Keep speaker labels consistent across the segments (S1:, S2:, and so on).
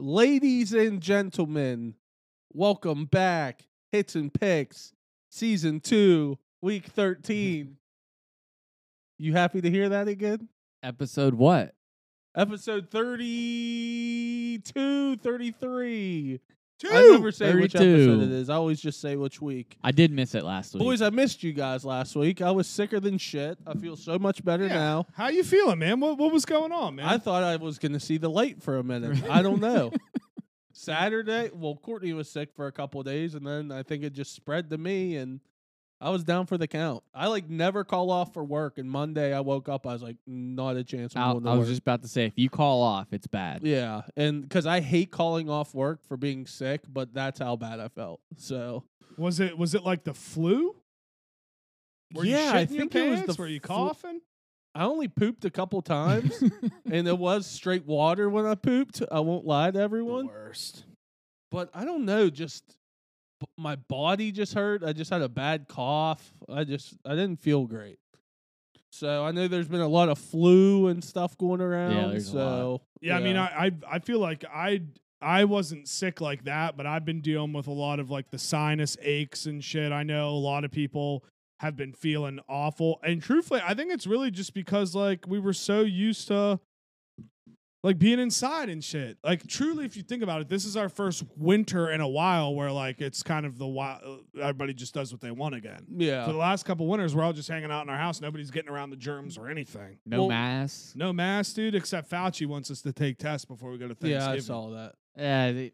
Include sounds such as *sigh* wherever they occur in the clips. S1: Ladies and gentlemen, welcome back. Hits and Picks, Season 2, Week 13. you happy to hear that again?
S2: Episode what?
S1: Episode 32, 33.
S3: Two.
S1: I never say which
S2: 32.
S1: episode it is. I always just say which week.
S2: I did miss it last week.
S1: Boys, I missed you guys last week. I was sicker than shit. I feel so much better
S3: Yeah.
S1: now.
S3: How you feeling, man? What what was going on, man?
S1: I thought I was going to see the light for a minute. I don't
S2: *laughs*
S1: know. Saturday, well, Courtney was sick for a couple of days, and then I think it just spread to me, and I was down for the count. I like never call off for work, and Monday I woke up, I was like, not a chance. I'm
S2: I,
S1: going to
S2: I was
S1: work."
S2: just about to say, if you call off, it's bad.
S1: yeah, and because I hate calling off work for being sick, but that's how bad I felt. So
S3: was it was it like the flu? Were
S1: yeah,
S3: you
S1: I
S3: shitting your
S1: think it was
S3: pants?
S1: the
S3: Were you
S1: flu-
S3: coughing?
S1: I only pooped a couple
S2: *laughs*
S1: times, and it was straight water when I pooped. I won't lie to everyone.
S3: worst.
S1: but I don't know. Just b- my body just hurt. I just had a bad cough. I just I didn't feel great. So I know there's been a lot of flu and stuff going around.
S2: there's a
S1: so
S2: lot.
S3: Yeah, I mean, I, I I feel like I I wasn't sick like that, but I've been dealing with a lot of like the sinus aches and shit. I know a lot of people have been feeling awful, and truthfully, I think it's really just because like we were so used to like being inside and shit. Like truly, if you think about it, this is our first winter in a while where like it's kind of the wild. Everybody just does what they want again.
S1: yeah.
S3: For the last couple winters, we're all just hanging out in our house. Nobody's getting around the germs or anything.
S2: no
S1: Well-
S2: mask.
S3: No mask, dude, except Fauci wants us to take tests before we go to Thanksgiving.
S1: yeah, I saw that.
S2: Yeah, they-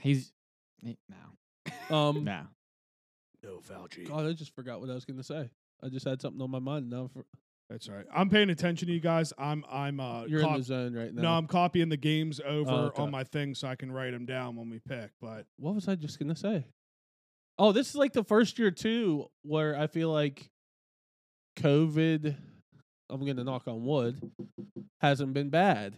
S2: he's he- no,
S1: Um,
S2: no.
S3: No Fauci.
S1: God, I just forgot what I was going to say. I just had something on my mind. Now for,
S3: That's right. I'm paying attention to you guys. I'm I'm uh
S1: you're
S3: cop-
S1: in the zone right now.
S3: No, I'm copying the games over
S1: Oh, okay.
S3: on my thing so I can write them down when we pick. But
S1: what was I just gonna say? Oh, this is like the first year too where I feel like COVID. I'm gonna knock on wood. Hasn't been bad.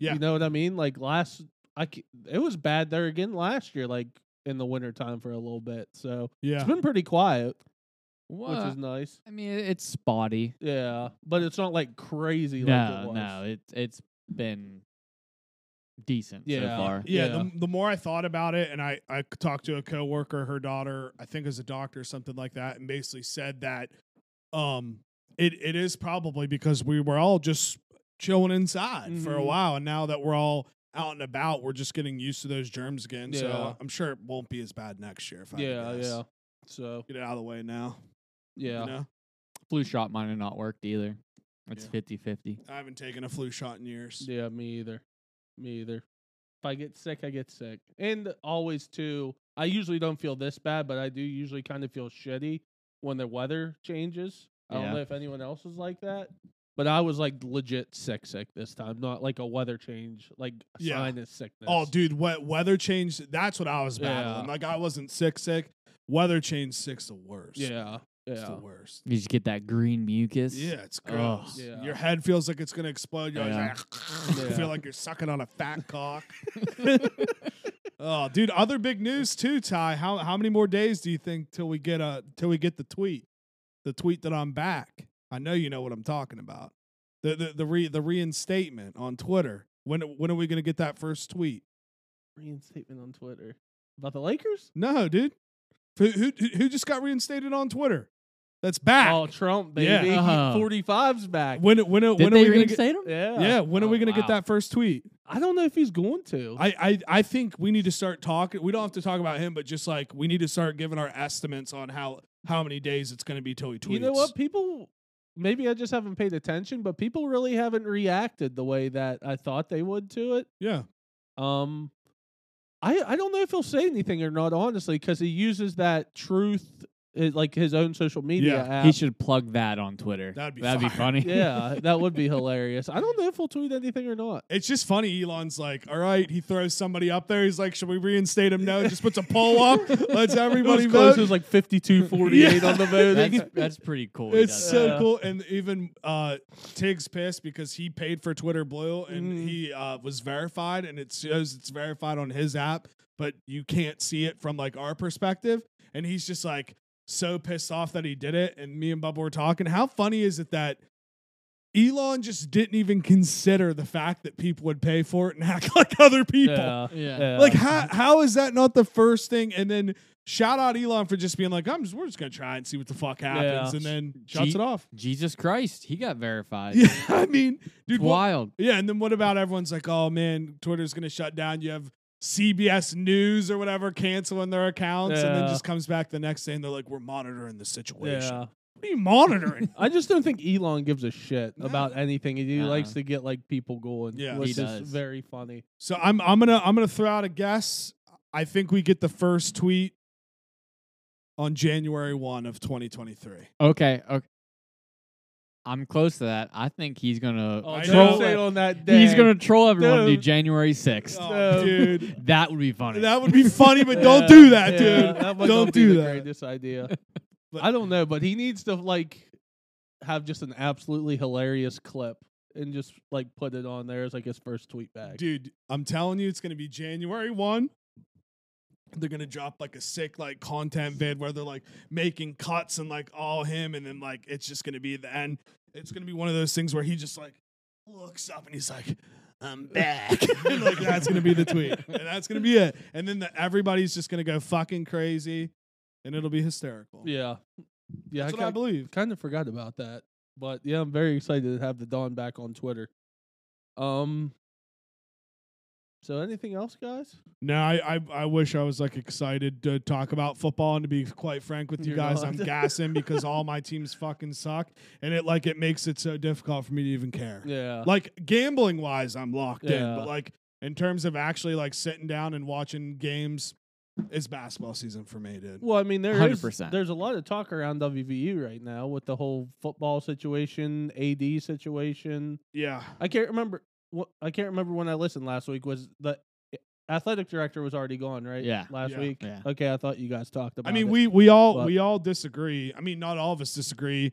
S3: Yeah.
S1: you know what I mean. Like last, I c- it was bad there again last year, like in the winter time for a little bit. So
S3: yeah,
S1: it's been pretty quiet,
S2: Well,
S1: which is nice.
S2: I mean, it- it's spotty.
S1: Yeah, but it's not like crazy. like it
S2: no,
S1: was.
S2: no, it it's been decent
S1: Yeah.
S2: so far.
S3: yeah.
S1: yeah.
S3: The, the more I thought about it, and I I talked to a coworker, her daughter, I think is a doctor, or something like that, and basically said that, um, it it is probably because we were all just chilling inside for a
S1: Mhm.
S3: while, and now that we're all out and about, we're just getting used to those germs again.
S1: Yeah.
S3: So I'm sure it won't be as bad next year. If I had to
S1: Yeah,
S3: guess.
S1: yeah. So
S3: Get it out of the way now.
S1: yeah,
S3: You know?
S2: Flu shot might have not worked either. It's
S3: Yeah.
S2: fifty fifty. 50-50.
S3: I haven't taken a flu shot in years.
S1: Yeah, me either. Me either. If I get sick, I get sick. And always too, I usually don't feel this bad, but I do usually kind of feel shitty when the weather changes. I
S2: Yeah.
S1: don't know if anyone else is like that. But I was like legit sick sick this time, not like a weather change, like
S3: Yeah.
S1: sinus sickness.
S3: Oh, dude, wet weather change. That's what I was battling.
S1: Yeah.
S3: Like I wasn't sick, sick. Weather change sick's the worst.
S1: Yeah.
S3: it's
S1: Yeah.
S3: the worst.
S2: You just get that green mucus.
S3: Yeah, it's
S2: Ugh. *laughs*
S3: gross.
S1: Yeah.
S3: Your head feels like it's gonna explode. You're always
S2: Yeah.
S3: like, "Ah."
S1: Yeah.
S3: feel like you're sucking on a fat cock. oh, dude, other big news too, Ty. How how many more days do you think till we get a till we get the tweet, the tweet that I'm back? I know you know what I'm talking about. The the the, re, the reinstatement on Twitter. When when are we gonna get that first tweet?
S1: Reinstatement on Twitter. About the Lakers?
S3: No, dude. Who who who just got reinstated on Twitter? That's back.
S1: Oh, Trump,
S3: Yeah.
S1: baby.
S2: Uh-huh.
S1: 45's back.
S3: when it- when it-
S2: Did
S3: when are
S2: they
S3: we gonna get?
S2: reinstate him?
S1: yeah.
S3: Yeah, when are
S2: Oh,
S3: we gonna
S2: wow.
S3: get that first tweet?
S1: I don't know if he's going to.
S3: I, I I think we need to start talking. We don't have to talk about him, but just like we need to start giving our estimates on how how many days it's going to be till he tweets.
S1: You know what? People, maybe I just haven't paid attention, but people really haven't reacted the way that I thought they would to it.
S3: Yeah,
S1: Um, I I don't know if he'll say anything or not, honestly, because he uses that truth, eh, like his own social media
S3: Yeah,
S1: app.
S2: He should plug that on Twitter.
S3: That'd be
S2: that'd be
S3: fire.
S2: funny.
S1: *laughs* yeah, that would
S3: *laughs*
S1: be hilarious. I don't know if he'll tweet anything or not.
S3: it's just funny. Elon's like, all right, he throws somebody up there. He's like, should we reinstate him? No, just puts a poll up,
S1: *laughs*
S3: lets everybody
S1: it was close.
S3: vote.
S1: It was like fifty-two forty-eight
S3: *laughs* Yeah.
S1: on the voting.
S2: that's,
S1: *laughs*
S2: that's pretty cool. he
S3: It's
S2: does
S3: so
S1: Yeah.
S3: cool. And even uh Tig's pissed because he paid for Twitter Blue and
S1: Mhm.
S3: he uh was verified and it shows it's verified on his app, but you can't see it from like our perspective. And he's just like so pissed off that he did it. And me and Bubba were talking. How funny is it that Elon just didn't even consider the fact that people would pay for it and *laughs* act like other people.
S1: Yeah.
S3: *laughs*
S2: Yeah.
S1: yeah.
S3: Like how how is that not the first thing? And then shout out Elon for just being like, I'm just we're just gonna try and see what the fuck happens,
S1: Yeah.
S3: and then shuts
S2: Gee-
S3: it off.
S2: Jesus Christ, he got
S3: *laughs*
S2: verified.
S3: Yeah, I mean, dude, what-
S2: Wild.
S3: yeah, and then what about everyone's like, oh man, Twitter's gonna shut down. You have CBS News or whatever canceling their accounts, and then
S1: Yeah.
S3: just comes back the next day and they're like, we're monitoring the situation.
S1: Yeah.
S3: What are
S1: *laughs*
S3: you monitoring?
S1: I just don't think Elon gives a shit
S3: No.
S1: about anything. He
S2: Uh-uh.
S1: likes to get like people going,
S3: Yeah.
S1: which
S2: He
S1: is
S2: does.
S1: very funny.
S3: so I'm I'm gonna I'm gonna throw out a guess. I think we get the first tweet on January one of 2023.
S2: Okay. Okay. I'm close to that. I think he's gonna
S1: Oh,
S3: I
S1: don't
S2: troll.
S1: say it on that day.
S2: He's gonna troll everyone dude.
S1: Dude.
S2: January sixth.
S3: Oh,
S1: So- *laughs*
S2: *laughs*
S3: dude.
S2: That would be funny.
S3: That would be funny, but don't
S1: Yeah,
S3: do that,
S1: yeah,
S3: dude.
S1: That might
S3: don't
S1: not be
S3: do
S1: the
S3: that.
S1: Greatest idea.
S3: But-
S1: I don't know, but he needs to like have just an absolutely hilarious clip and just like put it on there as like his first tweet back.
S3: Dude, I'm telling you, it's gonna be January one. They're gonna drop like a sick like content vid where they're like making cuts and like all him, and then like it's just gonna be the end. It's gonna be one of those things where he just like looks up and he's like, "I'm back," *laughs* and like that's gonna be
S1: *laughs*
S3: the tweet, and that's gonna be it. And then the, everybody's just gonna go fucking crazy, and it'll be hysterical.
S1: Yeah, yeah.
S3: that's
S1: I,
S3: what I believe.
S1: kind of forgot about that, but yeah, I'm very excited to have the Don back on Twitter. Um. So anything else, guys?
S3: No, I, I I wish I was like excited to talk about football and to be quite frank with you
S1: You're
S3: guys,
S1: not.
S3: I'm gassing because all my teams fucking suck and it like it makes it so difficult for me to even care.
S1: Yeah.
S3: Like gambling wise, I'm locked in,
S1: Yeah.
S3: but like in terms of actually like sitting down and watching games, it's basketball season for me, dude.
S1: Well, I mean, there is
S2: 100%.
S1: there's a lot of talk around WVU right now with the whole football situation, AD situation.
S3: Yeah,
S1: I can't remember. What I can't remember when I listened last week was the eh, athletic director was already gone, right?
S2: Yeah.
S1: last
S3: Yeah.
S1: week.
S2: Yeah.
S1: Okay, I thought you guys talked about.
S3: I mean
S1: it.
S3: we we all
S1: but-
S3: we all disagree. I mean, not all of us disagree.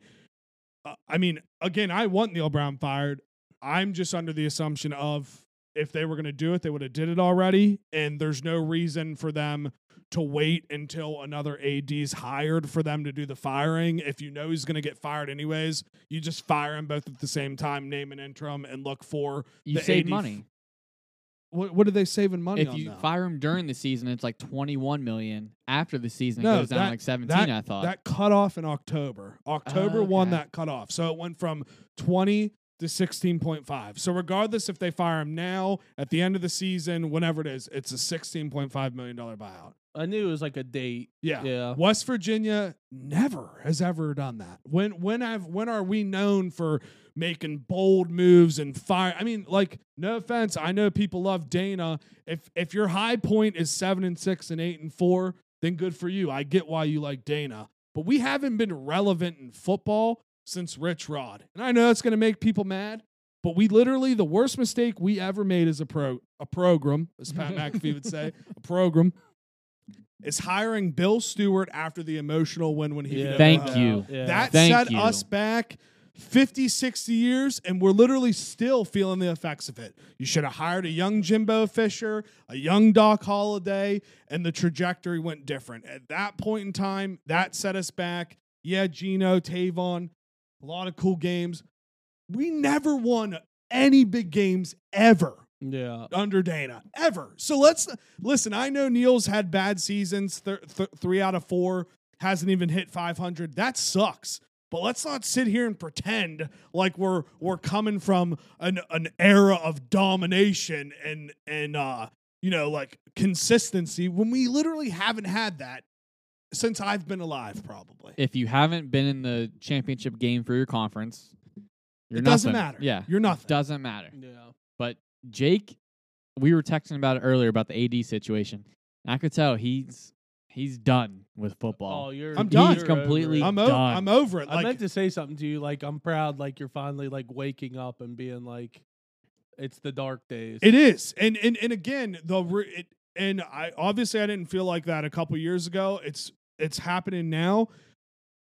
S3: Uh, I mean, again, I want Neil Brown fired. I'm just under the assumption of if they were going to do it, they would have did it already, and there's no reason for them to wait until another AD's hired for them to do the firing. If you know he's going to get fired anyways, you just fire him both at the same time, name an interim, and look for
S2: *laughs* you
S3: the
S2: save
S3: 80
S2: money.
S3: what? What are they saving money
S2: If
S3: on?
S2: you
S3: that?
S2: fire him during the season, it's like twenty one million. After the season, it
S3: No,
S2: goes down
S3: that-
S2: like seventeen. I thought.
S3: that cut off in October. October won
S2: Uh, Okay.
S3: that cutoff. So it went from 20 to 16.5. So regardless if they fire him now, at the end of the season, whenever it is, it's a $16.5 million buyout.
S1: I knew it was like a date.
S3: Yeah.
S1: Yeah.
S3: West Virginia never has ever done that. When when have when are we known for making bold moves and fire? I mean, like no offense, I know people love Dana. If if your high point is seven and six and eight and four, then good for you. I get why you like Dana, but we haven't been relevant in football since Rich Rod, and I know that's going to make people mad. But we literally the worst mistake we ever made as a pro a program, as Pat McAfee would say, a program is hiring Bill Stewart after the emotional win when *laughs* he beat
S2: Thank
S3: Oklahoma.
S2: you.
S1: Yeah.
S3: That
S2: Thank
S3: set
S2: you.
S3: us back 50, 60 years, and we're literally still feeling the effects of it. You should have hired a young Jimbo Fisher, a young Doc Holliday, and the trajectory went different. At that point in time, that set us back. Yeah, Gino, Tavon, a lot of cool games. We never won any big games ever
S1: yeah.
S3: under Dana ever. So let's listen. I know Neil's had bad seasons. Th- th- three out of four hasn't even hit 500. That sucks. But let's not sit here and pretend like we're we're coming from an an era of domination and and uh you know like consistency when we literally haven't had that since I've been alive. Probably
S2: if you haven't been in the championship game for your conference, you're
S3: it doesn't
S2: nothing.
S3: matter.
S2: Yeah,
S3: you're nothing.
S2: doesn't matter.
S1: Yeah.
S2: But Jake, we were texting about it earlier about the AD situation. I could tell he's he's done with
S1: Oh,
S2: football.
S1: you're.
S3: I'm
S1: you're
S3: done.
S2: He's completely-
S1: over it.
S3: I'm over.
S2: done.
S3: I'm over it.
S1: I
S3: Like
S1: meant to say something to you, like I'm proud, like you're finally like waking up and being like, it's the dark days.
S3: It is, and and and again, the re- it, and I obviously I didn't feel like that a couple years ago. It's it's happening now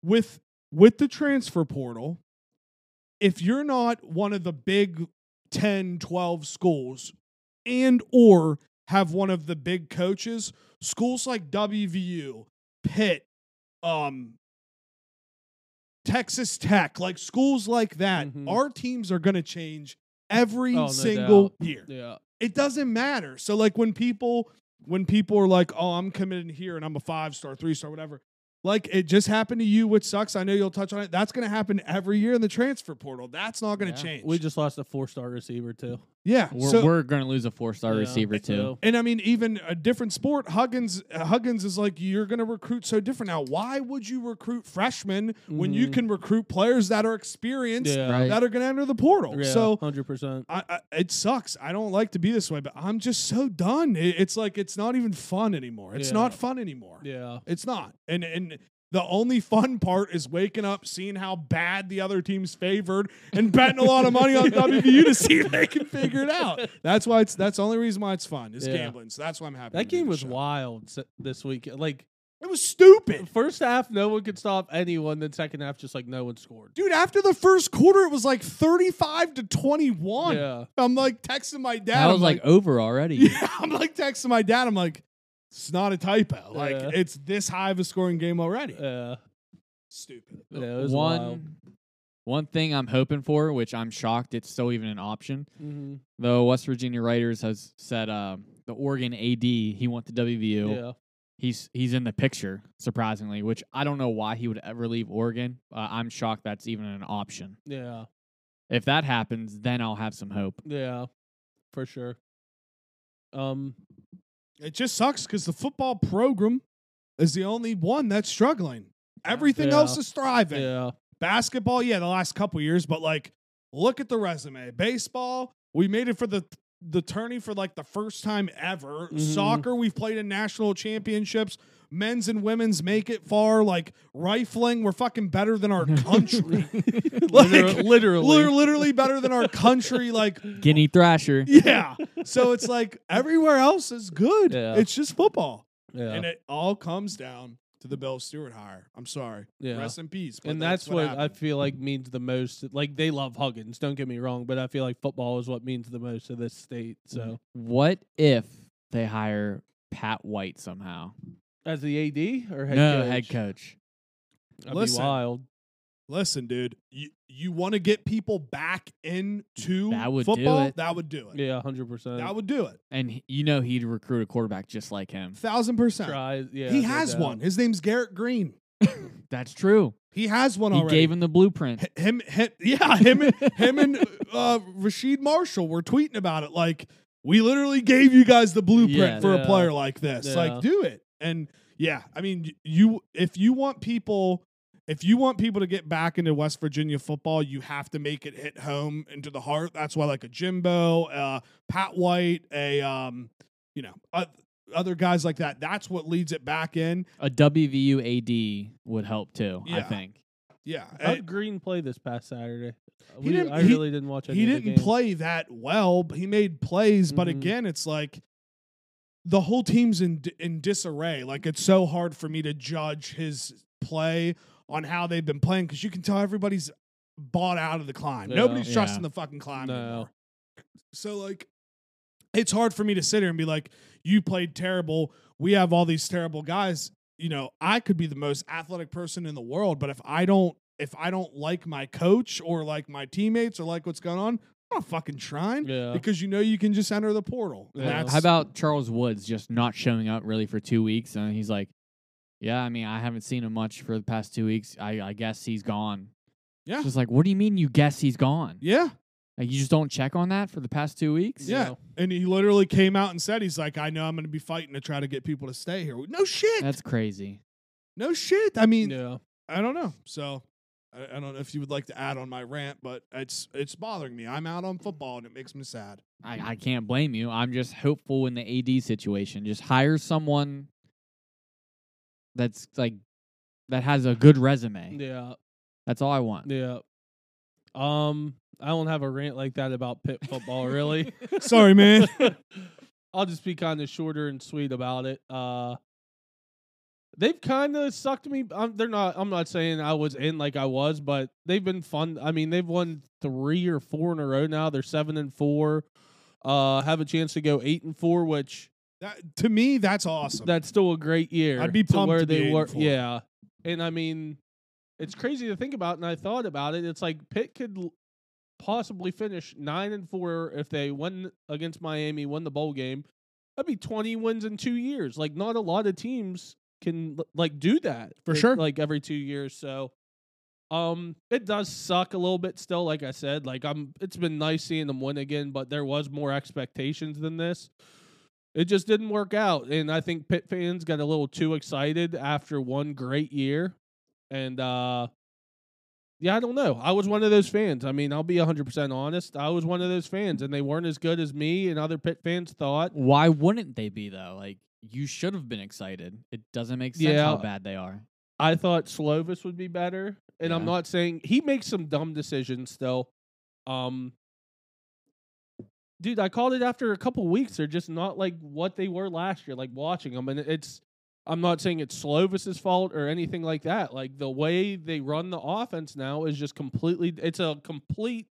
S3: with with the transfer portal. If you're not one of the big 10, 12 schools, and or have one of the big coaches, schools like WVU, Pitt, um, Texas Tech, like schools like that,
S1: Mhm.
S3: our teams are going to change every
S1: Oh, no
S3: single
S1: doubt.
S3: year.
S1: Yeah.
S3: It doesn't matter. So like when people when people are like, "Oh, I'm committed here and I'm a 5-star, 3-star, whatever." Like it just happened to you, which sucks. I know you'll touch on it. That's going to happen every year in the transfer portal. That's not going to
S2: Yeah.
S3: change.
S1: We just lost a four star receiver too.
S3: yeah.
S2: We're,
S3: so-
S2: we're going to lose a four star
S1: Yeah,
S2: receiver too.
S1: so-
S3: and I mean, even a different sport, Huggins. Huggins is like you're going to recruit so different now. Why would you recruit freshmen when you
S1: Mhm.
S3: can recruit players that are experienced
S1: Yeah.
S2: Right.
S3: that are going to enter the portal?
S1: Yeah,
S3: So
S1: hundred percent.
S3: I, I, it sucks. I don't like to be this way, but I'm just so done. It, it's like it's not even fun anymore. It's
S1: Yeah.
S3: not fun anymore.
S1: Yeah.
S3: It's not. And and the only fun part is waking up, seeing how bad the other team's favored, and betting a lot
S1: *laughs*
S3: of money on WVU to see if they can figure it out. That's why it's that's the only reason why it's fun is
S1: Yeah.
S3: gambling. So that's why I'm happy.
S1: That
S3: to do
S1: game
S3: the
S1: was
S3: show.
S1: wild s- this week. Like
S3: It was stupid.
S1: first half, no one could stop anyone. Then second half, just like no one scored.
S3: Dude, after the first quarter, it was like 35 to 21.
S1: Yeah.
S3: I'm like texting my dad.
S2: That
S3: I'm
S2: was like over already.
S1: *laughs*
S3: Yeah, I'm like texting my dad. I'm like, it's not a typo. Like
S1: Yeah.
S3: it's this high of a scoring game already.
S1: Yeah.
S3: Stupid.
S1: Yeah, it was
S2: one
S1: wild.
S2: one thing I'm hoping for, which I'm shocked it's still even an option,
S1: hmm
S2: though. West Virginia Writers has said um, the Oregon AD he went to WVU.
S1: Yeah.
S2: He's he's in the picture surprisingly, which I don't know why he would ever leave Oregon. Uh, I'm shocked that's even an option.
S1: Yeah.
S2: If that happens, then I'll have some hope.
S1: Yeah. For sure. Um.
S3: It just sucks because the football program is the only one that's struggling. Everything
S1: Yeah.
S3: else is thriving.
S1: Yeah.
S3: Basketball, yeah, the last couple years, but like, look at the resume. Baseball, we made it for the the tourney for like the first time ever.
S1: Mhm.
S3: Soccer, we've played in national championships. Men's and women's make it far. Like rifling, we're fucking better than
S1: *laughs*
S3: our country. *laughs* Like,
S1: Liter- literally.
S3: We're literally better than
S1: *laughs*
S3: our country. Like,
S2: Guinea Thrasher.
S3: Mm-hmm. yeah. So it's like everywhere else is good.
S1: Yeah.
S3: It's just football.
S1: Yeah.
S3: And it all comes down to the Bill Stewart hire. I'm sorry.
S1: yeah.
S3: Rest in peace. but
S1: and that's, what, I
S3: happened.
S1: feel like means the most. Like they love Huggins, don't get me wrong, but I feel like football is what means the most to this state. So
S2: What if they hire Pat White somehow?
S1: as the AD or head
S2: no,
S1: coach,
S2: head coach.
S1: that'd
S3: Listen.
S1: be wild.
S3: Listen, dude, you, you want to get people back into
S2: That would do
S3: football?
S2: it.
S3: That would do it.
S1: Yeah, hundred percent.
S3: That would do it.
S2: And he- you know he'd recruit a quarterback just like him.
S3: Thousand percent.
S1: try. Yeah,
S3: he
S1: no
S3: has
S1: doubt.
S3: one. His name's Garrett Green.
S2: That's true.
S3: He has one
S2: He
S3: already.
S2: gave him the blueprint.
S3: H- him, him, *laughs* yeah, him, and him and uh, Rashid Marshall were tweeting about it. Like, we literally gave you guys the blueprint
S2: Yeah.
S3: for a
S1: Yeah.
S3: player like this.
S1: Yeah.
S3: Like, do it. And yeah, I mean, y- you if you want people, if you want people to get back into West Virginia football, you have to make it hit home into the heart. That's why, like a Jimbo, uh, Pat White, a um, you know, uh, other guys like that. That's what leads it back in.
S2: *laughs* A WVU AD would help too, I
S3: Yeah.
S2: think.
S3: Yeah,
S1: How
S3: Uh,
S1: did Green play this past Saturday?
S3: He
S1: We-
S3: didn't-
S1: I
S3: he-
S1: really didn't watch. Any
S3: he
S1: of the
S3: didn't
S1: game.
S3: play that well. but He made plays, but
S1: Mhm.
S3: again, it's like the whole team's in in disarray. Like it's so hard for me to judge his play on how they've been playing because you can tell everybody's bought out of the climb.
S1: Yeah.
S3: Nobody's
S2: Yeah.
S3: trusting the fucking climb
S1: No.
S3: anymore. So like, it's hard for me to sit here and be like, "You played terrible. We have all these terrible guys." You know, I could be the most athletic person in the world, but if I don't if I don't like my coach or like my teammates or like what's going on, I'm not fucking trying
S1: Yeah,
S3: because you know you can just enter the portal. And
S1: Yeah.
S3: That's,
S2: How about Charles Woods just not showing up really for two weeks? And he's like, Yeah, I mean, I haven't seen him much for the past two weeks. I, I guess he's gone.
S3: Yeah.
S2: It's Just like, what do you mean you guess he's gone?
S3: yeah,
S2: Like, you just don't check on that for the past two weeks?
S3: yeah. And he literally came out and said, he's like, I know I'm going to be fighting to try to get people to stay here. No shit.
S2: That's crazy.
S3: no shit. I mean,
S1: yeah.
S3: I don't know. So I, I don't know if you would like to add on my rant, but it's it's bothering me. I'm out on football and it makes me sad.
S2: I, I can't blame you. I'm just hopeful in the AD situation. Just hire someone that's like that has a good resume.
S1: Yeah,
S2: That's all I want.
S1: yeah. Um, I don't have a rant like that about pit football, really. *laughs*
S3: Sorry, man.
S1: I'll just be kind of shorter and sweet about it. Uh, they've kind of sucked me. Um, they're not. I'm not saying I was in like I was, but they've been fun. I mean, they've won three or four in a row now. They're seven and four. Uh, have a chance to go eight and four, which
S3: That, to me, that's awesome.
S1: that's still a great year.
S3: I'd be
S1: to
S3: pumped
S1: where
S3: to be
S1: they
S3: eight
S1: were.
S3: and four.
S1: Yeah, and I mean, It's crazy to think about, and I thought about it. It's like Pitt could l- possibly finish nine and four if they won against Miami, won the bowl game. That'd be twenty wins in two years. Like not a lot of teams can l- like do that
S3: For
S1: like-
S3: sure.
S1: Like every two years, so. Um, it does suck a little bit still. Like I said, like I'm, it's been nice seeing them win again, but there was more expectations than this. It just didn't work out, and I think Pitt fans got a little too excited after one great year, and uh, yeah, I don't know. I was one of those fans. I mean, I'll be 100 percent honest. I was one of those fans, and they weren't as good as me and other Pitt fans thought.
S2: Why wouldn't they be though? Like you should have been excited. It doesn't make sense how
S1: Yeah.
S2: bad they are.
S1: I thought Slovis would be better, and I'm
S2: Yeah.
S1: not saying he makes some dumb decisions still. Um, dude, I called it after a couple weeks. They're just not like what they were last year. Like watching them, and it's I'm not saying it's Slovis's fault or anything like that. Like the way they run the offense now is just completely. It's a complete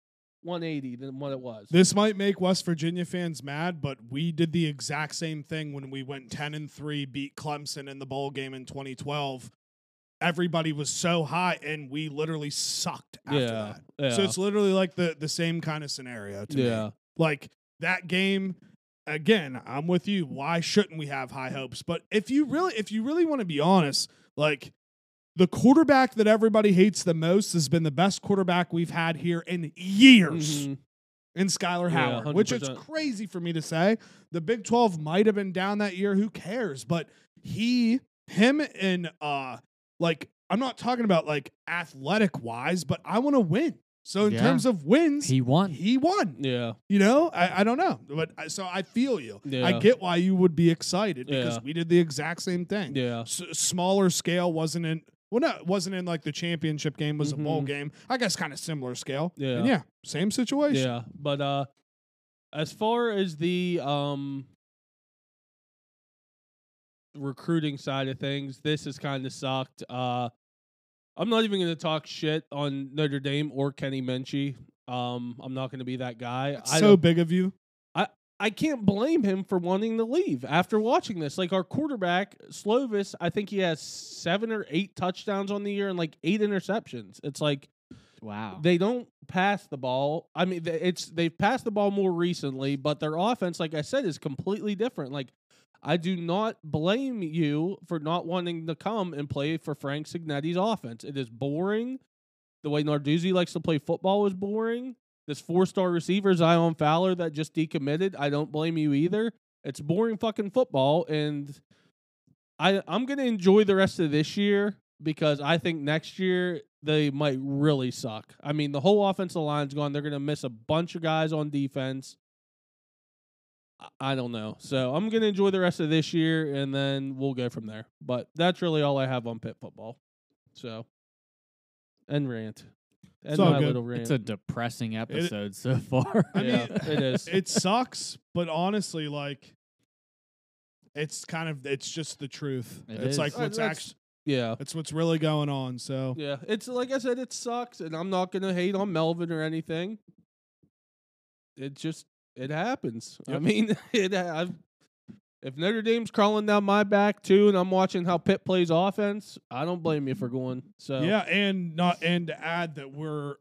S1: 180 than what it was.
S3: This might make West Virginia fans mad, but we did the exact same thing when we went 10 and 3, beat Clemson in the bowl game in 2012. Everybody was so high and we literally sucked after
S1: yeah,
S3: that.
S1: yeah,
S3: So it's literally like the the same kind of scenario to me.
S1: yeah.
S3: Like that game again, I'm with you. Why shouldn't we have high hopes? But if you really if you really want to be honest, like the quarterback that everybody hates the most has been the best quarterback we've had here in years
S1: Mhm.
S3: in Skylar
S1: Yeah,
S3: Howard, which it's
S1: 100%.
S3: crazy for me to say. The Big 12 might have been down that year. Who cares? But he, him, and uh, like, I'm not talking about like athletic wise, but I want to win. So in
S2: Yeah.
S3: terms of wins, he,
S2: He won.
S3: won.
S1: Yeah,
S3: You know, I, I don't know, but I, so I feel you. I
S1: Yeah.
S3: get why you would be excited
S1: Yeah.
S3: because we did the exact same thing
S1: yeah,
S3: s- smaller scale wasn't in well no it wasn't in like the championship game was a bowl
S1: Mhm.
S3: game i guess kind of similar scale
S1: Yeah.
S3: And yeah same situation
S1: Yeah, but uh, as far as the um recruiting side of things, this has kind of sucked. Uh, I'm not even going to talk shit on Notre Dame or Kenny Menchie. Um, I'm not going to be that guy.
S3: It's
S1: I
S3: so
S1: don't-
S3: big of you
S1: I can't blame him for wanting to leave after watching this. Like our quarterback Slovis, I think he has seven or eight touchdowns on the year and like eight interceptions. It's like
S2: Wow.
S1: they don't pass the ball. I mean, th- it's they've passed the ball more recently, but their offense, like I said, is completely different. Like, I do not blame you for not wanting to come and play for Frank Signetti's offense. It is boring. The way Narduzzi likes to play football is boring. This four-star receiver Zion Fowler that just decommitted. I don't blame you either. It's boring fucking football, and I I'm gonna enjoy the rest of this year because I think next year they might really suck. I mean, the whole offensive line's gone. They're gonna miss a bunch of guys on defense. I- I don't know. So I'm gonna enjoy the rest of this year, and then we'll go from there. But that's really all I have on pit football. So, and rant, and
S3: It's all
S1: my
S3: good.
S1: little rant.
S2: it's a depressing episode so far.
S3: I
S1: yeah,
S3: mean,
S1: it is.
S3: *laughs* it sucks but honestly like it's kind of it's just the truth
S2: It
S3: it's
S2: is.
S3: like
S1: Uh,
S3: what's
S1: that's-
S3: actually
S1: yeah.
S3: it's what's really going on so
S1: Yeah, it's like I said, it sucks, and I'm not gonna hate on Melvin or anything. It just it happens. I
S3: Yep.
S1: mean, *laughs* it. i if Notre Dame's crawling down my back too, and I'm watching how Pitt plays offense, I don't blame you for going. So
S3: yeah and not and to add that we're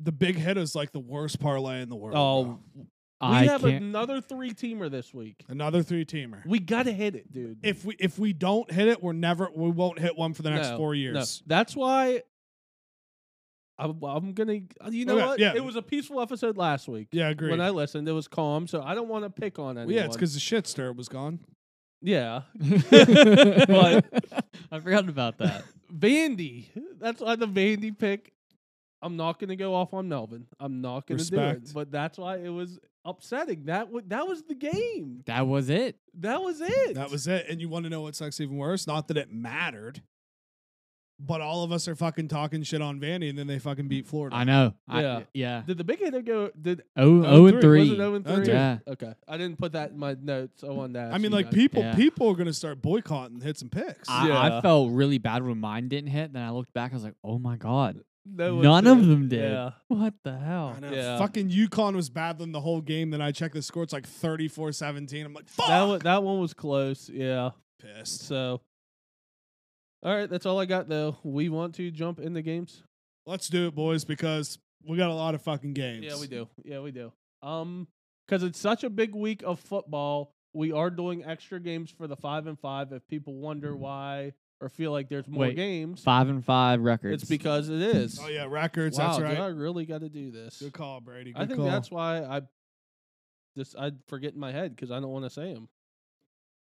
S3: the big hit is like the worst parlay in the world
S1: Oh,
S3: bro.
S1: we
S2: I
S1: have *laughs*
S2: can't.
S1: another three teamer this week.
S3: another three teamer
S1: We gotta hit it, dude.
S3: if we if we don't hit it, we're never we won't hit one for the next
S1: No,
S3: four
S1: No,
S3: years.
S1: that's why. I'm, I'm gonna. You know
S3: Okay,
S1: what?
S3: yeah.
S1: It was a peaceful episode last week.
S3: Yeah, agreed.
S1: When I listened, it was calm, so I don't want to pick on
S3: well,
S1: anyone.
S3: yeah, it's because the shit stir was gone.
S1: yeah,
S2: *laughs* I forgot about that.
S1: Vandy. That's why the Vandy pick. I'm not going to go off on Melvin. I'm not going to do it.
S3: Respect.
S1: But that's why it was upsetting. That wa that was the game.
S2: That was it.
S1: That was it.
S3: That was it. And you want to know what sucks even worse? Not that it mattered, but all of us are fucking talking shit on Vandy, and then they fucking beat Florida.
S2: I know.
S1: Yeah.
S2: I, yeah.
S1: Did the big hitter go? Did
S2: Oh, oh and
S1: was
S2: three.
S1: it 0 and
S3: Oh,
S1: 3?
S3: three.
S2: Yeah.
S1: Okay. I didn't put that in my notes. I wanted to.
S3: I
S1: ask
S3: mean,
S1: you
S3: like
S1: guys.
S3: people
S2: Yeah.
S3: people are gonna start boycotting hits and picks.
S2: I,
S1: Yeah.
S2: I felt really bad when mine didn't hit. Then I looked back. I was like, oh my god,
S1: No one
S2: none of them did.
S1: Yeah.
S2: What the hell?
S3: I know.
S1: yeah.
S3: Fucking UConn was battling the whole game. Then I checked the score. It's like 34-17. I'm like, fuck.
S1: That one, that one was close. Yeah.
S3: pissed.
S1: So All right, that's all I got though. We want to jump into games.
S3: Let's do it, boys, because we got a lot of fucking games.
S1: Yeah, we do. Yeah, we do. Um, because it's such a big week of football, we are doing extra games for the five and five. If people
S3: Mm-hmm.
S1: wonder why or feel like there's more
S2: Wait,
S1: games,
S2: Five and five records.
S1: it's because it is.
S3: Oh yeah, records.
S1: wow,
S3: that's right.
S1: do I really got to do this?
S3: Good call, Brady. Good
S1: I think
S3: call.
S1: that's why I just I forget in my head because I don't want to say
S3: *laughs*
S1: them.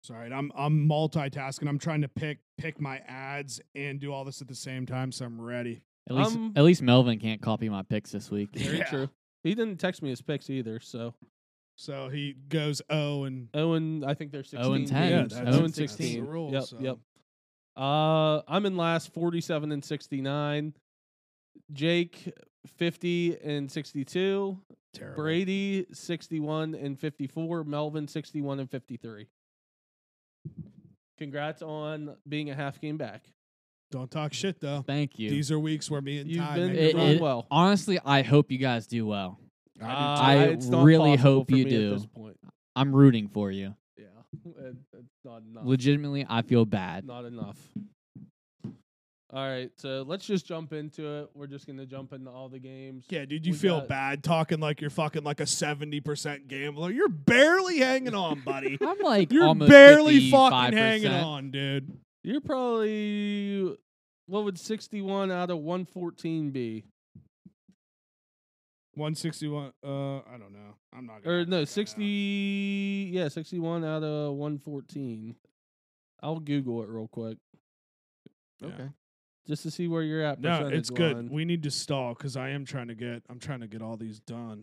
S3: Sorry, I'm I'm multitasking. I'm trying to pick pick my ads and do all this at the same time, so I'm ready.
S2: at least
S1: um,
S2: at least Melvin can't copy my picks this week.
S1: *laughs* Very
S3: Yeah.
S1: true. He didn't text me his picks either, so
S3: So he goes oh and
S1: Owen, I think they're sixteen.
S2: Oh, and 10.
S1: games.
S2: Yeah,
S3: that's-
S2: Owen
S3: that's the
S1: 16.
S3: rule,
S1: Yep,
S3: so.
S1: yep. Uh, I'm in last, 47 and 69. Jake, 50 and 62.
S3: Terrible.
S1: Brady, 61 and 54. Melvin, 61 and 53. Congrats on being a half game back.
S3: Don't talk shit though.
S2: Thank you.
S3: These are weeks where me and
S1: You've
S3: Ty
S1: been
S3: make it
S2: It-
S1: doing
S2: it-
S3: wrong.
S1: well.
S2: Honestly, I hope you guys do well.
S3: I do
S1: Uh,
S3: too.
S2: I
S1: it's not
S2: really
S1: possible
S2: hope
S1: for
S2: you
S1: me
S2: do.
S1: At this point.
S2: I'm rooting for you.
S1: Yeah, it- it's not enough.
S2: Legitimately, I feel bad.
S1: Not enough. All right, so let's just jump into it. We're just gonna jump into all the games.
S3: yeah, dude, you
S1: we
S3: feel
S1: got-
S3: bad talking like you're fucking like a seventy percent gambler. You're barely hanging on,
S2: *laughs*
S3: buddy.
S1: *laughs*
S2: I'm like
S3: You're
S2: almost
S3: barely
S2: 55%.
S3: fucking hanging on, dude.
S1: You're probably what would 61 out of 114 be?
S3: One sixty one. Uh, I don't know. I'm not. Gonna
S1: Or
S3: look that
S1: no,
S3: up.
S1: 60 yeah, 61 out of 114. I'll Google it real quick.
S3: Yeah.
S1: Just to see where you're at.
S3: No, it's good.
S1: percentage-wise.
S3: We need to stall because I am trying to get. I'm trying to get all these done.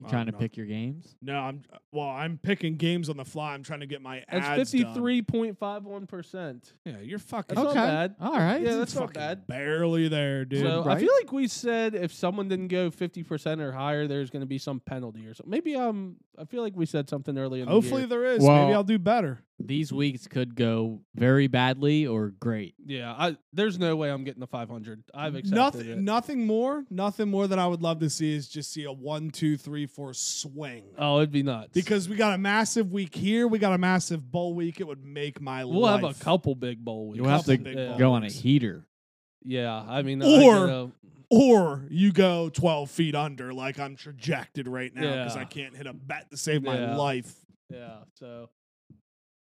S2: You
S3: I'm
S2: trying to
S3: not-
S2: pick your games?
S3: No, I'm. Well, I'm picking games on the fly. I'm trying to get my ads
S1: That's
S3: done.
S1: 53.51%st.
S3: Yeah, you're fucking.
S1: That's not
S2: Okay.
S1: bad.
S2: All right.
S1: Yeah,
S3: You're
S1: that's not
S3: fucking
S1: bad.
S3: Barely there, dude.
S1: so I
S2: right?
S1: feel like we said if someone didn't go 50% or higher, there's going to be some penalty or something. Maybe um, I feel like we said something earlier. In
S3: Hopefully
S1: the
S3: there is.
S2: Well-
S3: Maybe I'll do better.
S2: These weeks could go very badly or great.
S1: year. yeah, I, there's no way I'm getting the 500. I've accepted
S3: nothing.
S1: it.
S3: Nothing more. Nothing more that I would love to see is just see a one, two, three, four swing.
S1: Oh, it'd be nuts.
S3: because we got a massive week here. We got a massive bowl week. It would make my
S1: we'll
S3: life.
S1: have a couple big bowl weeks.
S2: You'll have to
S3: Couple big
S1: yeah.
S2: Go on a
S3: weeks.
S2: heater.
S1: Yeah, I mean, I
S3: Or-
S1: get uh, a-
S3: or you go 12 feet under like I'm trajected right now because
S1: Yeah.
S3: I can't hit a bat to save my
S1: Yeah.
S3: life.
S1: yeah. So,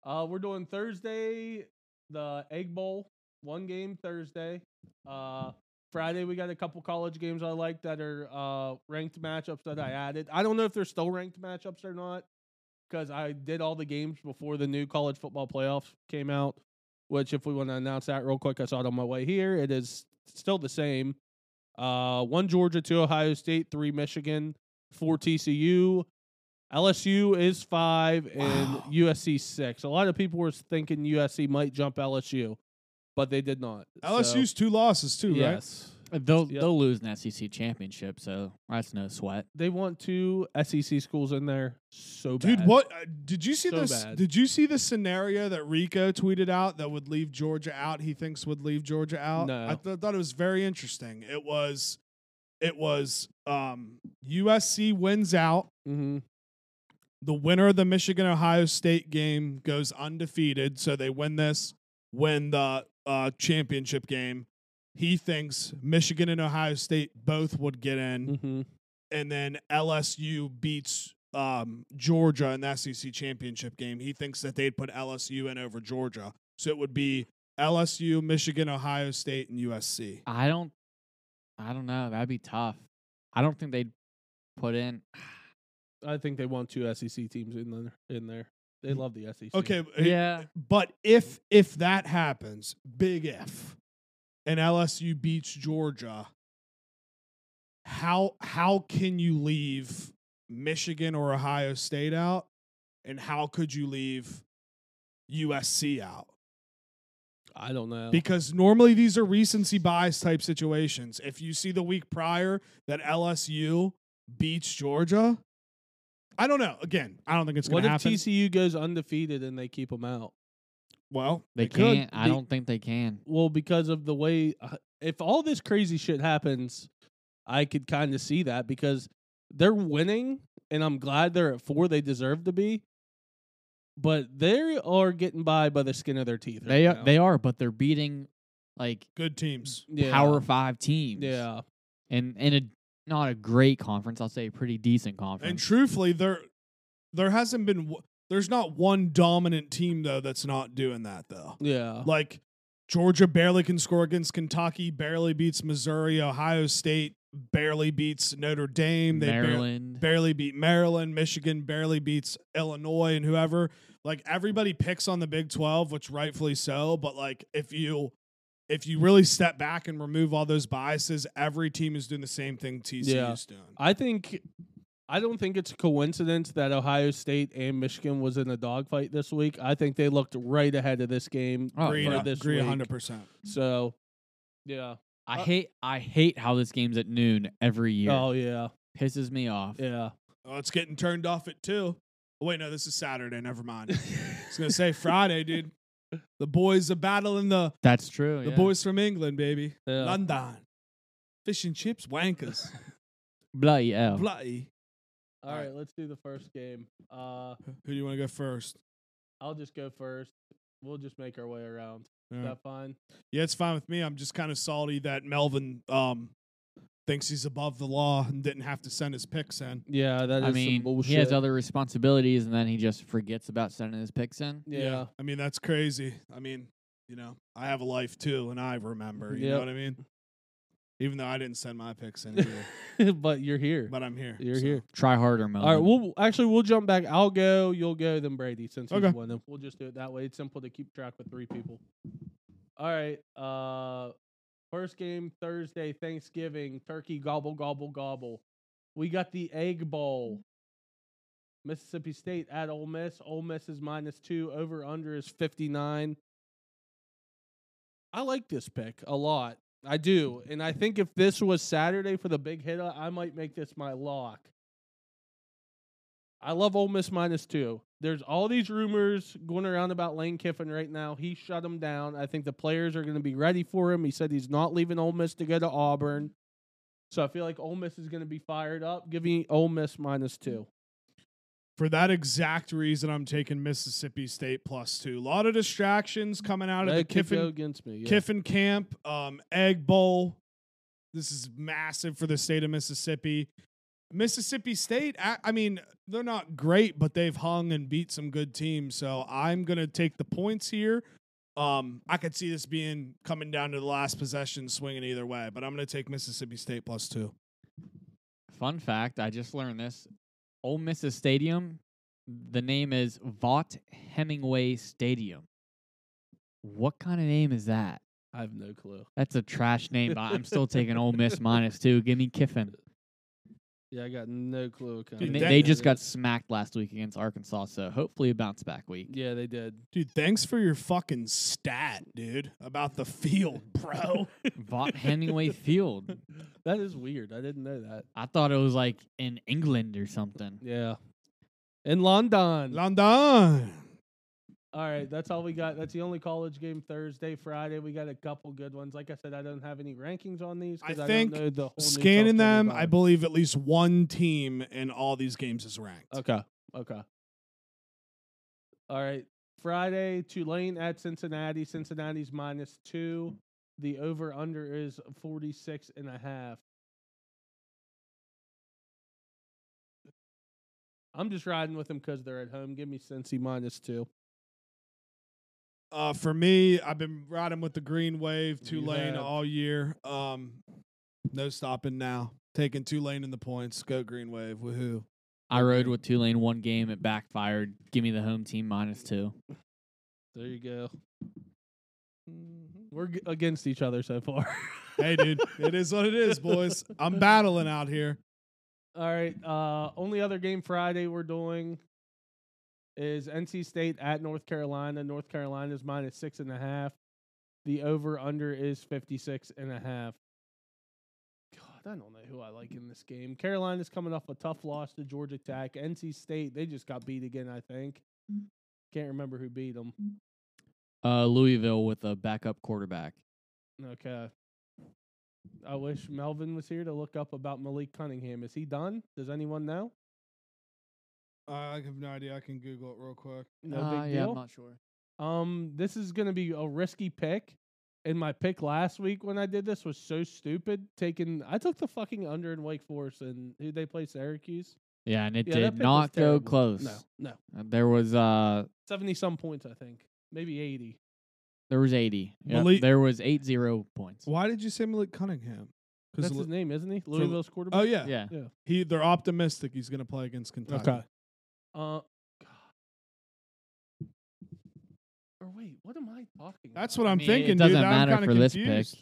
S1: uh, we're doing Thursday the Egg Bowl, one game Thursday. Uh, Friday we got a couple college games I like that are uh ranked matchups that I added. I don't know if they're still ranked matchups or not because I did all the games before the new college football playoffs came out. Which, if we want to announce that real quick, I saw it on my way here. It is still the same. Uh, one Georgia, two Ohio State, three Michigan, four TCU. LSU is five and
S3: Wow.
S1: USC six. A lot of people were thinking USC might jump LSU, but they did not. So-
S3: LSU's two losses too, right?
S1: yes,
S2: Uh, They'll
S1: Yep.
S2: they'll lose an SEC championship, so that's no sweat.
S1: they want two SEC schools in there so bad.
S3: Dude, what uh, did you see
S1: So
S3: this?
S1: bad.
S3: Did you see the scenario that Rico tweeted out that would leave Georgia out? He thinks would leave Georgia out.
S1: No.
S3: I th- thought it was very interesting. It was, it was um, USC wins out.
S1: Mm-hmm.
S3: The winner of the Michigan Ohio State game goes undefeated, so they win this, win the uh, championship game. He thinks Michigan and Ohio State both would get in,
S1: Mm-hmm.
S3: and then LSU beats um, Georgia in the SEC championship game. He thinks that they'd put LSU in over Georgia, so it would be LSU, Michigan, Ohio State, and USC.
S2: I don't I don't know. That'd be tough. I don't think they'd put in
S1: I think they want two SEC teams in there. In there, they love the E SEC.
S3: Mm-hmm. Okay, eh,
S2: Yeah.
S3: But if if that happens, big if, and LSU beats Georgia, how how can you leave Michigan or Ohio State out, and how could you leave USC out?
S1: I don't know.
S3: Because normally these are recency bias type situations. If you see the week prior that LSU beats Georgia, I don't know. Again, I don't think it's going
S1: what
S3: to
S1: if
S3: happen.
S1: TCU goes undefeated and they keep them out?
S3: well,
S2: They,
S3: could.
S2: can't. I
S1: They-
S2: don't think they can.
S1: Well, because of the way, uh, if all this crazy shit happens, I could kind of see that because they're winning, and I'm glad they're at four. They deserve to be, but they are getting by by the skin of their teeth.
S2: They uh,
S1: right
S2: are,
S1: now.
S2: they are, but they're beating like
S3: Good teams.
S1: Yeah.
S2: Power Five teams.
S1: Yeah.
S2: and in a not a great conference, I'll say a pretty decent
S3: And
S2: conference.
S3: truthfully, there there hasn't been w- there's not one dominant team though that's not doing that though.
S1: Yeah.
S3: Like Georgia barely can score against Kentucky, barely beats Missouri, Ohio State barely beats Notre Dame, they bar-
S2: Maryland.
S3: barely beat Maryland, Michigan barely beats Illinois and whoever. Like everybody picks on the Big 12, which rightfully so, but like if you if you really step back and remove all those biases, every team is doing the same thing TCU's
S1: Yeah.
S3: doing.
S1: I think I don't think it's a coincidence that Ohio State and Michigan was in a dogfight this week. I think they looked right ahead of this game.
S2: Oh,
S3: agree,
S1: for
S2: yeah.
S1: this
S3: agree
S1: week.
S3: 100%.
S1: So, yeah.
S2: I
S1: Uh,
S2: hate I hate how this game's at noon every year.
S1: Oh yeah.
S2: Pisses me off.
S1: *laughs* Yeah.
S3: Oh, it's getting turned off at 2. Oh, wait, no, this is Saturday. Never
S1: *laughs*
S3: mind. I was going to say Friday, dude. The boys are battling the,
S2: That's true.
S3: the
S2: yeah.
S3: boys from England, baby.
S1: Yeah.
S3: London. Fish and chips, wankers.
S1: *laughs*
S2: Bloody hell.
S3: Bloody.
S1: All right, let's do the first game. Uh
S3: Who do you want to go first?
S1: I'll just go first. We'll just make our way around. Is
S3: Yeah.
S1: that fine?
S3: Yeah, it's fine with me. I'm just kind of salty that Melvin um, thinks he's above the law and didn't have to send his picks in.
S1: Yeah, that is
S2: I mean,
S1: some bullshit.
S2: he has other responsibilities, and then he just forgets about sending his picks in.
S1: yeah.
S3: I mean, that's crazy. I mean, you know, I have a life too, and I remember. You know
S1: Yep.
S3: what I mean? Even though I didn't send my picks in
S1: *laughs*
S3: either.
S1: but you're here.
S3: but I'm here.
S1: You're
S3: so.
S1: here.
S2: Try harder,
S1: All
S2: Melvin.
S1: right, we'll actually we'll jump back. I'll go, you'll go, then Brady since
S3: Okay.
S1: he's one. We'll just do it that way. It's simple to keep track with three people. All right. Uh first game Thursday, Thanksgiving, turkey gobble gobble gobble. We got the egg bowl. Mississippi State at Ole Miss. Ole Miss is minus two. Over under is fifty nine. I like this pick a lot. I do. And I think if this was Saturday for the big hit, I might make this my lock. I love Ole Miss minus two. There's all these rumors going around about Lane Kiffin right now. He shut him down. I think the players are going to be ready for him. He said he's not leaving Ole Miss to go to Auburn. So I feel like Ole Miss is going to be fired up. Give me Ole Miss minus two.
S3: For that exact reason, I'm taking Mississippi State plus two. A lot of distractions coming out of
S1: That
S3: the
S1: could go
S3: Kiffin
S1: against me. yeah.
S3: Kiffin camp, um, Egg Bowl. This is massive for the state of Mississippi. Mississippi State, I, I mean, they're not great, but they've hung and beat some good teams. So I'm going to take the points here. Um, I could see this being coming down to the last possession, swinging either way, but I'm going to take Mississippi State plus two.
S2: Fun fact: I just learned this. Ole Miss's stadium, the name is Vaught Hemingway Stadium. What kind of name is that?
S1: I have no clue.
S2: That's a trash name, but I'm still taking Ole
S1: *laughs*
S2: Miss minus two. Give me Kiffin.
S1: Yeah, I got no clue. what kind
S3: Dude,
S2: And
S1: of
S2: they,
S3: that-
S1: name
S2: they
S1: that
S2: just got
S1: is.
S2: smacked last week against Arkansas, so hopefully a bounce back week.
S1: *laughs* Yeah, they
S3: *laughs*
S1: did.
S3: Dude, thanks for your fucking stat, dude, about the field, bro.
S2: Vaught Hemingway Field.
S1: That is weird. I didn't know that.
S2: I thought it was like in England or something.
S1: Yeah. In London.
S3: London.
S1: All right, that's all we got. That's the only college game Thursday, Friday. We got a couple good ones. Like I said, I don't have any rankings on these. 'cause
S3: I
S1: I,
S3: think
S1: don't know the whole new top
S3: Scanning them, I
S1: 25.
S3: believe at least one team in all these games is ranked.
S1: Okay. Okay. All right. Friday, Tulane at Cincinnati. Cincinnati's minus two. The over under is 46 and a half. I'm just riding with them because they're at home. Give me Cincy minus two.
S3: Uh, for me, I've been riding with the green wave,
S1: You
S3: Tulane
S1: have.
S3: all year. Um, no stopping now. Taking Tulane in the points. Go green wave. Woohoo.
S2: I rode with Tulane one game. It backfired. Give me the home team minus two.
S1: There you go. Mm-hmm. We're g- against each other so far. *laughs*
S3: hey, dude, it is what it is, boys. I'm battling out here.
S1: All right. Uh, only other game Friday we're doing is NC State at North Carolina. North Carolina's minus six and a half. The over under is 56 and a half. God, I don't know who I like in this game. Carolina's coming off a tough loss to Georgia Tech. NC State, they just got beat again, I think. Can't remember who beat them.
S2: Uh, Louisville with a backup quarterback.
S1: Okay. I wish Melvin was here to look up about Malik Cunningham. Is he done? Does anyone know?
S3: Uh, I have no idea. I can Google it real quick.
S1: No
S2: Uh,
S1: big
S2: yeah,
S1: deal.
S2: I'm not sure.
S1: Um, this is going to be a risky pick. and my pick last week when I did this was so stupid. Taking I took the fucking under in Wake Forest and who they play Syracuse.
S2: Yeah, and it
S1: Yeah, that pick
S2: did
S1: was
S2: not go
S1: terrible.
S2: close.
S1: No, no,
S2: Uh, There was uh
S1: seventy some points I think, maybe eighty.
S2: there was 80. Yep,
S3: Malik-
S2: there was 80 points.
S3: Why did you say Malik Cunningham?
S1: That's
S3: Because
S1: his name, isn't he? Louisville's quarterback.
S3: oh yeah.
S2: Yeah.
S3: he they're optimistic he's going to play against Kentucky.
S1: Okay. Uh, God. Or wait, what am I talking?
S3: That's
S1: about?
S3: what I'm
S2: I mean,
S3: thinking.
S2: It doesn't
S3: dude.
S2: matter
S3: I'm kinda
S2: for
S3: confused.
S2: this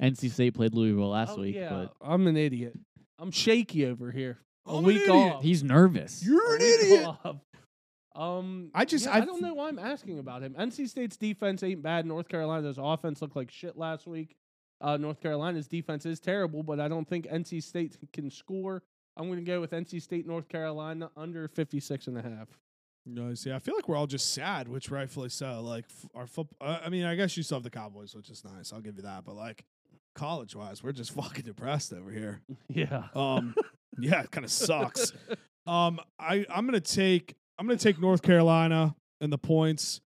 S2: pick. NC State played Louisville last
S1: Oh,
S2: week,
S1: yeah, I'm an idiot. I'm shaky over here. A
S3: I'm Oh, an
S1: week
S3: idiot.
S2: but
S1: off.
S2: he's nervous.
S3: *laughs* You're an
S1: A week
S3: idiot.
S1: off. Um,
S3: I just-
S1: yeah,
S3: I
S1: I don't
S3: th-
S1: know why I'm asking about him. NC State's defense ain't bad. North Carolina's offense looked like shit last week. Uh, North Carolina's defense is terrible, but I don't think NC State can score. I'm going to go with NC State North Carolina under 56 and a
S2: *laughs*
S1: half.
S3: No, see, I feel like we're all just sad, which rightfully so. Like f- our football. Uh, I mean, I guess you still have the Cowboys, which is nice. I'll give you that. But like college wise, we're just *laughs* fucking depressed over here.
S1: Yeah. *laughs*
S3: Um, yeah, it kind of sucks. Um, I I'm gonna take I'm gonna take North Carolina and the points.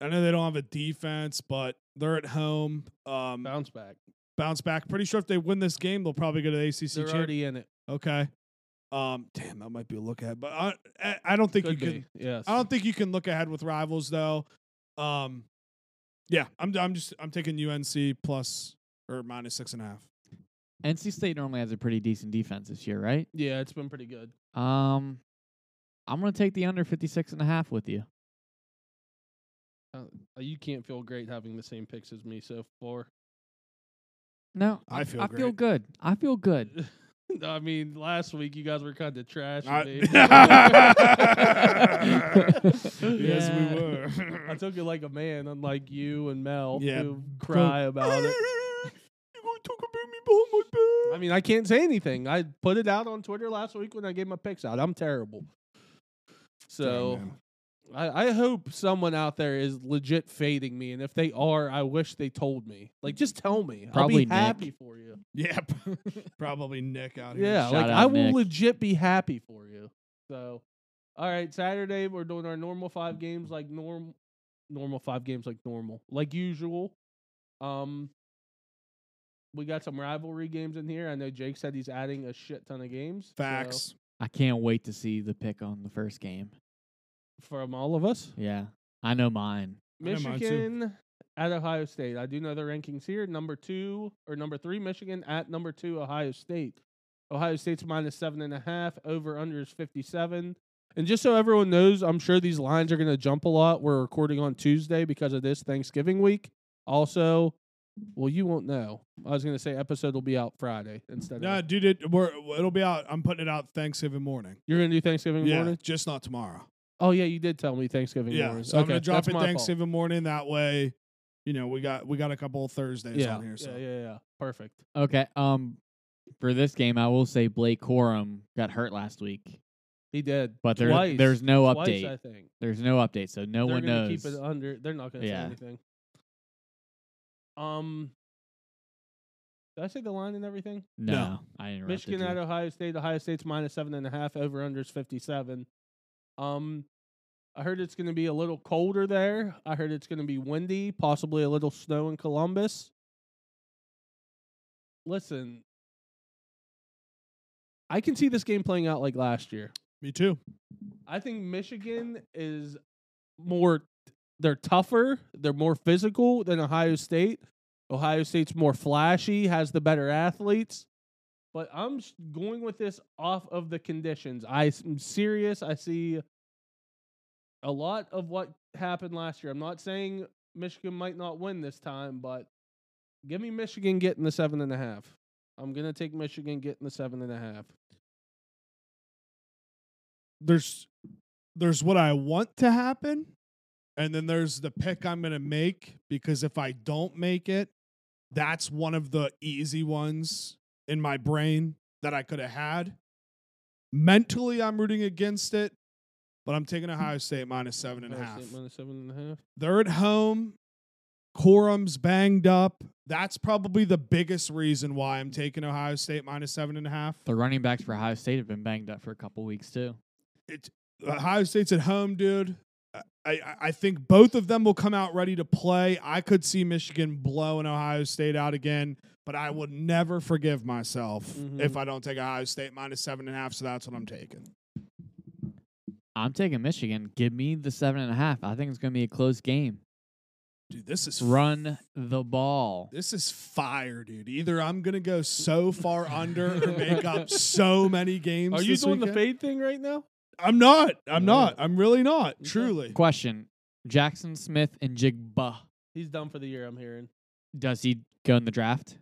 S3: I know they don't have a defense, but they're at home. Um,
S1: Bounce back.
S3: bounce back. Pretty sure if they win this game, they'll probably go to the ACC.
S1: They're
S3: champ-
S1: already in it.
S3: okay. Um, damn, that might be a look ahead, but I I- I don't think
S1: Could
S3: you
S1: be.
S3: can.
S1: Yes.
S3: I don't think you can look ahead with rivals though. Um, yeah, I'm I'm just I'm taking UNC plus or minus six and a half.
S2: NC State normally has a pretty decent defense this year, right?
S1: yeah, it's been pretty good.
S2: Um I'm going to take the under 56 and a half with you.
S1: Uh, you can't feel great having the same picks as me so far. *laughs*
S2: No,
S3: I feel
S2: I feel
S3: great.
S2: good. I feel good.
S1: I mean, last week you guys were kind of trash.
S3: I-
S1: *laughs*
S3: *laughs* *laughs* Yes,
S2: Yeah.
S3: we were.
S1: *laughs* I took it like a man, unlike you and Mel,
S3: Yeah,
S1: who cry about it.
S3: You gonna talk about me behind my back?
S1: I mean, I can't say anything. I put it out on Twitter last week when I gave my picks out. I'm terrible. So
S3: Dang, man.
S1: I, I hope someone out there is legit fading me, and if they are, I wish they told me. Like, just tell me. I'll
S2: Probably
S1: be
S2: Nick.
S1: happy for you.
S3: yeah, *laughs* probably Nick out here.
S1: Yeah,
S2: Shout
S1: like
S2: out
S1: I will
S2: Nick.
S1: legit be happy for you. So, all right, Saturday we're doing our normal five games like norm, normal five games like normal, like usual. Um, we got some rivalry games in here. I know Jake said he's adding a shit ton of games. so-
S3: facts.
S2: I can't wait to see the pick on the first game.
S1: from all of us.
S2: Yeah. I know mine.
S3: I know mine too.
S1: Michigan at Ohio State. I do know the rankings here. Number two or number three, Michigan at number two, Ohio State. Ohio State's minus seven and a half. Over under is 57. And just so everyone knows, I'm sure these lines are going to jump a lot. We're recording on Tuesday because of this Thanksgiving week. Also, well, you won't know. I was going to say episode will be out Friday instead of.
S3: No, dude, it, we're, it'll be out. I'm putting it out Thanksgiving morning.
S1: You're going to do Thanksgiving
S3: yeah,
S1: morning?
S3: just not tomorrow.
S1: Oh, yeah, you did tell me Thanksgiving
S3: yeah,
S1: morning.
S3: so I'm
S1: Okay,
S3: gonna drop
S1: that's
S3: it
S1: my fault.
S3: Thanksgiving morning. That way, you know, we got we got a couple of Thursdays
S1: Yeah,
S3: on here. So
S1: yeah, yeah, yeah. Perfect.
S2: Okay. Um for this game I will say Blake Corum got hurt last week.
S1: He did.
S2: But there
S1: Twice.
S2: there's no
S1: Twice,
S2: update.
S1: I think.
S2: There's no update, so no
S1: they're
S2: one
S1: gonna
S2: knows.
S1: Keep it under. They're not going to
S2: Yeah.
S1: say anything. Um, did I say the line and everything?
S2: no,
S3: No.
S2: I interrupted
S1: Michigan
S2: you.
S1: at Ohio State. Ohio State's minus seven and a half. Over under is fifty seven. Um, I heard it's going to be a little colder there. I heard it's going to be windy, possibly a little snow in Columbus. Listen, I can see this game playing out like last year.
S3: me too.
S1: I think Michigan is more they're tougher, they're more physical than Ohio State. Ohio State's more flashy, has the better athletes. But I'm s- going with this off of the conditions. I s- am serious. I see a lot of what happened last year. I'm not saying Michigan might not win this time, but give me Michigan getting the seven and a half. I'm gonna take Michigan getting the seven and a half.
S3: There's there's what I want to happen, and then there's the pick I'm gonna make because if I don't make it, that's one of the easy ones in my brain that I could have had. Mentally, I'm rooting against it, but I'm taking Ohio State minus seven and a
S1: Hmm. Ohio
S3: half.
S1: State minus seven and a half.
S3: They're at home. Quorum's banged up. That's probably the biggest reason why I'm taking Ohio State minus seven and a half.
S2: The running backs for Ohio State have been banged up for a couple weeks too.
S3: Ohio State's at home, dude. I, I- I think both of them will come out ready to play. I could see Michigan blowing Ohio State out again, but I would never forgive myself
S1: Mhm.
S3: if I don't take Ohio State minus seven and a half. So that's what I'm taking.
S2: I'm taking Michigan. Give me the seven and a half. I think it's going to be a close game.
S3: Dude, this is
S2: Run the ball.
S3: This is fire, dude. Either I'm gonna go so far under or make up so many games.
S1: Are you
S3: this
S1: doing the
S3: weekend.
S1: fade thing right now?
S3: I'm not. I'm
S1: No.
S3: not. I'm really not.
S1: Okay.
S3: Truly.
S2: Question: Jackson Smith and Jigba.
S1: He's done for the year. I'm hearing.
S2: Does he go in the draft?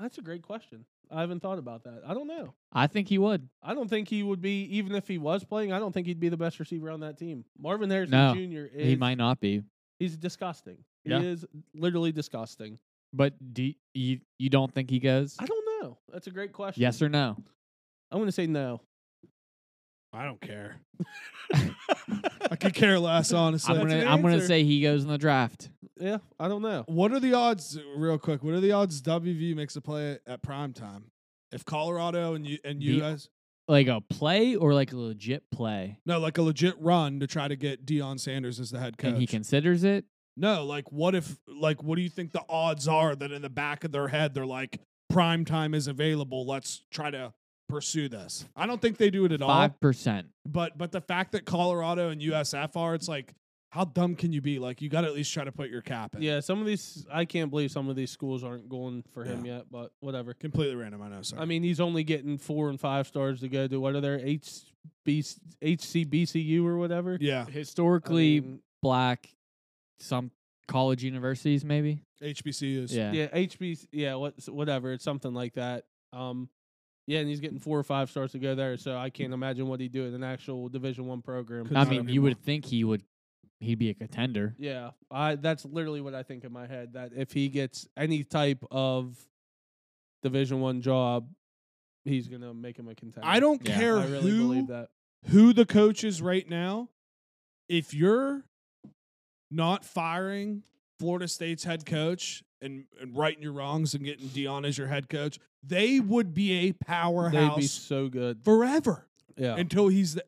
S1: That's a great question. I haven't thought about that. I don't know.
S2: I think he would.
S1: I don't think he would be, even if he was playing. I don't think he'd be the best receiver on that team. Marvin Harrison
S2: No,
S1: Jr. is
S2: He might not be.
S1: He's disgusting.
S2: Yeah.
S1: He is literally disgusting.
S2: But do you you don't think he goes?
S1: I don't know. That's a great question.
S2: Yes or no?
S1: I'm going to say
S2: *laughs*
S1: no.
S3: I don't care. I could care less,
S2: *laughs*
S3: honestly.
S2: I'm
S1: that's
S2: gonna
S1: an
S2: I'm gonna
S1: answer.
S2: say he goes in the draft.
S1: Yeah, I don't know.
S3: what are the odds, real quick? What are the odds WV makes a play at prime time? If Colorado and you and
S2: The-
S3: you guys
S2: Like a play or like a legit play,
S3: no, like a legit run to try to get Deion Sanders as the head coach.
S2: and he considers it.
S3: No, like what if like what do you think the odds are that in the back of their head they're like prime time is available, let's try to pursue this. I don't think they do it at all.
S2: Five percent.
S3: But but the fact that Colorado and USF are, it's like how dumb can you be? Like you got to at least try to put your cap in.
S1: Yeah, some of these, I can't believe some of these schools aren't going for him yet, but whatever.
S3: Completely random, I know, sorry.
S1: I mean, he's only getting four and five stars to go to what are their HB, HCBCU or whatever.
S3: yeah,
S1: I
S2: Historically
S1: mean,
S2: black, some college universities maybe.
S3: HBCUs.
S2: Yeah.
S1: yeah, HB, yeah, what, whatever. It's something like that. Um, yeah, and he's getting four or five stars to go there, so I can't imagine what he'd do in an actual Division One program.
S3: Could
S2: I
S3: not
S2: mean, you
S3: anymore.
S2: would think he would. He'd be a contender.
S1: Yeah, I that's literally what I think in my head that if he gets any type of Division One job, he's gonna make him a contender.
S3: I don't
S2: Yeah.
S3: care
S1: I really
S3: who
S1: believe that.
S3: who the coach is right now, if you're not firing Florida State's head coach and, and righting your wrongs and getting Dion as your head coach, they would be a
S1: They'd
S3: powerhouse
S1: be so good.
S3: forever
S1: Yeah,
S3: until he's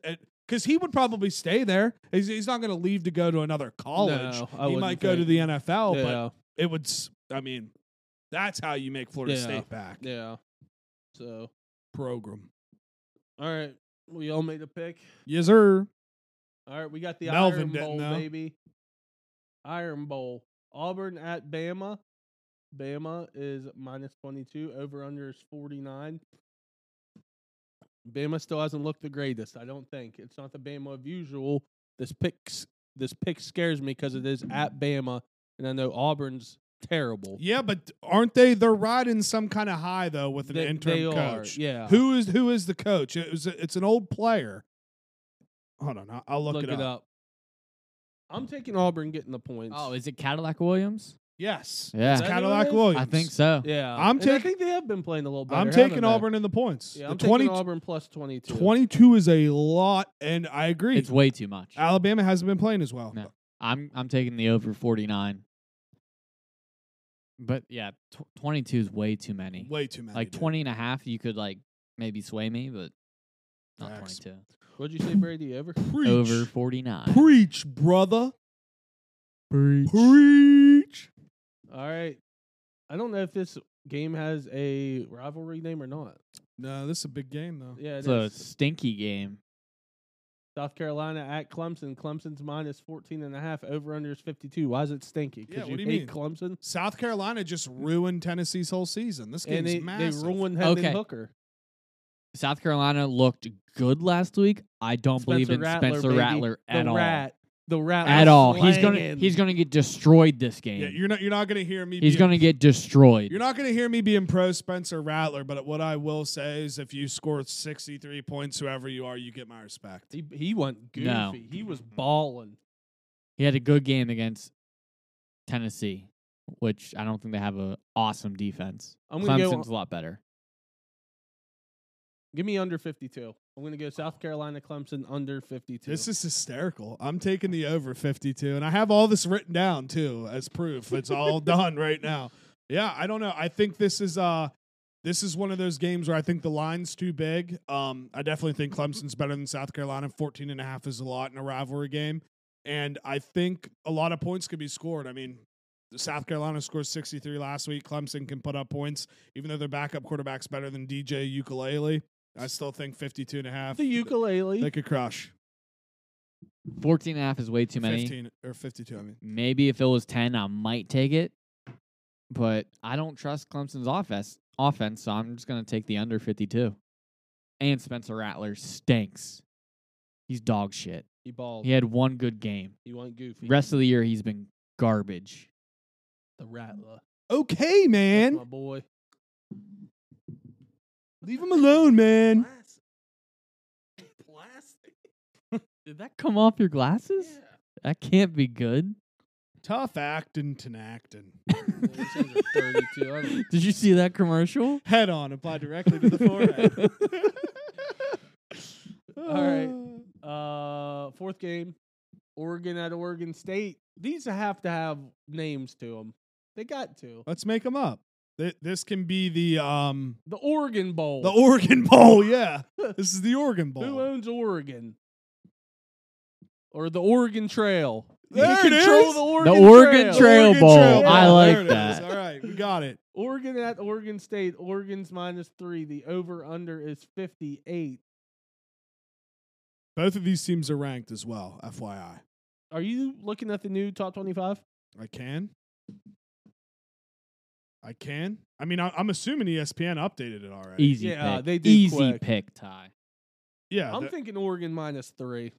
S3: because he would probably stay there. He's, he's not going to leave to go to another college.
S1: No, I
S3: he
S1: wouldn't
S3: might go to
S1: think.
S3: the NFL, but
S1: yeah,
S3: it would. s- I mean, that's how you make Florida
S1: Yeah.
S3: State back
S1: yeah. So,
S3: program.
S1: all right, we all made a pick.
S3: Yes, sir.
S1: All right, we got the
S3: Melvin
S1: Iron
S3: didn't,
S1: Bowl,
S3: though.
S1: baby. Iron Bowl. Auburn at Bama. Bama is minus 22. Over under is 49. Bama still hasn't looked the greatest, I don't think. It's not the Bama of usual. This picks this pick scares me because it is at Bama, and I know Auburn's terrible.
S3: Yeah, but aren't they? They're riding some kind of high though with an
S1: They-
S3: interim
S1: they are,
S3: coach.
S1: yeah.
S3: Who is who is the coach? It was it's an old player. Hold on, I'll, I'll look, it, up.
S1: I'm taking Auburn getting the points.
S2: Oh, is it Cadillac Williams?
S3: Yes,
S2: Yeah,
S1: that who
S3: Cadillac
S1: it is?
S3: Williams.
S2: I think so.
S1: yeah.
S3: I'm
S1: And I
S3: taking-
S1: think they have been playing a little better.
S3: I'm
S1: haven't
S3: taking
S1: they?
S3: Auburn in the points.
S1: Yeah,
S3: the
S1: I'm
S3: 20,
S1: taking Auburn plus 22.
S3: 22 is a lot, and I agree.
S2: It's way too much.
S3: Alabama hasn't been playing as well.
S2: No. I'm I'm taking the over 49. But yeah, tw- 22 is way too many.
S3: Way too many.
S2: like
S3: dude.
S2: 20 and a half, you could like maybe sway me, but not
S3: Facts.
S2: 22.
S1: What'd you say, Brady? Over?
S3: Preach.
S2: Over 49.
S3: Preach, brother. Preach.
S1: All right. I don't know if this game has a rivalry name or not.
S3: No, this is a big game though.
S1: Yeah, it is.
S2: It's a stinky game.
S1: South Carolina at Clemson. Clemson's minus 14 and a half. Over under is 52. Why is it stinky?
S3: Yeah,
S1: Because
S3: what
S1: you,
S3: do you
S1: hate
S3: mean?
S1: Clemson.
S3: South Carolina just ruined Tennessee's whole season. This
S1: And
S3: game's
S1: they, they
S3: massive.
S1: ruined Hendon
S2: Okay.
S1: Hooker.
S2: South Carolina looked good last week. I don't believe
S1: Spencer
S2: in
S1: Rattler,
S2: Spencer
S1: baby.
S2: Rattler
S1: The
S2: at all.
S1: rat. The rat.
S2: At all. He's going to
S1: slanging.
S2: he's going to get destroyed this game.
S3: Yeah, you're not. You're not going to hear me.
S2: he's
S3: being-
S2: going to get destroyed.
S3: You're not going to hear me being pro Spencer Rattler, but what I will say is, if you score 63 points, whoever you are, you get my respect.
S1: He, he went goofy.
S2: No.
S1: He was balling.
S2: He had a good game against Tennessee, which I don't think they have a awesome defense.
S1: I'm gonna go-
S2: Clemson's a lot better.
S1: Give me under 52. I'm going to go South Carolina, Clemson under 52.
S3: This is hysterical. I'm taking the over 52, and I have all this written
S1: *laughs*
S3: down too as proof. It's all done right now. Yeah, I don't know. I think this is uh This is one of those games where I think the line's too big. Um, I definitely think Clemson's better than South Carolina. 14 and a half is a lot in a rivalry game. And I think a lot of points could be scored. I mean, South Carolina scored 63 last week. Clemson can put up points, even though their backup quarterback's better than DJ Ukulele. I still think 52 and a half.
S1: The ukulele.
S3: They could crush.
S2: 14 and a half is way too many.
S3: 15 or 52, I mean.
S2: Maybe if it was 10, I might take it. But I don't trust Clemson's offense, offense so I'm just going to take the under 52. And Spencer Rattler stinks. He's dog shit.
S1: he balled.
S2: He had one good game.
S1: He went goofy.
S2: Rest of the year, he's been garbage.
S1: the rattler.
S3: Okay,
S1: That's
S3: man.
S1: my boy.
S3: Leave him alone, man.
S1: Plastic. Plastic.
S2: Did that come off your glasses?
S1: *laughs*
S2: That can't be good.
S3: Tough acting to acting.
S1: these things are dirty, too. I don't-
S2: Did you see that commercial?
S3: Head on, apply *laughs* directly to the forehead.
S1: All right. *laughs* Uh, fourth game, Oregon at Oregon State. These have to have names to them. They got to.
S3: *sighs* Let's make them up. Th- This can be the um
S1: The Oregon Bowl.
S3: the *laughs* Oregon Bowl, yeah. This is the Oregon
S1: Who
S3: Bowl.
S1: owns Oregon? Or the Oregon Trail.
S3: There it
S1: they control
S3: is!
S1: the Oregon
S2: the Oregon
S1: Trail.
S2: Trail Bowl. I
S3: Bowl,
S2: like
S3: there it is.
S2: that.
S3: All right, we got it.
S1: Oregon at Oregon State. Oregon's minus three. The over under is 58.
S3: Both of these teams are ranked as well, FYI.
S1: Are you looking at the new top 25?
S3: I can. I can. I mean, I- I'm assuming E ESPN updated it already.
S2: Easy
S1: Yeah, uh,
S2: pick.
S1: they do
S2: Easy
S1: quick.
S2: pick, Ty.
S3: Yeah,
S1: I'm
S3: th-
S1: thinking Oregon minus three.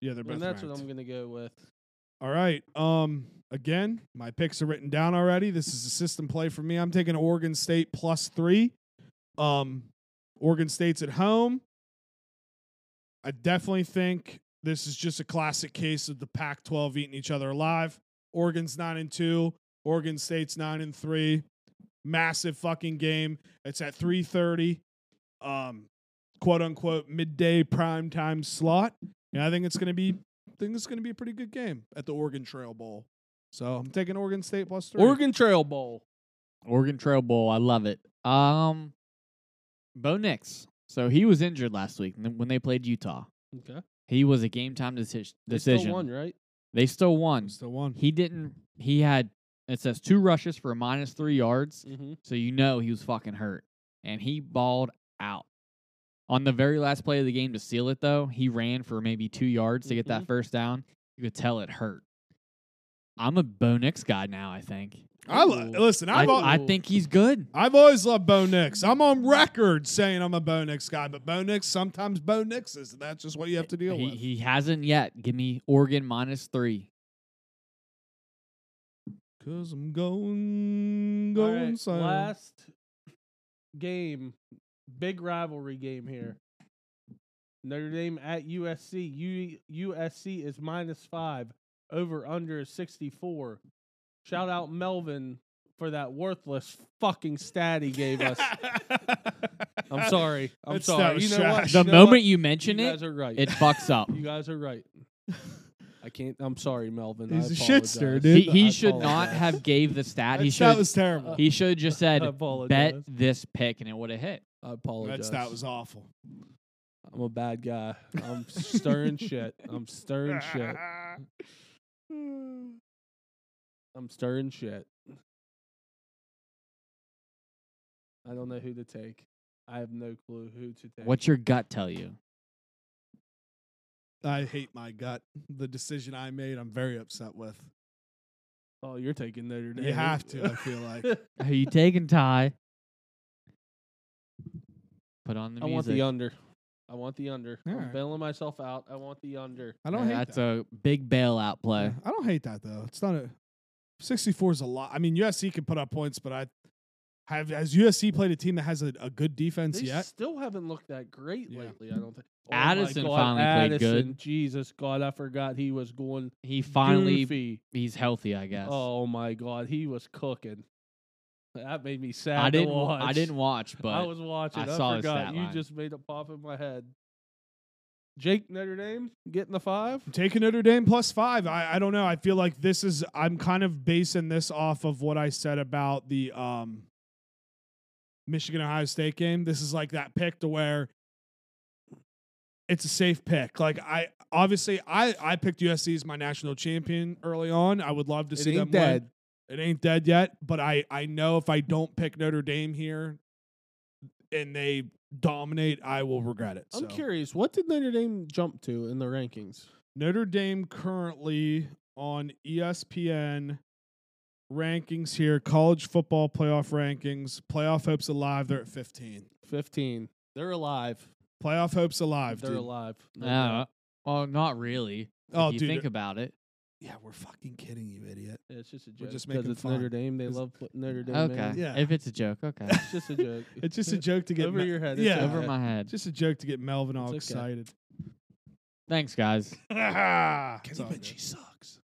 S3: yeah, they're both
S1: And that's
S3: ranked.
S1: what I'm going to go with.
S3: All right. Um, again, my picks are written down already. This is a system play for me. I'm taking Oregon State plus three. Um, Oregon State's at home. I definitely think this is just a classic case of the Pac-12 eating each other alive. Oregon's nine and two. Oregon State's nine and three. Massive fucking game. It's at three thirty. Um, quote unquote midday prime time slot. And I think it's going to be think it's going to be a pretty good game at the Oregon Trail Bowl. So I'm taking Oregon State plus three.
S1: Oregon Trail Bowl.
S2: Oregon Trail Bowl. I love it. Um, Bo Nix. So he was injured last week n- when they played Utah.
S1: Okay.
S2: He was a game time deci-
S1: They
S2: decision.
S1: Still won, right?
S2: They still won.
S3: still one.
S2: He didn't. He had. It says two rushes for minus three yards.
S1: Mm-hmm.
S2: So you know he was fucking hurt. And he balled out. On the very last play of the game to seal it, though, he ran for maybe two yards to get
S1: Mm-hmm.
S2: that first down. You could tell it hurt. I'm a Bo Nix guy now, I think.
S3: I lo-
S1: Ooh.
S3: listen.
S2: I,
S3: I've al-
S2: I think he's good.
S3: I've always loved Bo Nix. I'm on record saying I'm a Bo Nix guy, but Bo Nix sometimes Bo Nix is. and That's just what you have to deal
S2: He,
S3: with.
S2: he hasn't yet. Give me Oregon minus three.
S3: Cause I'm going
S1: All
S3: going
S1: right,
S3: silent. *laughs*
S1: Last game, big rivalry game here. Notre Dame at USC. U- USC is minus five. Over under is 64. Shout out Melvin for that worthless fucking stat he gave
S3: *laughs*
S1: us. I'm sorry. I'm
S3: That stat
S1: sorry.
S3: was
S1: You know what?
S3: trash.
S2: The
S1: You know
S2: moment
S1: what?
S2: you mention
S1: you
S2: it,
S1: guys are right.
S2: it fucks up.
S1: *laughs* you guys are
S3: *laughs*
S1: right. I can't. I'm sorry, Melvin. I
S3: He's a shitster,
S1: apologize.
S3: dude.
S2: he,
S1: I
S2: he should not
S1: apologize.
S2: have gave the stat.
S3: That
S2: He
S3: stat
S2: should
S3: was terrible.
S2: he should
S1: *laughs*
S2: have just
S1: I
S2: said bet
S1: apologize.
S2: this pick and it would have hit.
S1: I apologize.
S3: that stat was awful.
S1: *laughs* I'm a bad guy. I'm stirring shit. I'm stirring shit. I'm stirring shit. I don't know who to take. I have no clue who to take.
S2: What's your gut tell you?
S3: I hate my gut. The decision I made, I'm very upset with.
S1: oh, you're taking Notre Dame.
S3: You have to. I
S1: *laughs*
S3: feel like.
S2: Who you taking, Ty? Put on the
S1: I
S2: music.
S1: want the under. I want the under. I'm
S3: Alright.
S1: bailing myself out. I want the under.
S3: I don't
S2: Yeah,
S3: hate
S2: That's
S3: that.
S2: a big bailout
S3: Yeah,
S2: play.
S3: I don't hate that though. It's not a 64 is a lot. I mean, USC can put up points, but I have has USC played a team that has a, a good defense
S1: They
S3: yet?
S1: still haven't looked that great
S3: Yeah.
S1: lately. I don't think. Oh my
S2: Addison
S1: God,
S2: finally played good.
S1: Addison, Jesus God, I forgot he was going
S2: He finally
S1: goofy.
S2: he's healthy, I guess.
S1: Oh my god, he was cooking. That made me sad.
S2: I
S1: to
S2: didn't wa-
S1: Watch.
S2: I didn't watch, but
S1: I was watching.
S2: I
S1: I,
S2: saw his
S1: forgot.
S2: stat
S1: You
S2: line.
S1: just made it pop in my head. Jake Notre Dame getting the
S3: *laughs*
S1: five.
S3: I'm taking Notre Dame plus five. I, I don't know. I feel like this is I'm kind of basing this off of what I said about the um Michigan Ohio State game. This is like that pick to where it's a safe pick. Like I obviously I I picked USC as my national champion early on. I would love to
S1: It
S3: see
S1: ain't
S3: them win.
S1: dead.
S3: It ain't dead yet, but I I know if I don't pick Notre Dame here and they dominate, I will regret it.
S1: I'm
S3: So,
S1: curious, what did Notre Dame jump to in the rankings?
S3: Notre Dame currently on E ESPN rankings here, college football playoff rankings, playoff hopes alive. They're at 15.
S1: 15. They're alive.
S3: Playoff hopes alive.
S1: They're
S3: dude.
S1: alive. No
S2: Uh,
S1: doubt.
S2: well, not really.
S3: Oh,
S2: if you
S3: dude.
S2: think about it.
S3: yeah, we're fucking kidding you, idiot.
S1: Yeah, it's just a joke.
S3: just
S1: 'cause
S3: making
S1: it's
S3: fun.
S1: Notre Dame. They
S3: It's-
S1: love put- Notre Dame.
S2: Okay.
S1: man.
S3: Yeah.
S2: If it's a joke,
S1: *laughs*
S2: okay.
S1: It's just a joke.
S3: *laughs*
S1: *laughs*
S3: It's just a joke to get
S1: over
S3: Me-
S1: your head.
S3: Yeah.
S1: Yeah.
S2: Over my head.
S3: just a joke to get Melvin all
S1: It's okay.
S3: excited. *laughs*
S2: Thanks, guys.
S3: It's all good.
S1: sucks.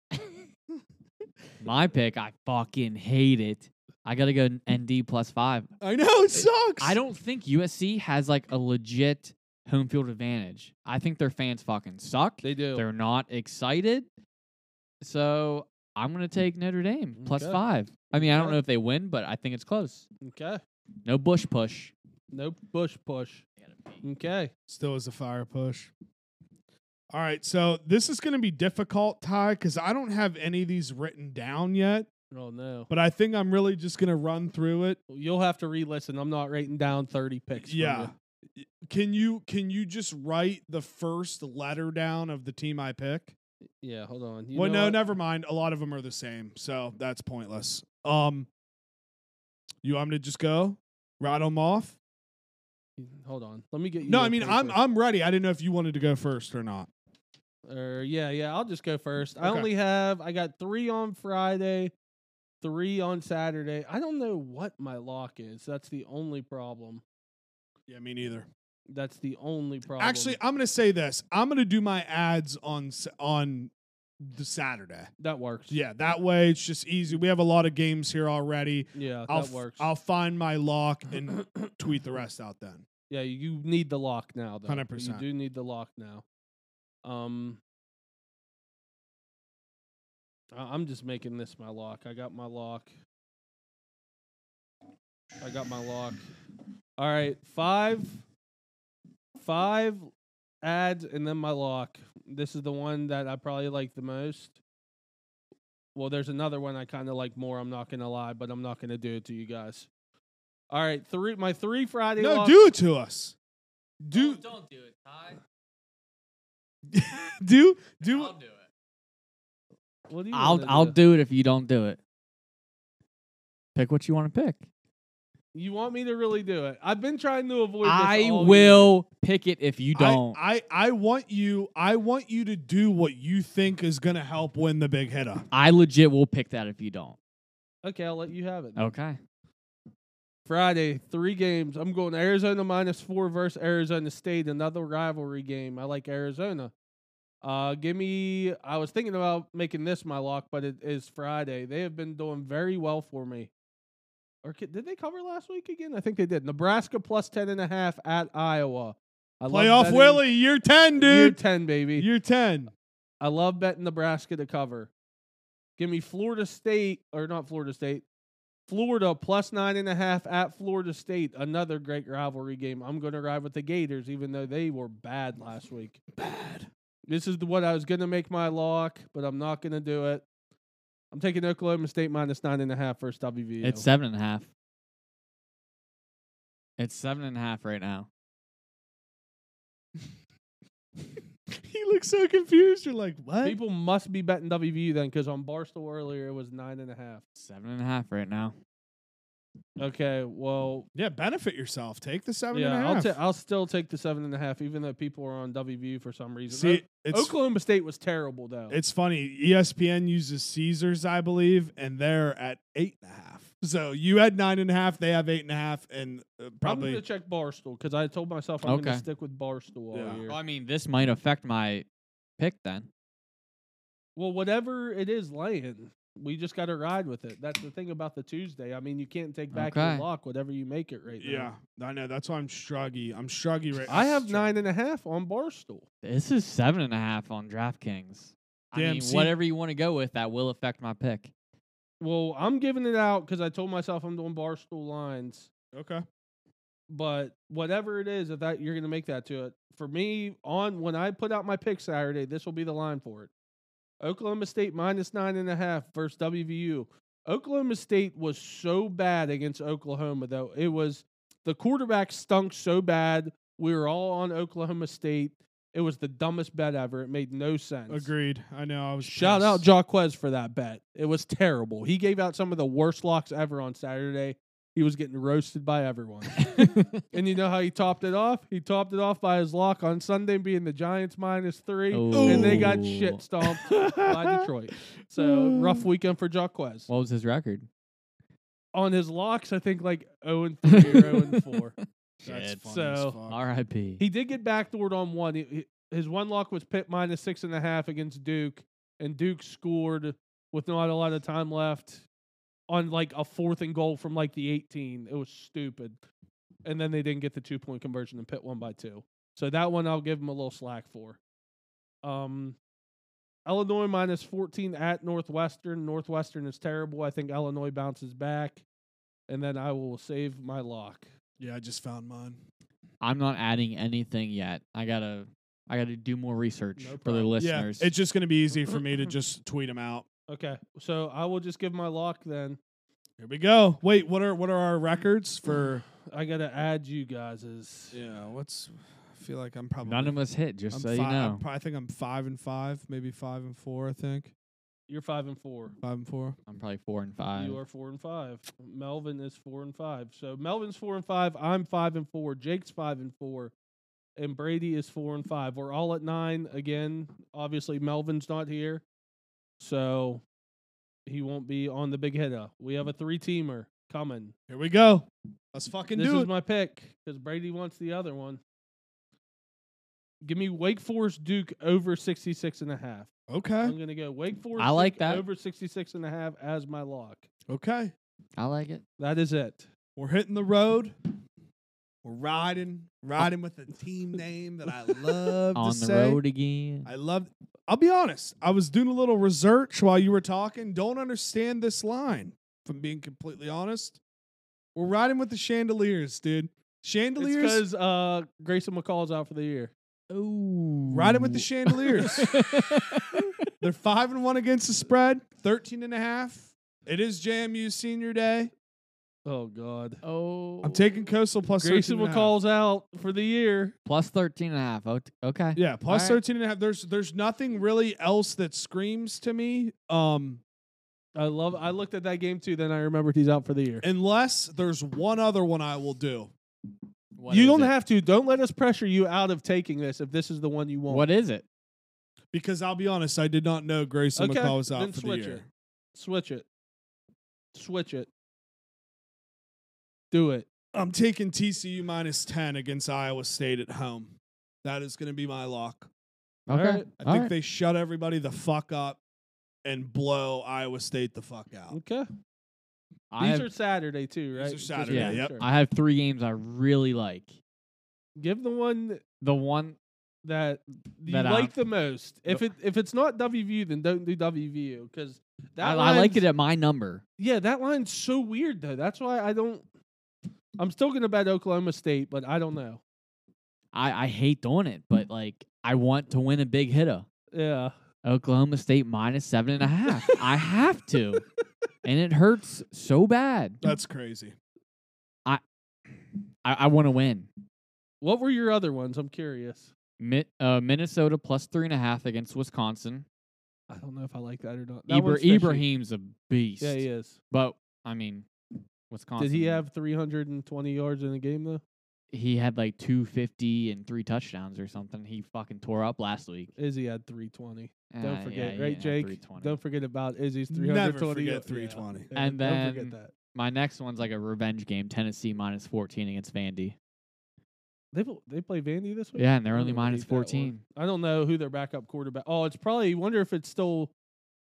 S2: My pick, I fucking hate it. I gotta go
S1: *laughs*
S2: ND plus five.
S3: I know it sucks.
S2: I don't think USC has like a legit home field advantage. I think their fans fucking suck.
S1: They do.
S2: They're not excited. So I'm gonna take Notre Dame plus
S1: Okay.
S2: five. I mean, I don't
S1: Okay.
S2: know if they win, but I think it's close.
S1: okay.
S2: No bush push.
S1: No bush push. Okay.
S3: Still is a fire push. All right, so this is going to be difficult, Ty, because I don't have any of these written down yet.
S1: Oh no.
S3: But I think I'm really just going to run through it.
S1: You'll have to re-listen. I'm not writing down 30 picks. from
S3: yeah.
S1: you.
S3: Y- Can you can you just write the first letter down of the team I pick?
S1: Yeah. Hold on. You
S3: well,
S1: know
S3: no,
S1: what?
S3: never mind. A lot of them are the same, so that's pointless. Um, you want me to just go rattle them off?
S1: Hold on. Let me get you.
S3: No,
S1: a
S3: I mean I'm
S1: paper.
S3: I'm ready. I didn't know if you wanted to go first or not.
S1: Or Er, yeah, yeah. I'll just go first. I
S3: Okay.
S1: only have I got three on Friday, three on Saturday. I don't know what my lock is. That's the only problem.
S3: Yeah, me neither.
S1: That's the only problem.
S3: Actually, I'm gonna say this. I'm gonna do my ads on s- on the Saturday.
S1: that works.
S3: Yeah, that way it's just easy. We have a lot of games here already.
S1: yeah,
S3: I'll
S1: that
S3: f-
S1: works. *clears throat*
S3: I'll find my lock and tweet the rest out then.
S1: yeah, you need the lock now. Though
S3: 100%.
S1: You do need the lock now. Um, I- I'm just making this my lock. I got my lock. I got my lock. All right, five, five ads, and then my lock. This is the one that I probably like the most. Well, there's another one I kind of like more. I'm not gonna lie, but I'm not gonna do it to you guys. All right, three. My three Friday.
S3: No,
S1: locks-
S3: do it to us. *laughs* Do
S2: don't do it, Ty.
S3: do do.
S2: do it.
S1: What do you
S2: I'll
S1: wanna
S2: I'll do it if you don't do it. Pick what you want to pick.
S1: You want me to really do it? I've been trying to avoid. This
S2: I
S1: all
S2: will pick it if you don't.
S3: I, I I want you. I want you to do what you think is gonna help win the big hitter.
S2: I, legit will pick that if you don't.
S1: year. Okay, I'll let you have it.
S2: Okay.
S1: Friday, three games. I'm going Arizona minus four versus Arizona State, another rivalry game. I like Arizona. Uh, give me. I was thinking about making this my lock, but it is Friday. They have been doing very well for me. Or ki- did they cover last week again? I think they did. Nebraska plus ten and a half at Iowa. I love
S3: Playoff
S1: betting-
S3: Willie, year ten,
S1: Year
S3: dude.
S1: ten, baby.
S3: Year ten. *laughs*
S1: I love betting Nebraska to cover. Give me Florida State, or not Florida State, Florida plus nine and a half at Florida State. Another great rivalry game. I'm going to ride with the Gators, even though they were bad last week.
S3: Bad.
S1: This is the- what I was going to make my lock, but I'm not going to do it. I'm taking Oklahoma State minus nine and a half versus WVU.
S2: It's seven and a half. It's seven and a half right now.
S3: he looks so confused. You're like, what?
S1: People must be betting WVU then, because on Barstool earlier it was nine and a half.
S2: Seven and a half right now.
S1: Okay, well,
S3: yeah, benefit yourself. Take the seven and a
S1: yeah,
S3: half.
S1: I'll, ta- I'll still take the seven and a half, even though people are on WVU for some reason.
S3: See, it's
S1: Oklahoma State was terrible though.
S3: it's funny. E ESPN uses Caesars, I believe, and they're at eight and a half. So you had nine and a half. They have eight and a half, and uh,
S1: I'm
S3: probably
S1: gonna check Barstool because I told myself I'm
S2: Okay.
S1: gonna stick with Barstool all
S3: Yeah.
S1: year.
S2: Well, I mean, this might affect my pick then.
S1: Well, whatever it is laying, we just got to ride with it. That's the thing about the Tuesday. I mean, you can't take back your
S2: Okay.
S1: lock whatever you make it right
S3: yeah.
S1: now.
S3: I know. That's why I'm struggy. I'm struggy right.
S1: I have
S3: struggy.
S1: nine and a half on Barstool.
S2: This is seven and a half on DraftKings. I
S3: Damn,
S2: mean,
S3: see-
S2: whatever you want to go with, that will affect my
S1: *laughs*
S2: pick.
S1: Well, I'm giving it out because I told myself I'm doing Barstool lines.
S3: Okay.
S1: But whatever it is, if that you're gonna make that to it, for me, on when I put out my pick Saturday, this will be the line for it. Oklahoma State minus nine and a half versus WVU. Oklahoma State was so bad against Oklahoma, though. It was the quarterback stunk so bad. We were all on Oklahoma State. It was the dumbest bet ever. It made no sense.
S3: Agreed. I know. I was
S1: Shout out
S3: pissed.
S1: Jaquez for that bet. It was terrible. He gave out some of the worst locks ever on Saturday. He was getting roasted by everyone. and you know how he topped it off? He topped it off by his lock on Sunday being the Giants minus three, and they got shit stomped um, by Detroit. So rough weekend for Jaquez.
S2: What was his record?
S1: on his locks, I think like 0 and 3 or 0
S2: *laughs*
S1: and 4.
S3: That's funny
S1: So-
S3: as fuck.
S2: R.I.P.
S1: He did get backdoored on one. He- he- his one lock was Pitt minus six and a half against Duke, and Duke scored with not a lot of time left on like a fourth and goal from like the 18. It was stupid. And then they didn't get the two point conversion, and Pitt won by two. So that one I'll give him a little slack for. Um, Illinois minus 14 at Northwestern. Northwestern is terrible. I think Illinois bounces back. And then I will save my lock.
S3: Yeah, I just found mine.
S2: I'm not adding anything yet. I gotta I gotta do more research
S1: No
S2: for the
S1: problem.
S2: listeners.
S3: Yeah, it's just going to be easy
S1: *laughs*
S3: for me to just tweet them out.
S1: Okay. So I will just give my lock then.
S3: Here we go. Wait, what are what are our
S1: *sighs*
S3: records for?
S1: I gotta add you guys as
S3: Yeah, what's? I feel like I'm probably
S2: None of us hit, just
S3: I'm
S2: so
S3: fi-
S2: you
S3: I'm
S2: know.
S3: pro- I think I'm five and five, maybe five and four. I think
S1: you're five and four.
S3: five and four.
S2: I'm probably four and five.
S1: You are four and five. Melvin is four and five. So Melvin's four and five. I'm five and four. Jake's five and four. And Brady is four and five. We're all at nine again. Obviously, Melvin's not here. So he won't be on the big hitter. We have a three teamer coming.
S3: Here we go. Let's fucking
S1: this
S3: do
S1: is
S3: it.
S1: my pick because Brady wants the other one. Give me Wake Forest Duke over 66 and a half.
S3: okay.
S1: I'm going to go Wake Forest
S2: I like
S1: Duke
S2: that.
S1: over 66 and a half as my lock.
S3: Okay.
S2: I like it.
S1: That is it.
S3: We're hitting the road. We're riding, riding with a *laughs* team name that I love
S2: On
S3: to
S2: the
S3: say.
S2: road again.
S3: I love. I'll be honest. I was doing a little research while you were talking. Don't understand this line. If I'm being completely honest, we're riding with the chandeliers, dude. Chandeliers.
S1: Because uh, Grayson McCall's out for the
S2: *laughs*
S1: year. *laughs*
S2: Ooh.
S3: Riding *laughs* with the chandeliers. They're five and one against the spread. 13 and a half. It is JMU senior day.
S1: Oh, God.
S2: oh.
S3: I'm taking Coastal plus
S1: Grayson
S3: 13 and a half.
S1: McCall's out for the year.
S2: plus 13 and a half. O- Okay.
S3: Yeah, plus
S2: All right.
S3: 13 and a half. There's there's nothing really else that screams to me. Um
S1: I love. I looked at that game too. Then I remembered he's out for the year.
S3: unless there's one other one I will do.
S2: What
S1: you
S2: is
S1: don't
S2: it?
S1: have to. Don't let us pressure you out of taking this if this is the one you want.
S2: What is it?
S3: Because I'll be honest, I did not know Grayson
S1: Okay,
S3: McCall was
S1: then
S3: out for the
S1: switch
S3: year.
S1: it. Switch it. Switch it. Do it.
S3: I'm taking TCU minus 10 against Iowa State at home. That is going to be my lock.
S1: All
S2: Okay.
S1: right.
S3: I
S2: All
S3: think
S2: right.
S3: they shut everybody the fuck up and blow Iowa State the fuck out.
S1: Okay.
S2: I,
S1: These
S2: have,
S1: are Saturday too, right?
S3: are
S1: Just
S3: Saturday,
S1: making
S3: yep.
S1: sure.
S2: I have three games I really like.
S1: Give the one
S2: The one
S1: that you
S2: That I-
S1: like the most. If it if it's not WVU, then don't do WVU because that
S2: I, I like it
S1: line's-
S2: at my number.
S1: Yeah, that line's so weird though. That's why I don't. I'm still gonna bet Oklahoma State, but I don't know.
S2: I, I hate doing it, but like I want to win a big hitter.
S1: Yeah,
S2: Oklahoma State minus seven and a half.
S1: *laughs*
S2: I have to. And it hurts so bad.
S3: That's crazy.
S2: I, I want to win.
S1: what were your other ones? I'm curious.
S2: Mi- uh, Minnesota plus three and a half against Wisconsin.
S1: I don't know if I like that or not. That
S2: Ibra-
S1: one's fishy.
S2: Ibrahim's a beast.
S1: Yeah, he is.
S2: But, I mean, Wisconsin.
S1: Did he have 320 yards in the game though?
S2: He had like 250 and three touchdowns or something. He fucking tore up last week.
S1: Izzy had 320.
S2: Uh,
S1: Don't
S2: yeah,
S1: forget,
S2: he
S1: right,
S2: had
S1: Jake?
S2: 320.
S1: Don't forget about Izzy's
S3: Never
S1: 320.
S3: forget
S1: yeah.
S3: 320.
S1: Yeah,
S2: And
S1: don't
S2: then-
S1: forget that.
S2: My next one's like a revenge game Tennessee minus 14 against Vandy.
S1: They pl- they play Vandy this week.
S2: Yeah, and they're
S1: I'm
S2: only
S1: gonna
S2: minus
S1: hate that one.
S2: 14.
S1: I don't know who their backup quarterback. Oh, it's probably. Wonder if it's still.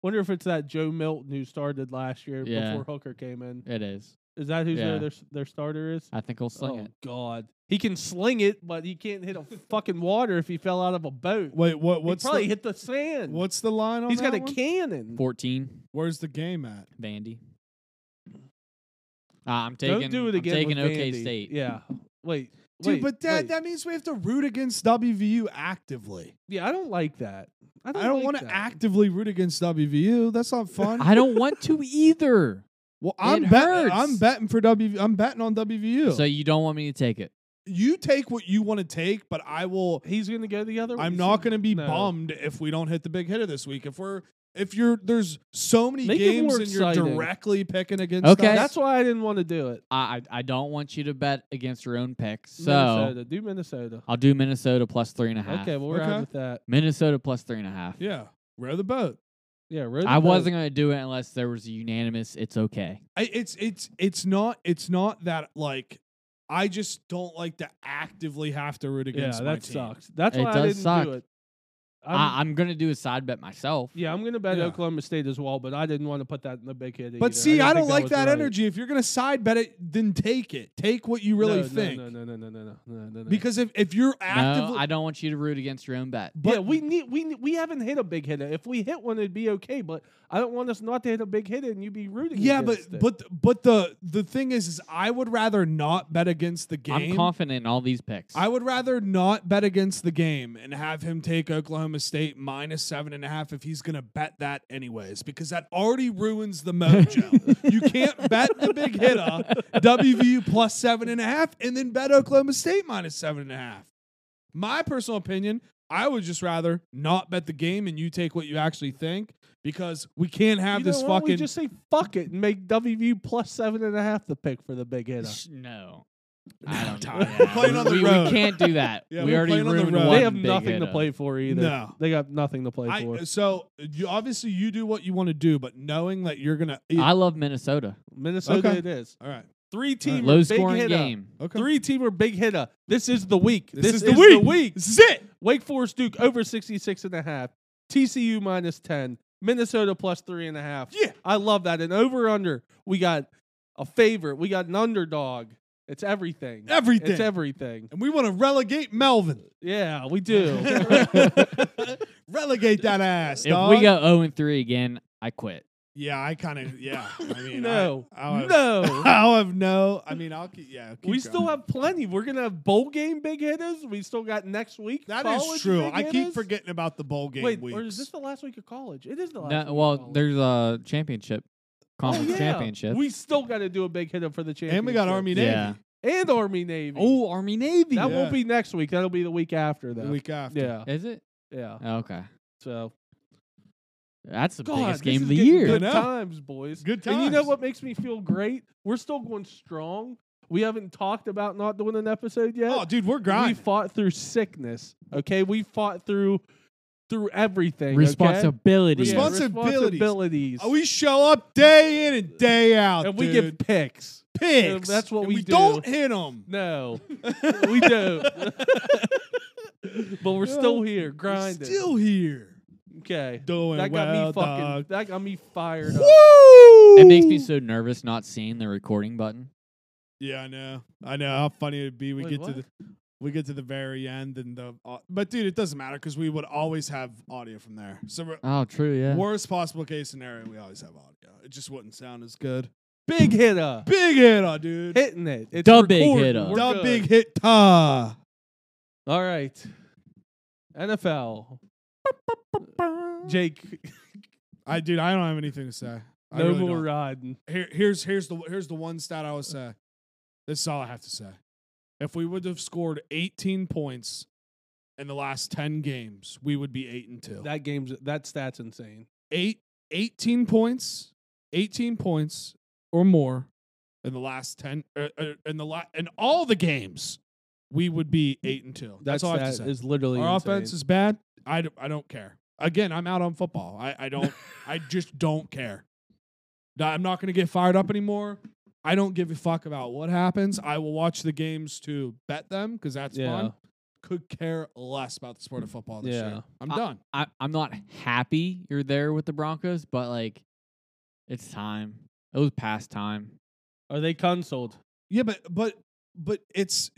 S1: Wonder if it's that Joe Milton who started last year
S2: Yeah.
S1: before Hooker came in.
S2: It is.
S1: Is that who
S2: Yeah.
S1: their, their their starter is?
S2: I think he'll sling
S1: oh
S2: it.
S1: God, he can sling it, but he can't hit a fucking water if he fell out of a boat.
S3: Wait, what?
S1: He'd
S3: What's
S1: probably
S3: the,
S1: hit the sand.
S3: What's the line on
S1: He's
S3: that
S1: got a
S3: one?
S1: cannon.
S2: 14,
S3: Where's the game at?
S2: Vandy. Uh, I'm taking,
S1: Don't do it
S2: I'm
S1: again.
S2: taking
S1: with
S2: OK
S1: Vandy.
S2: State.
S1: Yeah, Wait,
S3: Dude,
S1: wait,
S3: but that
S1: wait.
S3: that means we have to root against WVU actively.
S1: yeah, I don't like that. I don't,
S3: I don't
S1: like
S3: want
S1: that.
S3: to actively root against WVU.
S1: *laughs*
S3: That's not fun.
S2: I don't want to either.
S3: well, I'm
S2: it
S3: betting.
S2: hurts.
S3: I'm betting for W. I'm betting on WVU.
S2: So you don't want me to take it.
S3: you take what you want to take, but I will.
S1: He's gonna go the other. way.
S3: I'm not going to be
S1: No.
S3: bummed if we don't hit the big hitter this week. If we're if you're there's so many
S1: Make it
S3: games
S1: more
S3: and you're
S1: exciting.
S3: directly picking against.
S2: Okay.
S3: us.
S1: That's why I didn't want to do it.
S2: I, I I don't want you to bet against your own pick. So
S1: Minnesota, do Minnesota.
S2: I'll do Minnesota plus three and a half.
S1: Okay, well we're
S3: Okay.
S1: out with that.
S2: Minnesota plus three and a half.
S3: yeah. Row the boat.
S1: Yeah, row the
S2: I
S1: boat.
S2: wasn't gonna do it unless there was a unanimous. It's okay.
S3: I, it's it's it's not it's not that like I just don't like to actively have to root
S1: Yeah,
S3: against my
S1: that
S3: team.
S1: sucks. That's
S2: It
S1: why I
S2: does
S1: didn't
S2: suck.
S1: do it. I'm,
S2: I, I'm gonna do a side bet myself.
S1: yeah, I'm gonna bet
S3: Yeah.
S1: Oklahoma State as well, but I didn't want to put that in the big hit.
S3: But
S1: either.
S3: see, I don't,
S1: think
S3: like
S1: was
S3: that
S1: right.
S3: energy. If you're gonna side bet it, then take it. Take what you really
S1: No, no,
S3: think.
S1: No, no, no, no, no, no, no, no, no.
S3: Because if, if you're actively
S2: No, I don't want you to root against your own bet.
S1: yeah, we need we need- we haven't hit a big hitter. If we hit one, it'd be okay. But I don't want us not to hit a big hitter, and you be rooting.
S3: yeah, but
S1: against it.
S3: but but the the thing is, is I would rather not bet against the
S2: I'm
S3: game.
S2: confident in all these picks.
S3: I would rather not bet against the game and have him take Oklahoma State minus seven and a half if he's going to bet that anyways, because that already ruins
S1: *laughs*
S3: the mojo. you can't bet the big hitter, WVU plus seven and a half, and then bet Oklahoma State minus seven and a half. My personal opinion, I would just rather not bet the game and you take what you actually think because we can't have
S1: You know
S3: this
S1: what? We
S3: fucking.
S1: just say fuck it and make WVU plus seven and a half the pick for the big hitter.
S2: Sh- no.
S3: No,
S2: I don't
S3: Tom,
S2: know.
S3: we're playing on the
S2: we,
S3: road.
S2: we can't
S1: *laughs*
S2: do that.
S3: Yeah,
S2: we
S3: we're
S2: already
S3: playing on the
S2: ruined
S3: road.
S2: one.
S1: They have
S2: big
S1: nothing to
S2: hitter.
S1: play for either.
S3: No.
S1: They got nothing to play for.
S3: I, so you obviously you do what you want to do, but knowing that you're gonna
S2: I love Minnesota. Uh,
S1: Minnesota
S3: Okay.
S1: it is.
S3: all right.
S1: Three team
S2: Low
S1: big
S2: scoring
S1: hitter.
S2: game.
S3: Okay.
S1: Three teamer big hitter. This is the week.
S3: This, is, the, week. This is it.
S1: Wake Forest Duke over 66 and a half. TCU minus 10. Minnesota plus three and a half.
S3: Yeah.
S1: I love that. And over under, we got a favorite. We got an underdog. It's everything.
S3: Everything.
S1: It's everything.
S3: and we want to
S1: *laughs*
S3: relegate Melvin.
S1: Yeah, we do.
S3: *laughs* relegate that ass.
S2: If
S3: dog.
S2: we go 0 and 3 again, I quit.
S3: yeah, I kind of, yeah. I
S1: *laughs*
S3: mean,
S1: no.
S3: I, I'll have,
S1: no.
S3: I'll have no. *laughs* I mean, I'll keep. Yeah, keep
S1: we
S3: going.
S1: still have plenty. We're gonna have bowl game big hitters. We still got next week.
S3: That
S1: college
S3: is true.
S1: big
S3: I keep
S1: hitters.
S3: forgetting about the bowl game
S1: Wait,
S3: weeks.
S1: or is this the last week of college? It is the last. week
S2: No,
S1: of
S2: well,
S1: college.
S2: there's a championship,
S1: Oh,
S2: conference
S1: yeah.
S2: championship.
S1: We still got to do a big hitter for the championship.
S3: and we got Army Navy
S2: Yeah.
S1: and Army Navy.
S2: oh, Army Navy.
S1: that
S3: Yeah.
S1: won't be next week. That'll be the week after.
S3: the
S1: Though.
S3: week after.
S1: Yeah,
S2: Is it?
S1: yeah.
S2: Okay.
S1: So
S2: That's the
S1: God,
S2: biggest
S1: this
S2: game
S1: is
S2: of the
S1: getting
S2: year.
S1: Good
S3: I know.
S1: times, boys.
S3: Good
S1: And you know
S3: times.
S1: what makes me feel great? We're still going strong. We haven't talked about not doing an episode yet.
S3: Oh, dude, we're
S1: we
S3: grinding.
S1: fought through sickness. Okay, we fought through through everything. Okay?
S2: Responsibility.
S1: Yeah,
S3: Respons- Responsibilities.
S1: responsibilities.
S3: Oh, we show up day in and day out,
S1: and we
S3: dude.
S1: give picks.
S3: picks.
S1: that's what
S3: and
S1: we
S3: we
S1: do.
S3: not hit them.
S1: No, *laughs* we don't. but we're still here grinding.
S3: Still here.
S1: okay.
S3: Doing
S1: That got
S3: well,
S1: me fucking.
S3: dog.
S1: That got me fired up.
S3: Woo!
S2: It makes me so nervous not seeing the recording button.
S3: Yeah, I know. I know how funny it'd be. We
S1: Wait,
S3: get
S1: what?
S3: to the we get to the very end and the au- but dude, it doesn't matter because we would always have audio from there. So we're-
S2: Oh, true. Yeah.
S3: worst possible case scenario, we always have audio. It just wouldn't sound as good.
S1: Big hitter,
S3: Big hit, uh, dude.
S1: hitting it. It's
S2: Da big
S1: recording.
S2: hitter.
S1: We're
S3: the
S1: good.
S3: big hit, ta.
S1: All right, NFL. Jake,
S3: I dude, I don't have anything to say.
S1: *laughs*
S3: I
S1: no
S3: really
S1: more
S3: don't.
S1: riding.
S3: Here, here's here's the here's the one stat I would say. This is all I have to say. If we would have scored 18 points in the last 10 games, we would be eight and two.
S1: That game's that stat's insane.
S3: eight, 18 points, 18 points or more in the last 10 er, er, in the la- in all the games, we would be 8 and 2.
S1: That
S3: That's all I have to
S1: stat
S3: say.
S1: is literally
S3: Our
S1: insane.
S3: offense is bad. I, d- I don't care. Again, I'm out on football. I, I don't
S1: *laughs*
S3: I just don't care. Nah, I'm not going to get fired up anymore. I don't give a fuck about what happens. I will watch the games to bet them because that's
S1: yeah.
S3: fun. Could care less about the sport of football this
S1: Yeah.
S3: year. I'm done.
S2: I, I'm not happy you're there with the Broncos, but like, it's time. It was past time.
S1: Are they consoled?
S3: Yeah, but but but it's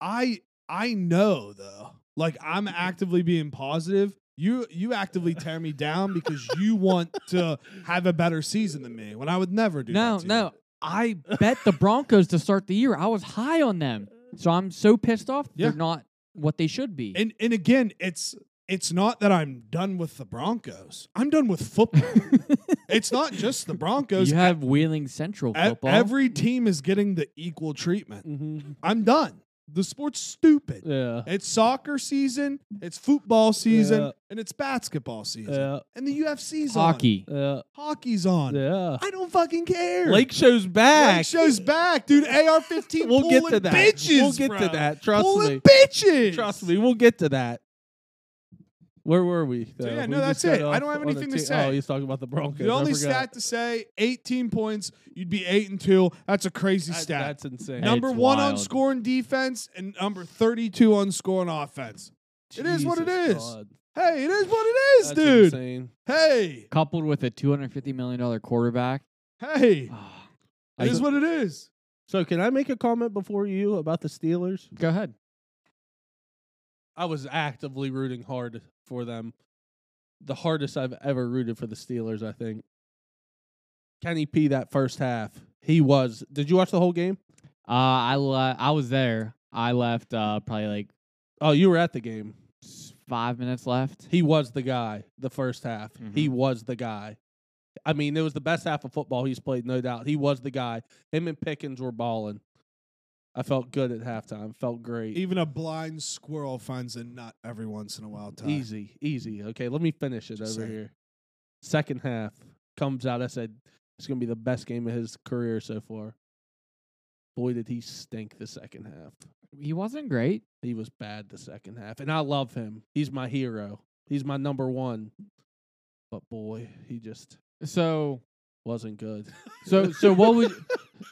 S3: I I know though. Like
S2: *laughs*
S3: I'm actively being positive. You you actively tear me down because you want to have a better season than me when I would never do
S2: no,
S3: *laughs* that. to you.
S2: no. I bet the Broncos to start the year. I was high on them. So I'm so pissed off.
S3: Yeah.
S2: They're not what they should be. *laughs*
S3: And and again, it's it's not that I'm done with the Broncos. I'm done with football. it's not
S2: *laughs*
S3: just the Broncos.
S2: you have Wheeling Central
S3: E-
S2: football. Mm.
S3: Every team is getting the equal treatment.
S1: Mhm.
S3: I'm done. The sport's stupid.
S1: *laughs* Yeah.
S3: It's soccer season, it's football season,
S1: Yeah.
S3: and it's basketball season.
S1: Yeah.
S3: And the UFC's
S2: hockey.
S1: Yeah. Yeah.
S3: on. Hockey's on. I don't fucking care.
S1: Lake shows back.
S3: Lake shows back, dude.
S1: *laughs*
S3: AR-15
S1: We'll get
S3: pulling
S1: to that.
S3: Bitches,
S1: we'll get
S3: bro.
S1: to that. Trust
S3: pulling
S1: me.
S3: bitches.
S1: Trust me. We'll get to that. Where were we?
S3: So,
S1: though?
S3: yeah,
S1: We
S3: no,
S1: just
S3: that's it.
S1: got
S3: I
S1: off
S3: don't have
S1: on a
S3: anything to
S1: team-
S3: say.
S1: Oh, he's talking about the Broncos.
S3: The only
S1: I forgot.
S3: stat to say, 18 points, you'd be 8 and 2. That's a crazy
S1: That-
S3: stat.
S1: That's insane.
S2: No,
S3: number
S2: It's
S3: 1 on
S2: wild.
S3: scoring defense and number 32 on scoring offense. it is what it
S1: Jesus
S3: is.
S1: God.
S3: Hey, it is what it is,
S1: That's
S3: dude.
S1: insane.
S3: Hey.
S2: Coupled with a $250 million quarterback. *sighs*
S3: Hey.
S2: Ah,
S3: It is
S1: I-
S3: what it is.
S1: So, can I make a comment before you about the Steelers?
S2: Go ahead.
S1: I was actively rooting hard for them. The hardest I've ever rooted for the Steelers, I think. Kenny P that first half. He was. Did you watch the whole game?
S2: Uh, I le- I was there. I left uh, probably like
S1: Oh, you were at the game.
S2: s- five minutes left.
S1: He was the guy the first half. He was the guy. I mean, it was the best half of football he's played, no doubt. He was the guy. Him and Pickens were balling. I felt good at halftime. Felt
S2: E
S1: great.
S3: Even a blind squirrel finds a nut every once in a while. Ty.
S1: Easy, easy. Okay, let me finish it
S3: Just
S1: over
S3: saying.
S1: here. Second half comes out. I said it's gonna be the best game of his career so far. Boy, did he stink the second half.
S2: He wasn't great.
S1: He was bad the second half, and I love him. He's my hero. He's my number one. But boy, he just
S2: So
S1: wasn't *laughs* good.
S2: so so what *laughs* would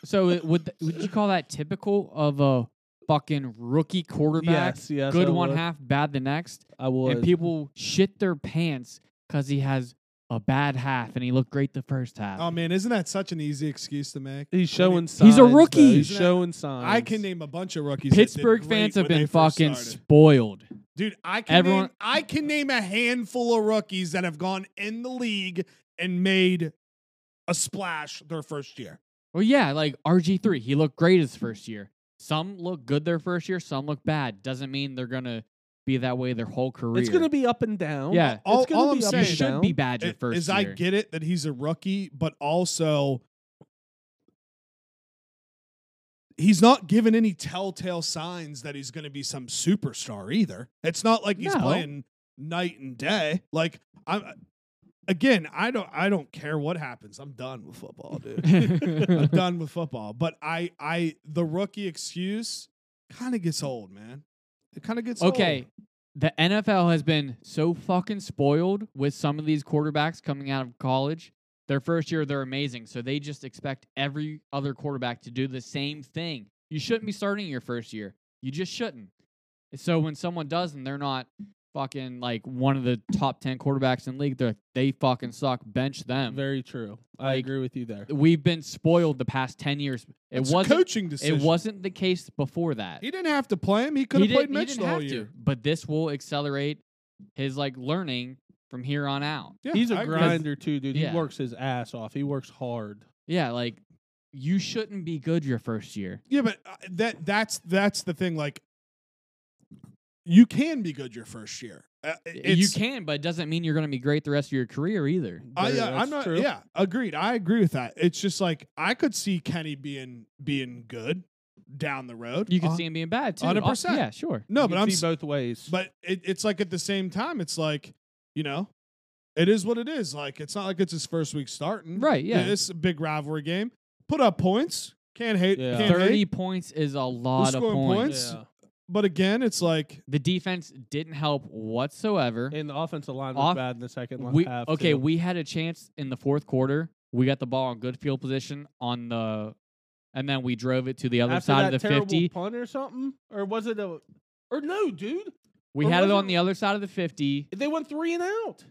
S2: so it- would th- would you call that typical of a fucking rookie quarterback?
S1: yes, yes,
S2: Good
S1: I
S2: one
S1: would.
S2: half, bad the next,
S1: I would.
S2: and people shit their pants because he has a bad half and he looked great the first half.
S3: Oh man, isn't that such an easy excuse to make?
S1: He's showing signs.
S2: He's a
S1: though.
S2: rookie.
S1: He's
S3: Isn't that-
S1: showing signs.
S3: I can name a bunch of rookies. that did
S2: Pittsburgh fans
S3: great
S2: have
S3: when they
S2: been
S3: first
S2: fucking
S3: started.
S2: spoiled.
S3: Dude, I can
S2: Everyone-
S3: name, I can name a handful of rookies that have gone in the league and made a splash their first year.
S2: Well, yeah, like RG three, he looked great his first year. Some look good their first year, some look bad. Doesn't mean they're gonna be that way their whole career.
S1: It's gonna be up and down.
S2: Yeah.
S1: it's
S3: All-
S1: gonna
S3: all
S1: be
S3: I'm
S1: up
S2: you
S1: and
S3: saying-
S2: should
S1: down.
S2: be bad your
S3: It-
S2: first
S3: is
S2: year.
S3: I get it that he's a rookie, but also he's not given any telltale signs that he's going to be some superstar either. It's not like he's
S2: No.
S3: playing night and day. Like I'm again, I don't I don't care what happens. I'm done with football, dude. *laughs* I'm done with football. But I I the rookie excuse kind of gets old, man. It kind of gets old.
S2: Okay. The NFL has been so fucking spoiled with some of these quarterbacks coming out of college. Their first year, they're amazing. So they just expect every other quarterback to do the same thing. You shouldn't be starting your first year. You just shouldn't. So when someone does and they're not fucking like one of the top 10 quarterbacks in the league, they're like, they fucking suck. Bench them.
S1: Very true. I
S2: Like,
S1: agree with you there.
S2: We've been spoiled the past 10 years. It
S3: It's a
S2: wasn't,
S3: coaching
S2: it
S3: decision.
S2: wasn't the case before that.
S3: He didn't have to play him. He could have
S2: He
S3: played
S2: didn't- he
S3: Mitch
S2: didn't
S3: the whole
S2: have to,
S3: year.
S2: but this will accelerate his like learning from here on out.
S3: Yeah,
S1: He's
S3: a
S1: a grinder too, dude.
S2: Yeah.
S1: He works his ass off. He works hard.
S2: Yeah, like you shouldn't be good your first year.
S3: Yeah, but uh, that that's that's the thing. Like, you can be good your first year. Uh, it's,
S2: you can, but it doesn't mean you're going to be great the rest of your career either.
S3: I,
S1: There,
S3: yeah, I'm
S1: that's
S3: not.
S1: true.
S3: Yeah, agreed. I agree with that. It's just like I could see Kenny being being good down the road.
S2: You can
S3: Uh,
S2: see him being bad too.
S3: 100%.
S2: Oh, Yeah, sure.
S3: No,
S1: You
S3: but
S1: can
S3: I'm.
S1: see
S3: s-
S1: both ways.
S3: But it, it's like at the same time, it's like you know, it is what it is. Like it's not like it's his first week starting.
S2: Right, yeah.
S3: It's a big rivalry game. Put up points. Can't hate.
S1: Yeah.
S3: Can't
S2: Thirty
S3: hate.
S2: points is a lot of
S3: scoring
S2: points.
S3: points.
S1: yeah.
S3: But again, it's like
S2: The defense didn't help whatsoever.
S1: and the offensive line was
S2: Off-
S1: bad in the second li-
S2: we,
S1: half.
S2: okay,
S1: too.
S2: we had a chance in the fourth quarter. We got the ball in good field position on the, and then we drove it to the other
S1: After
S2: side
S1: that
S2: of the
S1: terrible
S2: fifty.
S1: punt or something, or was it a? Or no, dude,
S2: We
S1: Or
S2: had it
S1: was
S2: on
S1: it-
S2: the other side of the 50.
S1: they went three and out.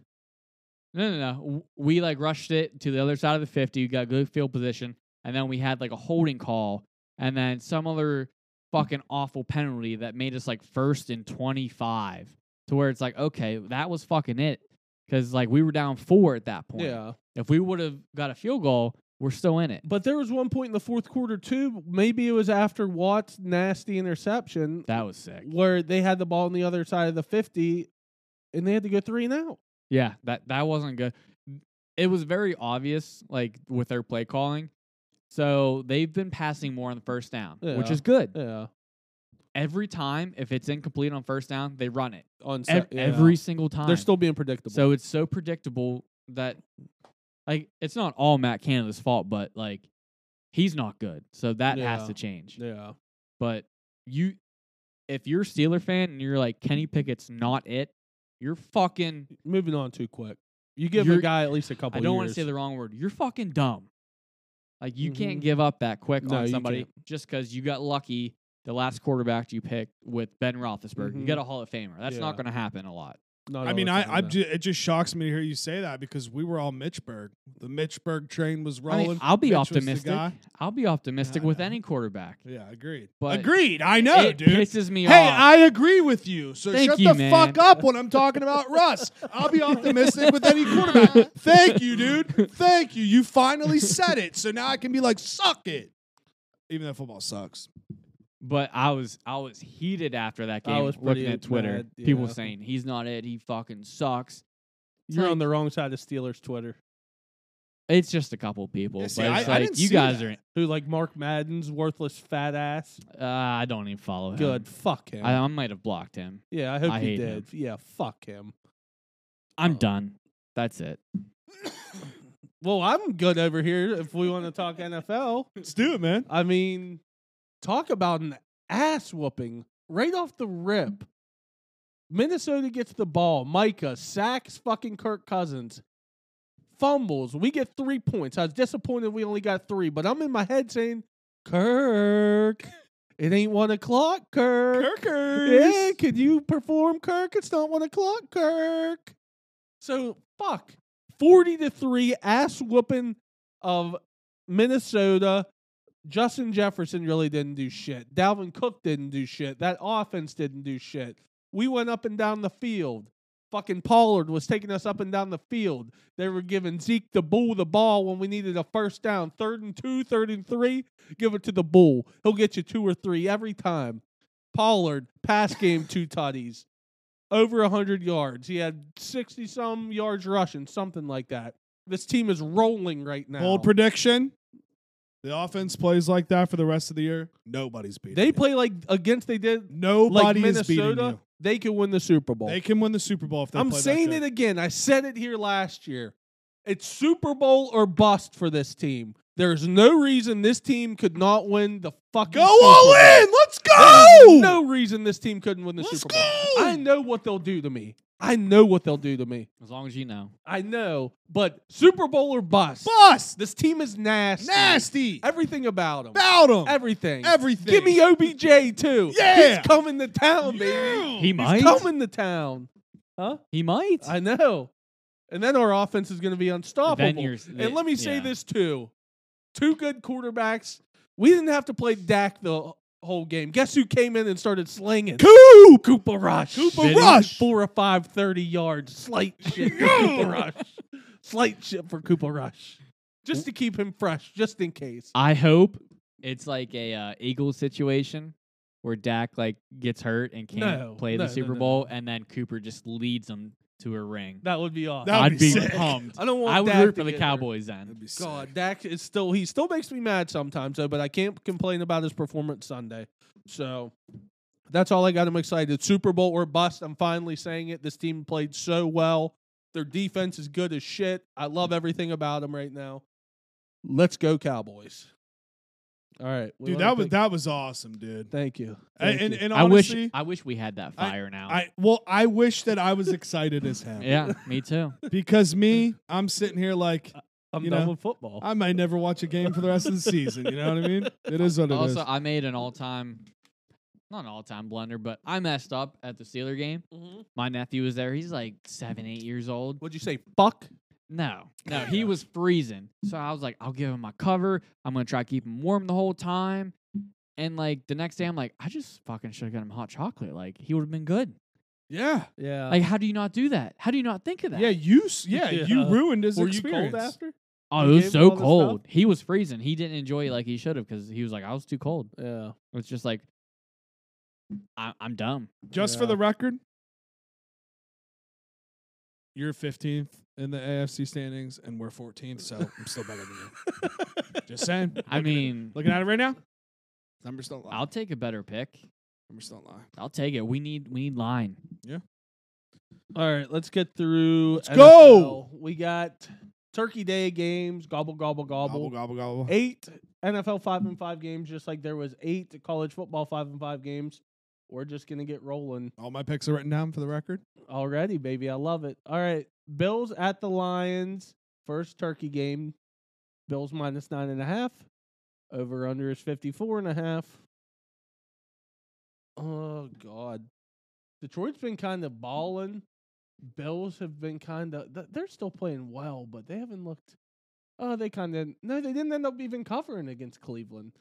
S2: No, no, no. W- We like rushed it to the other side of the 50. Got good field position. And then we had like a holding call and then some other fucking awful penalty that made us like first and 25 to where it's like, okay, that was fucking it. Cause like we were down four at that point.
S1: Yeah,
S2: If we would have got a field goal, We're still in it.
S1: But there was one point in the fourth quarter too. Maybe it was after Watt's nasty interception
S2: That was sick.
S1: where they had the ball on the other side of the fifty, and they had to go three and out.
S2: Yeah, that that wasn't good. It was very obvious, like with their play calling. So they've been passing more on the first down, which
S1: Yeah.
S2: is good.
S1: Yeah,
S2: Every time, if it's incomplete on first down, they run it.
S1: on se-
S2: Ev-
S1: yeah.
S2: Every single time.
S1: They're still being predictable.
S2: So it's so predictable that, like, it's not all Matt Canada's fault, but like, he's not good. So that has
S1: Yeah.
S2: to change.
S1: yeah,
S2: But you, if you're a Steeler fan and you're like Kenny Pickett's not it, you're fucking.
S1: moving on too quick. You give a
S2: You're-
S1: guy at least a couple.
S2: I don't
S1: years.
S2: want to say the wrong word. You're fucking dumb. Like you can't
S1: Mhm.
S2: give up that quick
S1: No,
S2: on
S1: you
S2: somebody
S1: can't.
S2: just because you got lucky. The last quarterback you picked with Ben Roethlisberger, you
S1: Mhm.
S2: got a Hall of Famer. That's not
S1: Yeah.
S2: going to happen a lot.
S1: Not
S3: I
S1: all
S3: mean,
S1: the
S3: I,
S1: time,
S3: I
S1: no.
S3: ju- it just shocks me to hear you say that because we were all Mitchberg. The Mitchberg train was
S2: I
S3: rolling.
S2: mean, I'll be
S3: Mitch was the
S2: optimistic.
S3: guy.
S2: I'll be optimistic
S3: I
S2: with
S3: know.
S2: any quarterback.
S3: Yeah, agreed.
S2: But
S3: agreed. I know,
S2: it
S3: dude.
S2: pisses me
S3: Hey,
S2: off.
S3: I agree with you. So
S2: Thank
S3: shut
S2: you,
S3: the
S2: man.
S3: fuck up when I'm talking about Russ. I'll be optimistic with any
S2: *laughs*
S3: quarterback. Thank you, dude. Thank you. You finally said it. So now I can be like, suck it. Even though football sucks.
S2: but I was I was heated after that
S1: I
S2: game.
S1: was
S2: looking
S1: pretty
S2: at Twitter,
S1: mad,
S2: people
S1: yeah.
S2: saying he's not it. He fucking sucks. It's
S1: You're
S2: like-
S1: on the wrong side of Steelers Twitter.
S2: It's just a couple people,
S3: Yeah, see,
S2: but
S3: I-
S2: it's
S3: I
S2: like
S3: didn't
S2: you
S3: see
S2: guys
S3: that.
S1: Who like Mark Madden's worthless fat ass?
S2: are. Uh, I don't even follow him.
S1: Good. Fuck him.
S2: I, I might have blocked him.
S1: yeah, I hope
S2: I
S1: you
S2: hate him.
S1: did. Yeah, fuck him.
S2: I'm
S1: Oh.
S2: done. That's it.
S1: Well, I'm good over here if we want to talk NFL.
S3: Let's do it, man.
S1: I mean, talk about an ass whooping right off the rip. Minnesota gets the ball. Micah sacks fucking Kirk Cousins. Fumbles. We get three points. I was disappointed we only got three, but I'm in my head saying, Kirk, it ain't one o'clock, Kirk.
S3: Kirkers.
S1: Yeah, could you perform, Kirk? It's not one o'clock, Kirk. So fuck, forty to three ass whooping of Minnesota. Justin Jefferson really didn't do shit. Dalvin Cook didn't do shit. That offense didn't do shit. We went up and down the field. Fucking Pollard was taking us up and down the field. They were giving Zeke the bull the ball when we needed a first down. Third and two, third and three. Give it to the bull. He'll get you two or three every time. Pollard, pass game, two tutties, over 100 yards. He had 60 some yards rushing, something like that. This team is rolling right now.
S3: Bold prediction. The offense plays like that for the rest of the year. Nobody's beating.
S1: they
S3: you.
S1: play like against they did like
S3: Nobody is beating
S1: Minnesota.
S3: you.
S1: They could win the Super Bowl.
S3: They can win the Super Bowl if they
S1: I'm
S3: play that
S1: saying it
S3: good.
S1: again. I said it here last year. It's Super Bowl or bust for this team. There's no reason this team could not win the fucking
S3: Go
S1: Super
S3: all
S1: Bowl.
S3: in. Let's
S1: There's
S3: go.
S1: no reason this team couldn't win the
S3: Let's
S1: Super Bowl.
S3: go.
S1: I know what they'll do to me. I know what they'll do to me.
S2: As long as you know.
S1: I know, but Super Bowl or bust.
S3: Bust.
S1: This team is nasty.
S3: Nasty.
S1: Everything about them.
S3: About them.
S1: Everything.
S3: Everything.
S1: Give me OBJ too.
S3: Yeah.
S1: He's coming to town, baby.
S2: He might.
S1: He's coming to town. Huh?
S2: He might.
S1: I know. And then our offense is going to be
S2: Then
S1: unstoppable.
S2: you're s-
S1: and let me say
S2: yeah.
S1: this too. Two good quarterbacks. We didn't have to play Dak the whole game. Guess who came in and started slinging?
S3: Coop.
S1: Cooper Rush.
S3: Cooper
S1: Did he?
S3: Rush.
S1: Four or five 30 yards.
S2: *laughs*
S1: Slight shit for Cooper Rush. Slight shit for Cooper Rush. Just to keep him fresh, just in case.
S2: I hope it's like a uh, Eagles situation where Dak like gets hurt and can't
S1: No,
S2: play
S1: no,
S2: the
S1: no,
S2: Super
S1: no,
S2: Bowl, and then Cooper just leads them to a ring.
S1: That would be awesome.
S3: That would
S2: I'd
S3: be
S2: be,
S3: sick.
S2: pumped.
S1: I don't want
S2: I would
S1: Dak
S2: root
S1: to
S2: for the
S1: get hurt.
S2: Cowboys then.
S3: That'd be sick.
S1: God, Dak is still he still makes me mad sometimes though, but I can't complain about his performance Sunday. So that's all I got. I'm excited. Super Bowl or bust. I'm finally saying it. This team played so well. Their defense is good as shit. I love everything about them right now. Let's go Cowboys. All right, we
S3: dude,
S1: wanna
S3: that was
S1: thank-
S3: that was awesome, dude.
S1: Thank you.
S3: And,
S1: Thank
S3: and,
S1: you.
S3: and
S2: I wish
S3: honestly,
S2: I wish we had that
S3: I-
S2: fire now.
S3: I well, I wish that I was excited as
S1: *laughs*
S3: him.
S2: yeah, me too.
S3: Because me, I'm sitting here like
S1: I'm
S3: you
S1: done
S3: know,
S1: with football.
S3: I might never watch a game for the rest of the season. You know what I mean? It is what it is.
S2: also, I made an all-time, not an all-time blunder, but I messed up at the Steeler game.
S1: Mhm.
S2: My nephew was there. He's like seven, eight years old.
S1: What'd you say? Fuck.
S2: No, no,
S3: *laughs*
S2: he was freezing. So I was like, I'll give him my cover. I'm gonna try to keep him warm the whole time. And like the next day, I'm like, I just fucking should have got him hot chocolate. Like he would have been good.
S3: yeah,
S1: Yeah.
S2: Like how do you not do that? How do you not think of that?
S3: Uh, yeah, you, s- yeah, you
S1: Yeah.
S3: ruined his
S1: Were you
S3: experience.
S1: cold after?
S2: Oh,
S1: He
S2: it was
S1: gave
S2: so
S1: him all the
S2: cold. He was freezing. He didn't enjoy it like he should have because he was like, I was too cold.
S3: *laughs*
S1: Yeah.
S2: It's just like, I- I'm dumb.
S3: Just for
S1: Yeah.
S3: the record, you're 15th in the AFC standings, and we're 14th, so I'm still better than you. Just saying.
S2: *laughs* I
S3: Looking at-
S2: mean,
S3: looking at it right now, numbers don't lie.
S2: I'll take a better pick.
S3: numbers don't lie.
S2: I'll take it. We need we need line.
S1: All right, let's get through.
S3: Let's go!
S1: NFL. We got Turkey Day games. Gobble gobble gobble.
S3: Gobble gobble gobble.
S1: Eight NFL five and five games, just like there was eight college football five and five games. We're just gonna get rolling
S3: All my picks are written down for the record.
S1: already, baby. I love it. All right, Bills at the Lions. First Turkey game. Bills minus nine and a half. Over under is fifty four and a half. Oh God, Detroit's been kind of balling. Bills have been kind of th- they're still playing well, but they haven't looked. Oh, they kind of no, they didn't end up even covering against Cleveland.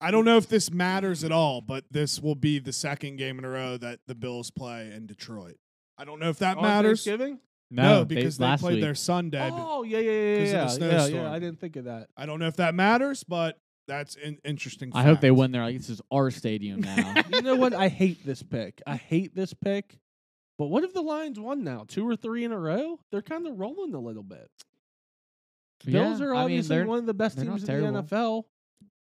S3: I don't know if this matters at all, but this will be the second game in a row that the Bills play in Detroit. I don't know if that
S2: Oh,
S1: On
S3: matters.
S1: Thanksgiving?
S3: No, because they,
S2: last
S3: played
S2: week.
S3: their Sunday. but
S1: Oh yeah, yeah, yeah,
S3: 'cause of the
S1: yeah, yeah, yeah,
S3: snowstorm.
S1: yeah. I didn't think of that.
S3: I don't know if that matters, but that's an interesting.
S2: I hope they
S3: fact.
S2: win. They're like, this is our
S1: *laughs*
S2: stadium *laughs* now.
S1: You know what? I hate this pick. I hate this pick. But what if the Lions won now, two or three in a row? They're kind of rolling a little bit. Bills
S2: Yeah,
S1: are
S2: I mean,
S1: obviously
S2: they're-
S1: one of the best
S2: they're not
S1: teams in the NFL.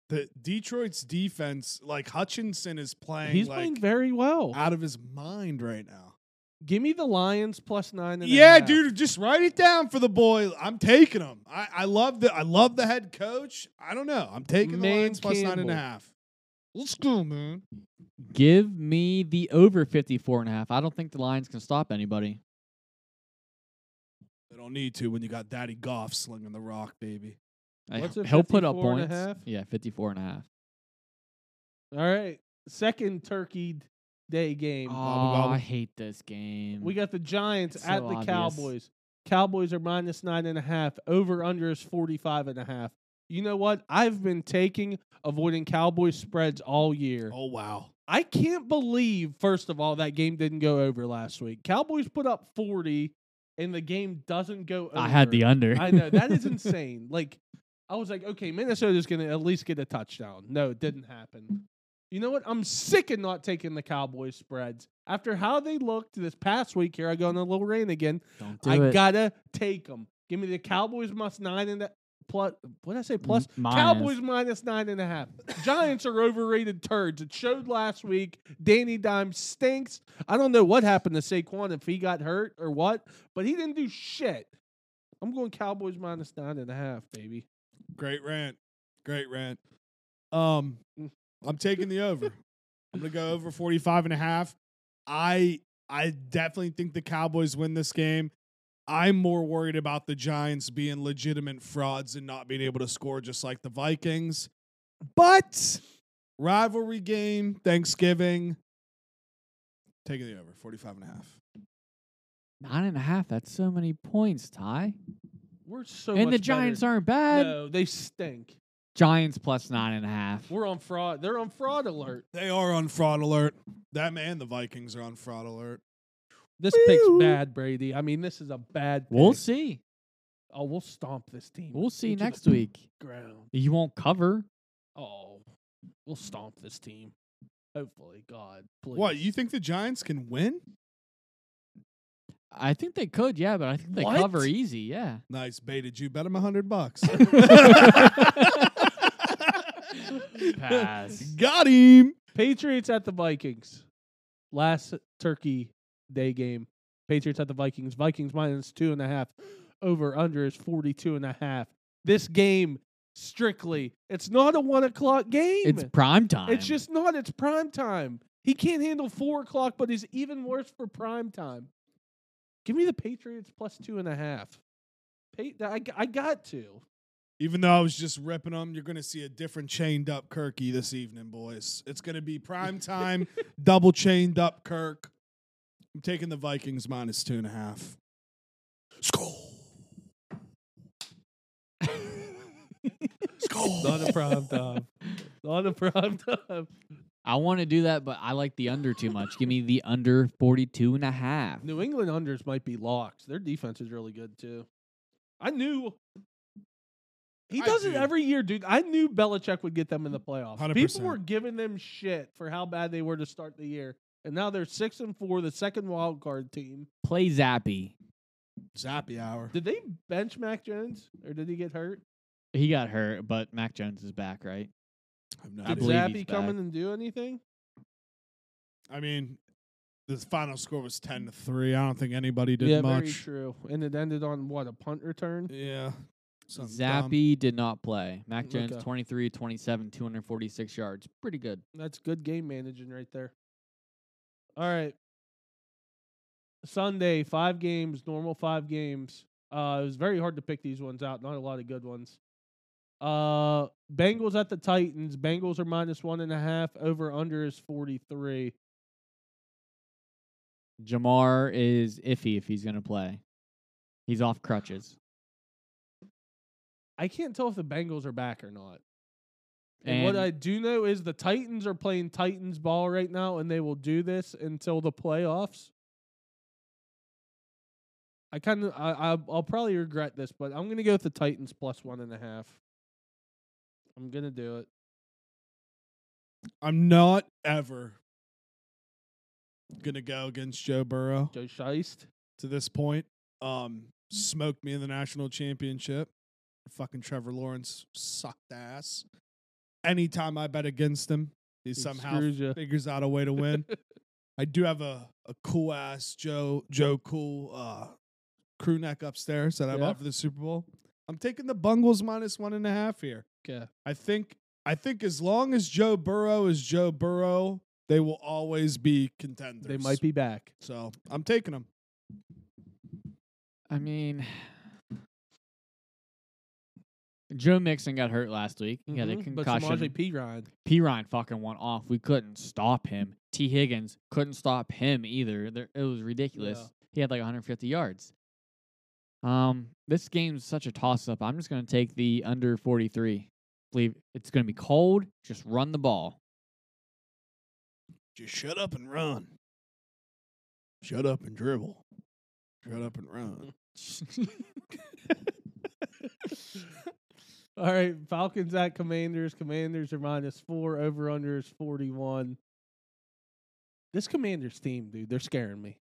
S3: The Detroit's defense, like Hutchinson, is playing.
S1: He's
S3: like,
S1: playing very well.
S3: out of his mind right now.
S1: Give me the Lions plus nine. And a
S3: Yeah,
S1: half.
S3: dude, just write it down for the boy. I'm taking him. I, I love the I love the head coach. I don't know. I'm taking
S1: Man
S3: the Lions plus nine and a
S1: Campbell.
S3: half. Let's go, man.
S2: Give me the over 54 and a half. I don't think the Lions can stop anybody.
S3: They don't need to when you got Daddy Goff slinging the rock, baby.
S2: Like,
S1: What's it,
S2: he'll put up
S1: 54 and a
S2: points.
S1: half?
S2: Yeah, 54 and a half.
S1: All right, second Turkey Day game.
S3: Gobble,
S2: Aw,
S3: gobble.
S2: I hate this game.
S1: We got the Giants
S2: Oh, It's
S1: at
S2: so
S1: the
S2: obvious.
S1: Cowboys. Cowboys are minus nine and a half. Over under is 45 and a half. You know what? I've been taking avoiding Cowboys spreads all year.
S3: Oh wow.
S1: I can't believe, first of all, that game didn't go over last week. Cowboys put up 40 and the game doesn't go over. *laughs*
S2: I had the under.
S1: I know. That
S2: *laughs*
S1: is insane. Like, I was like, okay, Minnesota's going to at least get a touchdown. No, it didn't happen. You know what? I'm sick of not taking the Cowboys spreads. After how they looked this past week, here I go on a little rain again.
S2: don't do
S1: I
S2: it.
S1: gotta take them. Give me the Cowboys minus nine and a plus. What did I say? Plus
S2: M- minus.
S1: Cowboys minus nine and a half. Giants are overrated turds. It showed last week. Danny Dimes stinks. I don't know what happened to Saquon if he got hurt or what, but he didn't do shit. I'm going Cowboys minus nine and a half, baby.
S3: Great rant. Great rant. Um
S1: Mm.
S3: I'm taking the over. I'm going to go over 45 and a half. I I definitely think the Cowboys win this game. I'm more worried about the Giants being legitimate frauds and not being able to score just like the Vikings. But rivalry game, Thanksgiving. Taking the over, 45 and a half.
S2: Nine and a half. That's so many points, Ty.
S1: We're so
S2: and
S1: much
S2: the Giants
S1: better.
S2: aren't bad.
S1: no, they stink.
S2: Giants plus nine and a half.
S1: We're on fraud. They're on fraud alert.
S3: They are on fraud alert. That man, the Vikings are on fraud alert.
S1: This pick's
S2: Woo.
S1: bad, Brady. I mean, this is a bad. Pick.
S2: We'll see.
S1: Oh, we'll stomp this team.
S2: We'll see
S1: into the
S2: next week.
S1: Ground.
S2: You won't cover.
S1: Oh, we'll stomp this team. Hopefully, God, please.
S3: What, you think the Giants can win?
S2: I think they could, yeah, but I think they
S1: What?
S2: cover easy, yeah.
S3: Nice baited you. Bet him a hundred
S1: *laughs*
S3: bucks. *laughs*
S2: Pass.
S3: Got him.
S1: Patriots at the Vikings. Last Turkey Day game. Patriots at the Vikings. Vikings minus two and a half. Over under is forty two and a half. This game strictly. It's not a one o'clock game.
S2: It's prime time.
S1: It's just not. It's prime time. He can't handle four o'clock, but he's even worse for prime time. Give me the Patriots plus two and a half. Pa- I, I got to.
S3: Even though I was just ripping them, you're gonna see a different chained up Kirky this evening, boys. It's gonna be prime
S1: *laughs*
S3: time, double chained up Kirk. I'm taking the Vikings minus two and a half.
S1: *laughs*
S3: Skull. Skull.
S1: Not a prime time. *laughs* Not a prime time.
S2: I want to do that, but I like the under too much. Give me the under 42 and a half.
S1: New England unders might be locked. Their defense is really good too. I knew He
S3: I
S1: does it
S3: do.
S1: every year, dude. I knew Belichick would get them in the playoffs.
S3: 100%.
S1: People were giving them shit for how bad they were to start the year, and now they're six and four, the second wild card team.
S2: Play Zappy.
S3: Zappy hour.
S1: Did they bench Mac Jones or did he get hurt?
S2: He got hurt, but Mac Jones is back, right?
S3: I'm not
S2: I
S1: Did
S2: believe
S1: Zappy
S2: he's
S1: come
S2: back.
S1: in and do anything?
S3: I mean, the final score was ten to three. I don't think anybody did
S1: yeah, very
S3: much.
S1: true. And it ended on what a punt return.
S3: Yeah. Something dumb.
S2: Zappy did not play. Mac Jones,
S1: Okay.
S2: 23, 27, 246 yards. Pretty good.
S1: That's good game managing right there. All right. Sunday, five games, normal five games. Uh, it was very hard to pick these ones out. Not a lot of good ones. Uh, Bengals at the Titans. Bengals are minus one and a half. Over under is forty three.
S2: Jamar is iffy if he's going to play. He's off crutches.
S1: I can't tell if the Bengals are back or not. And,
S2: And
S1: what I do know is the Titans are playing Titans ball right now, and they will do this until the playoffs. I kind of, I, I, I'll probably regret this, but I'm gonna go with the Titans plus one and a half. I'm gonna do it.
S3: I'm not ever gonna go against Joe Burrow
S1: Joe Scheist.
S3: to this point. Um, smoked me in the national championship. Fucking Trevor Lawrence sucked ass. Anytime I bet against him, he,
S1: He
S3: somehow
S1: screws ya.
S3: figures out a way
S1: *laughs*
S3: to win. I do have a, a cool ass Joe Joe cool uh, crew neck upstairs that I
S1: Yeah.
S3: bought for the Super Bowl. I'm taking the Bungles minus one and a half here.
S1: Okay.
S3: I think I think as long as Joe Burrow is Joe Burrow, they will always be contenders.
S1: They might be back.
S3: So I'm taking them.
S2: I mean, Joe Mixon got hurt last week. He had a
S1: Mhm, But
S2: concussion.
S1: Samaje Perine.
S2: P Ryan fucking went off. We couldn't stop him. T Higgins couldn't stop him either. There, it was ridiculous.
S1: Yeah.
S2: He had like 150 yards. Um, this game's such a toss up. I'm just gonna take the under 43. Believe it's gonna be cold. Just run the ball.
S3: Just shut up and run. Shut up and dribble. Shut up
S1: *laughs*
S3: and run.
S1: *laughs* All right, Falcons at Commanders. Commanders are minus four. Over under is forty one. This Commanders team, dude, they're scaring me.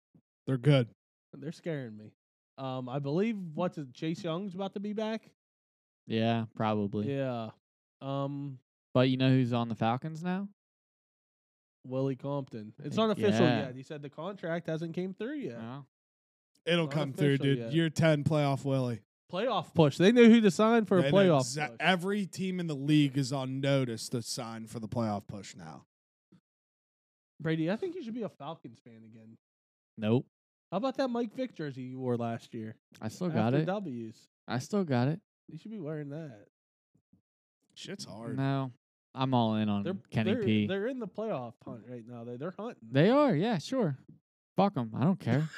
S3: They're good.
S1: They're scaring me. Um, I believe what's it, Chase Young's about to be back.
S2: Yeah, probably.
S1: Yeah. Um,
S2: But you know who's on the Falcons now?
S1: Willie Compton. It's
S2: Hey,
S1: not official
S2: yeah.
S1: yet. He said the contract hasn't came through yet.
S2: No.
S3: It'll
S1: Not
S3: come through,
S1: official
S3: dude.
S1: yet.
S3: Year ten playoff Willie.
S1: Playoff push. They knew who to sign for
S3: They
S1: a
S3: know
S1: playoff
S3: exa-
S1: push.
S3: Every team in the league is on notice to sign for the playoff push now.
S1: Brady, I think you should be a Falcons fan again.
S2: Nope.
S1: How about that Mike Vick jersey you wore last year?
S2: I still got
S1: After
S2: it.
S1: W's.
S2: I still got it.
S1: You should be wearing that.
S3: Shit's hard.
S2: No, I'm all in on
S1: They're
S2: Um, Kenny
S1: they're,
S2: P.
S1: They're in the playoff hunt right now. They they're hunting.
S2: They are, yeah, sure. Fuck them. I
S1: *laughs*
S2: don't care.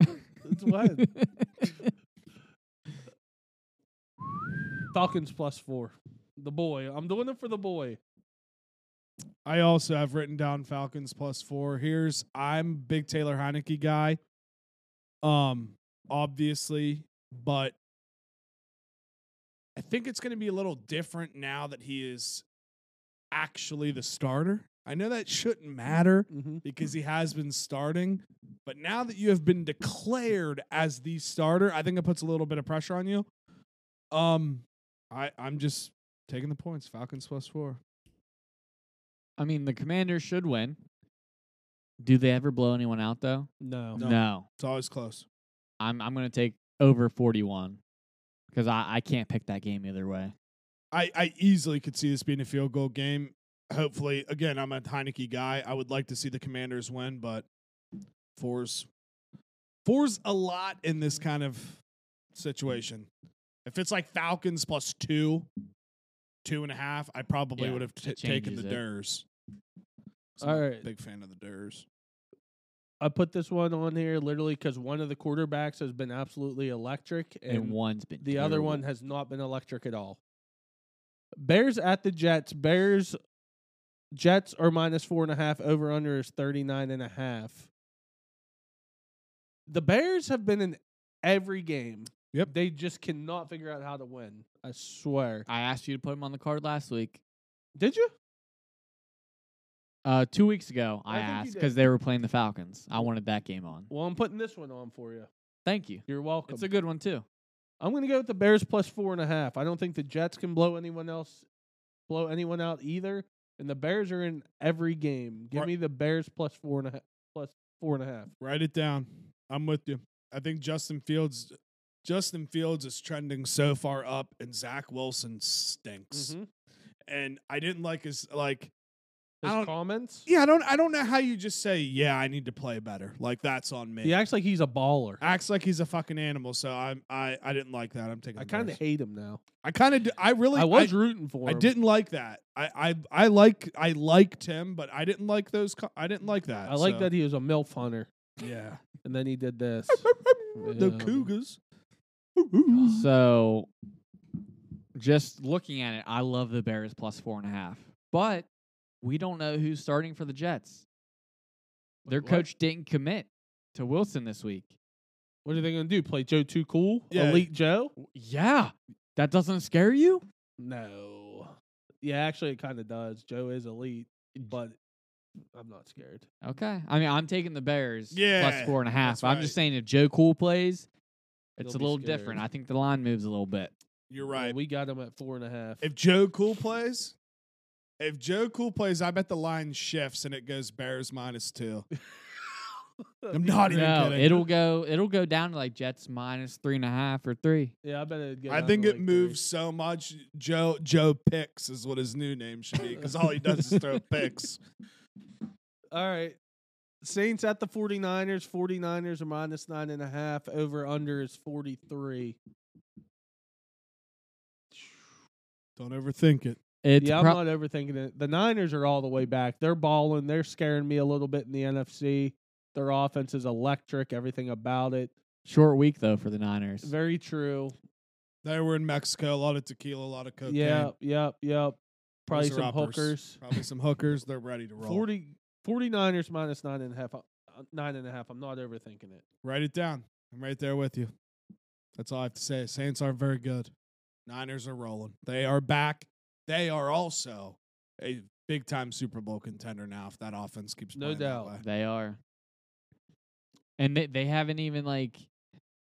S1: It's
S2: *laughs*
S1: wild. Falcons plus four. The boy. I'm doing it for the boy.
S3: I also have written down Falcons plus four. Here's I'm a big Taylor Heineke guy. Um, obviously, but I think it's gonna be a little different now that he is actually the starter. I know that shouldn't matter
S1: Mm-hmm.
S3: because he has been starting, but now that you have been declared as the starter, I think it puts a little bit of pressure on you. Um, I I'm just taking the points. Falcons plus four.
S2: I mean, the Commanders should win. Do they ever blow anyone out though?
S1: No.
S3: No. It's always close.
S2: I'm I'm gonna take over 41 because I I can't pick that game either way.
S3: I, I easily could see this being a field goal game. Hopefully, again, I'm a Heineke guy. I would like to see the Commanders win, but fours, fours a lot in this kind of situation. If it's like Falcons plus two, two and a half, I probably
S2: Yeah,
S3: would have t-
S2: it
S3: taken the
S2: changes it.
S3: Durs. 'Cause
S1: All
S3: I'm a
S1: right.
S3: big fan of the Durs.
S1: I put this one on here literally because one of the quarterbacks has been absolutely electric,
S2: And,
S1: and
S2: one's been
S1: the other
S2: terrible.
S1: one has not been electric at all. Bears at the Jets. Bears. Jets are minus four and a half. Over under is thirty nine and a half. The Bears have been in every game.
S3: Yep.
S1: They just cannot figure out how to win. I swear.
S2: I asked you to put him on the card last week.
S1: Did you?
S2: Uh, two weeks ago,
S1: I
S2: I,
S1: think you
S2: asked
S1: did.
S2: because they were playing the Falcons. I wanted that game on.
S1: Well, I'm putting this one on for you.
S2: Thank you.
S1: You're welcome.
S2: It's a good one too.
S1: I'm going to go with the Bears plus four and a half. I don't think the Jets can blow anyone else, blow anyone out either. And the Bears are in every game. Give
S3: Right.
S1: me the Bears plus four and a half. Plus four and a half.
S3: Write it down. I'm with you. I think Justin Fields, Justin Fields is trending so far up, and Zach Wilson stinks.
S1: Mhm.
S3: And I didn't like his like. I
S1: His
S3: don't-
S1: comments.
S3: Yeah, I don't. I don't know how you just say, yeah, I need to play better. Like that's on me.
S1: He acts like he's a baller.
S3: acts like he's a fucking animal. So I'm. I I didn't like that. I'm taking.
S1: I
S3: the
S1: kind of
S3: Bears.
S1: hate him now.
S3: I kind of. I really.
S1: I was rooting for
S3: I
S1: him.
S3: didn't like that. I, I I like I liked him, but I didn't like those. Co- I didn't like that.
S1: I like
S3: so,
S1: that he was a milf hunter,
S3: Yeah,
S1: and then he did this.
S3: the
S1: Yeah.
S3: Cougars.
S2: So, just looking at it, I love the Bears plus four and a half, but we don't know who's starting for the Jets. Their
S1: What?
S2: coach didn't commit to Wilson this week.
S1: What are they going to do? Play Joe Too Cool?
S3: Yeah.
S1: Elite Joe?
S2: Yeah, that doesn't scare you.
S1: No. Yeah, actually, it kind of does. Joe is elite, but I'm not scared.
S2: Okay, I mean, I'm taking the Bears
S3: Yeah,
S2: plus four and a half.
S3: that's
S2: but I'm
S3: right.
S2: just saying, if Joe Cool plays, it's
S1: They'll
S2: a
S1: be
S2: little
S1: scared.
S2: different. I think the line moves a little bit.
S3: You're
S1: Well,
S3: right.
S1: we got him at four and a half. *laughs*
S3: If Joe Cool plays, if Joe Cool plays, I bet the line shifts and it goes Bears minus two. I'm not even
S2: No,
S3: kidding.
S2: it'll go. It'll go down to like Jets minus three and a half or three.
S1: yeah, I bet it.
S3: I think it moves so much. Joe Joe picks is what his new name should be because all he does is
S2: *laughs*
S3: throw picks.
S1: All right. Saints at the 49ers. 49ers are minus nine and a half. Over under is 43.
S3: Don't overthink it.
S2: It's
S1: yeah,
S2: prob-
S1: I'm not overthinking it. The Niners are all the way back. They're balling. They're scaring me a little bit in the NFC. Their offense is electric. Everything about it.
S2: Short week though for the Niners.
S1: Very true.
S3: They were in Mexico. A lot of tequila. A lot of cocaine.
S1: Yep, yep, yep. Probably
S3: Those are
S1: some
S3: uppers.
S1: hookers.
S3: Probably some hookers. They're ready to roll.
S1: 40, 49ers minus nine and a half. uh, Nine and a half. I'm not overthinking it.
S3: Write it down. I'm right there with you. That's all I have to say. Saints aren't very good. Niners are rolling. They are back. They are also a big time Super Bowl contender now if that offense keeps
S1: No
S3: playing
S1: doubt.
S3: That way.
S2: They are. And they they haven't even like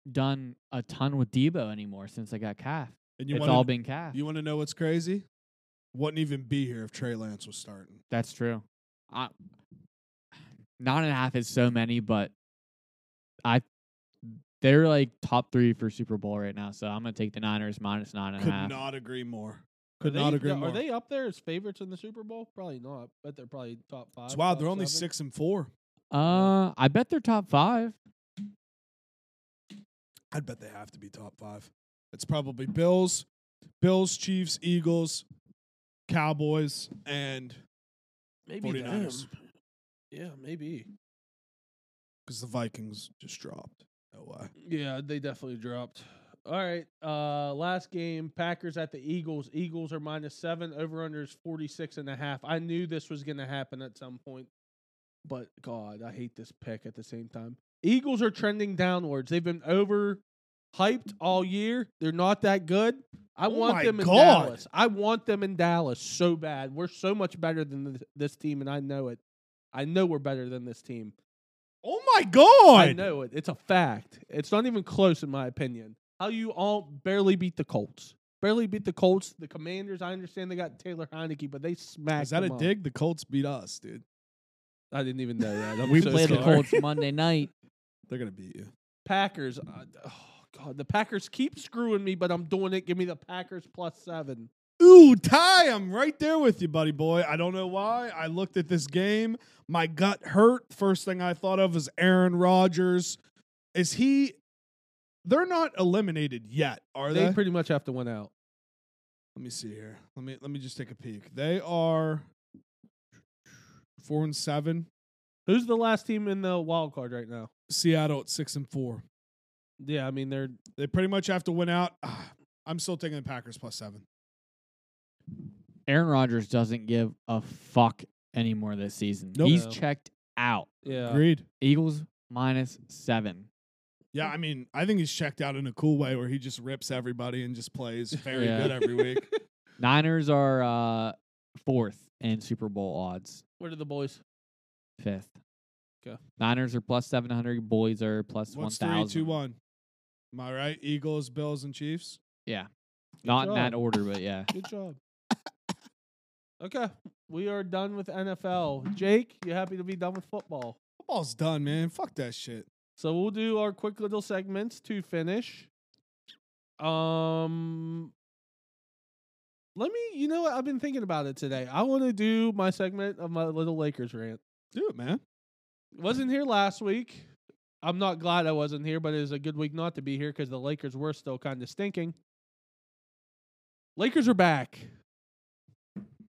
S2: done a ton with Debo anymore since they got calf.
S3: And you
S2: it's
S3: wanna,
S2: all been calf.
S3: you want to know what's crazy? Wouldn't even be here if Trey Lance was starting.
S2: That's true. I nine and a half is so many, but I they're like top three for Super Bowl right now. So I'm gonna take the Niners minus nine and a
S3: Could
S2: half.
S3: not agree more.
S1: Are
S3: Could not
S1: they,
S3: agree
S1: are
S3: more.
S1: they up there as favorites in the Super Bowl? Probably not. But they're probably top five.
S3: it's wild.
S1: top
S3: They're only
S1: seven.
S3: six and four.
S2: Uh, I bet they're top five.
S3: I'd bet they have to be top five. It's probably Bills, Bills, Chiefs, Eagles, Cowboys, and
S1: Maybe
S3: 49ers.
S1: them. Yeah, maybe.
S3: because the Vikings just dropped. No way.
S1: Yeah, they definitely dropped. All right. Uh last game, Packers at the Eagles. Eagles are minus 7, over under is 46 and a half. I knew this was going to happen at some point. But god, I hate this pick at the same time. Eagles are trending downwards. They've been over hyped all year. They're not that good. I
S3: Oh my
S1: want them in
S3: God.
S1: Dallas. I want them in Dallas so bad. We're so much better than th- this team and I know it. I know we're better than this team.
S3: Oh my god!
S1: I know it. It's a fact. It's not even close, in my opinion. How you all barely beat the Colts. Barely beat the Colts. The Commanders, I understand they got Taylor Heineke, but they smacked.
S3: Is that a
S1: them up.
S3: dig? The Colts beat us, dude.
S1: I didn't even know
S3: *laughs*
S1: that. I'm
S2: we
S1: so
S2: play the
S1: sorry.
S2: Colts Monday night.
S3: They're gonna beat you.
S1: Packers. uh, oh God, the Packers keep screwing me, but I'm doing it. Give me the Packers plus seven.
S3: Ooh, Ty, I'm right there with you, buddy boy. I don't know why. I looked at this game. My gut hurt. First thing I thought of was Aaron Rodgers. Is he? They're not eliminated yet, are
S1: They
S3: they?
S1: pretty much have to win out.
S3: let me see here. Let me let me just take a peek. They are four and seven.
S1: Who's the last team in the wild card right now?
S3: Seattle at six and four.
S1: Yeah, I mean they're
S3: They pretty much have to win out. Ah, I'm still taking the Packers plus seven.
S2: Aaron Rodgers doesn't give a fuck anymore this season.
S3: Nope.
S2: He's
S1: No.
S2: checked out.
S1: yeah.
S3: Agreed.
S2: Eagles minus seven.
S3: Yeah, I mean, I think he's checked out in a cool way where he just rips everybody and just plays very
S2: Yeah.
S3: good every week.
S2: Niners are uh, fourth in Super Bowl odds,
S1: Where are the boys?
S2: fifth.
S1: 'Kay.
S2: Niners are plus 700. Boys are plus
S3: What's
S2: 1,000.
S3: three, two, one? Am I right? Eagles, Bills, and Chiefs.
S2: Yeah. Not in that
S1: job.
S2: order, but yeah.
S1: Good job. okay, we are done with NFL. Jake, you happy to be done with football?
S3: Football's done, man. Fuck that shit.
S1: So we'll do our quick little segments to finish. Um let me you know what I've been thinking about it today. I want to do my segment of my little Lakers rant.
S3: Do it, man.
S1: Wasn't here last week. I'm not glad I wasn't here, but it was a good week not to be here because the Lakers were still kind of stinking. Lakers are back.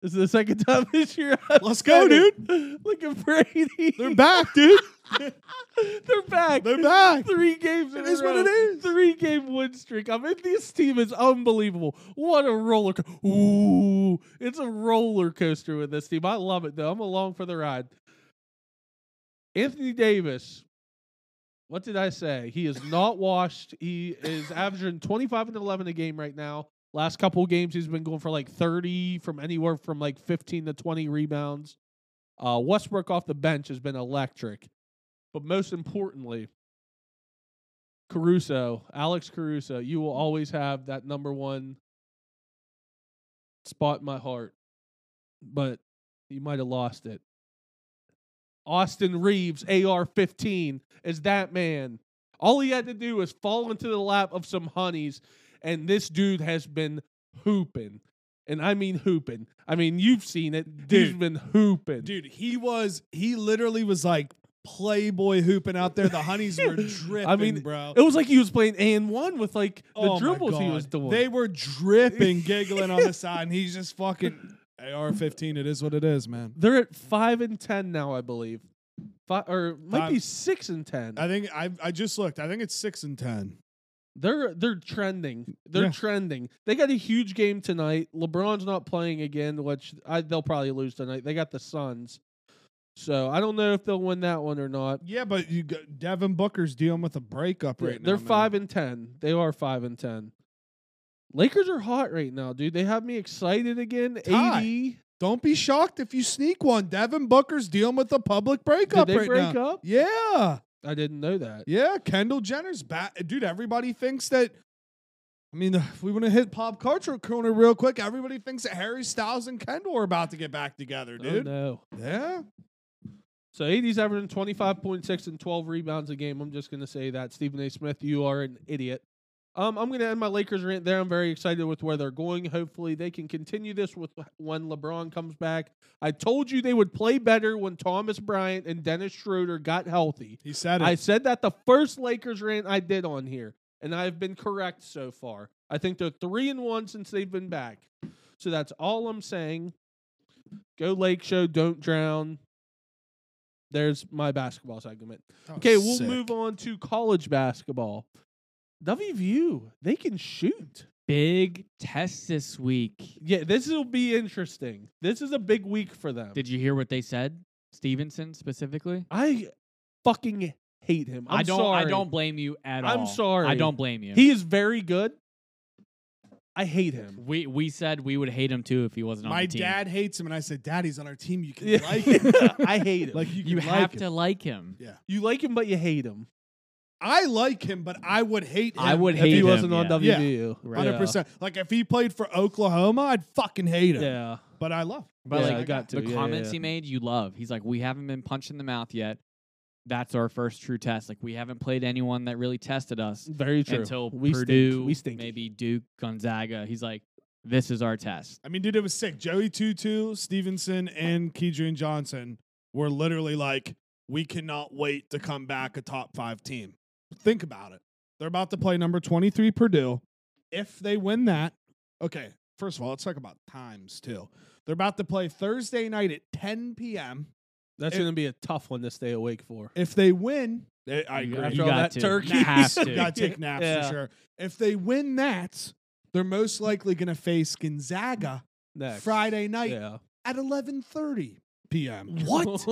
S1: This is the second *laughs* time this year. I've
S3: Let's
S1: said
S3: go,
S1: it. Look at Brady. *laughs*
S3: They're back, dude.
S1: They're back.
S3: They're back.
S1: Three games. in
S3: It
S1: a
S3: is what
S1: row.
S3: it is.
S1: Three game win streak. I mean, this team is unbelievable. What a roller coaster. Ooh, it's a roller coaster with this team. I love it though. I'm along for the ride. Anthony Davis. What did I say? He is not washed. He is averaging 25 and 11 a game right now. Last couple games, he's been going for like 30 from anywhere from like 15 to 20 rebounds. Uh, Westbrook off the bench has been electric. But most importantly, Caruso, Alex Caruso, you will always have that number one spot in my heart. But you might have lost it. Austin Reeves, AR 15, is that man. All he had to do was fall into the lap of some honeys, and this dude has been hooping. And I mean hooping. I mean, you've seen it. He's
S3: Dude.
S1: been hooping.
S3: Dude, he was, he literally was like playboy hooping out there. The honeys were
S1: *laughs*
S3: dripping,
S1: I mean,
S3: bro.
S1: It was like he was playing and one with like the
S3: Oh my
S1: dribbles he was
S3: God.
S1: doing.
S3: They
S1: *laughs*
S3: were dripping, giggling on the side, and he's just fucking AR 15. It is what it is, man.
S1: They're at five and ten now, I believe. Five or might be six and ten.
S3: I think I I just looked. I think it's six and ten.
S1: they're they're trending. They're
S3: Yeah.
S1: trending. They got a huge game tonight. LeBron's not playing again, which I, they'll probably lose tonight. They got the Suns, so I don't know if they'll win that one or not.
S3: Yeah, but you got Devin Booker's dealing with a breakup right now.
S1: they're
S3: man.
S1: five and ten. They are five and ten. Lakers are hot right now, dude. They have me excited again.
S3: Tie.
S1: Eighty.
S3: Don't be shocked if you sneak one. Devin Booker's dealing with a public breakup
S1: Did they
S3: right
S1: break
S3: now.
S1: up?
S3: Yeah,
S1: I didn't know that.
S3: yeah. Kendall Jenner's back, dude. Everybody thinks that. I mean, if we want to hit pop culture corner real quick, everybody thinks that Harry Styles and Kendall are about to get back together,
S1: Oh,
S3: dude.
S1: no.
S3: Yeah,
S1: So 80's averaging 25.6 and 12 rebounds a game. I'm just going to say that. Stephen A. Smith, you are an idiot. Um, I'm going to end my Lakers rant there. I'm very excited with where they're going. Hopefully, they can continue this with when LeBron comes back. I told you they would play better when Thomas Bryant and Dennis Schroeder got healthy.
S3: he said it.
S1: I said that the first Lakers rant I did on here, and I've been correct so far. I think they're three and one since they've been back. So that's all I'm saying. Go Lake Show, don't drown. There's my basketball segment.
S3: That was
S1: Okay, we'll
S3: Oh, sick.
S1: move on to college basketball. WVU, they can shoot.
S2: Big test this week.
S1: Yeah, this will be interesting. This is a big week for them.
S2: Did you hear what they said? Stevenson specifically?
S1: I fucking hate him. I'm
S2: I do not
S1: Sorry.
S2: I don't blame you at all.
S1: I'm sorry.
S2: I don't blame you.
S1: He is very good. I hate him.
S2: we we said we would hate him too if he wasn't
S3: My
S2: on the team.
S3: dad hates him, and I said, "Daddy's on our team. You
S1: *laughs*
S3: can
S1: Yeah.
S3: like him.
S1: I hate him.
S3: Like you,
S2: you
S3: can like
S2: have
S3: him.
S2: to like him.
S3: Yeah.
S1: you like him, but you hate him.
S3: I like him, but I would hate him.
S2: I would
S1: if
S2: hate
S1: he
S2: him,
S1: wasn't on E.
S2: yeah.
S3: Yeah.
S1: WVU,
S2: Right.
S3: Hundred percent. Like if he played for Oklahoma, I'd fucking hate
S1: Yeah.
S3: him.
S1: yeah,
S3: But I love. Him.
S2: But
S1: Yeah,
S2: like
S1: I got
S2: the
S1: to, yeah,
S2: comments
S1: yeah.
S2: he made, you love. He's like, we haven't been punched in the mouth yet. That's our first true test. Like we haven't played anyone that really tested us
S1: very true.
S2: until
S1: we
S2: Purdue,
S1: stink. we stink.
S2: maybe Duke, Gonzaga. He's like, this is our test.
S3: I mean, dude, it was sick. Joey Tutu, Stevenson, and Keedrian Johnson were literally like, "We cannot wait to come back a top five team." Think about it. They're about to play number twenty three Purdue. If they win that, okay. First of all, let's talk about times too. They're about to play Thursday night at ten p.m.
S1: That's
S3: it-
S1: gonna be a tough one to stay awake for.
S3: If they win, they, I
S2: You
S3: agree.
S1: After
S2: You
S1: all
S2: got
S1: that
S2: to.
S1: turkey, *laughs*
S2: You have to.
S3: gotta take naps
S1: Yeah.
S3: for sure. If they win that, they're most likely gonna face Gonzaga
S1: Next.
S3: Friday night
S1: Yeah,
S3: at eleven thirty.
S1: *laughs*
S3: p.m.
S1: What?
S3: Because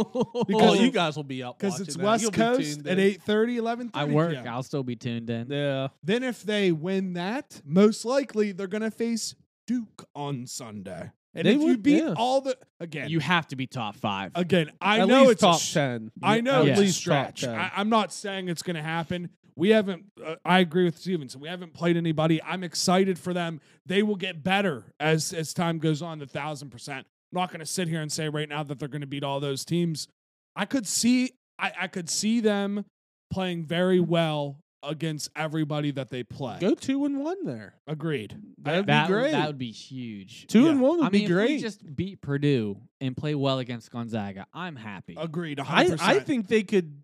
S1: because you
S3: of-
S1: guys will be up
S3: Because
S1: watching
S3: it's
S1: that.
S3: West
S1: You'll be
S3: Coast
S1: tuned
S3: at
S1: in.
S3: 8.30, 11.30
S2: I work.
S3: PM.
S2: I'll still be tuned in.
S1: Yeah.
S3: Then if they win that, most likely they're going to face Duke on Sunday. And
S1: They
S3: if you
S1: would,
S3: beat
S1: yeah.
S3: all the again,
S2: You have to be top five.
S3: again, I
S1: At
S3: know
S1: least
S3: it's a
S1: top
S3: sh-
S1: ten.
S3: I know
S1: At
S3: it's
S1: least
S3: a stretch.
S1: Top 10.
S3: I, I'm not saying it's going to happen. We haven't. Uh, I agree with Stevenson. We haven't played anybody. I'm excited for them. They will get better as as time goes on. The thousand percent. I'm not going to sit here and say right now that they're going to beat all those teams. I could see. I, I could see them playing very well against everybody that they play.
S1: Go two and one there.
S3: Agreed.
S1: That'd
S2: that
S1: be
S2: would-
S1: great.
S2: That would be huge.
S1: two
S3: yeah.
S1: and one would
S2: I mean,
S1: be
S2: if
S1: great.
S2: we just beat Purdue and play well against Gonzaga, I'm happy.
S3: Agreed. 100%.
S1: I, I think they could.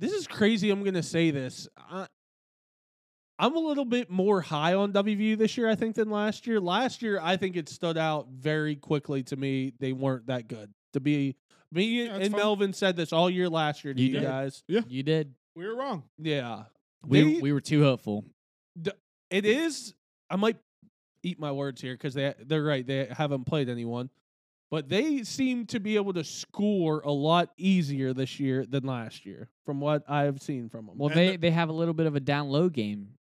S1: This is crazy. I'm going to say this. I, I'm a little bit more high on WVU this year, I think, than last year. Last year, I think it stood out very quickly to me. They weren't that good. To be me
S3: that's
S1: and
S3: fine.
S1: Melvin said this all year last year to
S2: You
S1: you,
S2: did.
S1: guys.
S2: You did.
S3: we were wrong.
S1: Yeah,
S2: We
S1: They-
S2: we were too hopeful.
S1: it is. I might eat my words here because they they're right. They haven't played anyone, but they seem to be able to score a lot easier this year than last year, from what I've seen from them.
S2: Well,
S3: And
S2: they
S3: the-
S2: they have a little bit of a down low game,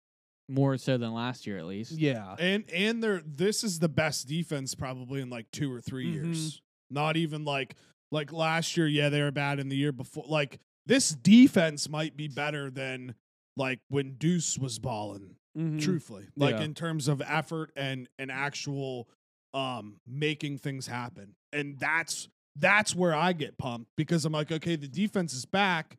S2: more so than last year at least.
S1: Yeah.
S3: And and they're this is the best defense probably in like two or 3
S1: Mhm.
S3: years. Not even like like last year, yeah, they were bad in the year before. Like this defense might be better than like when Deuce was balling,
S1: Mm-hmm.
S3: truthfully. Like
S1: Yeah.
S3: in terms of effort and and actual um making things happen. And that's that's where I get pumped because I'm like, okay, the defense is back.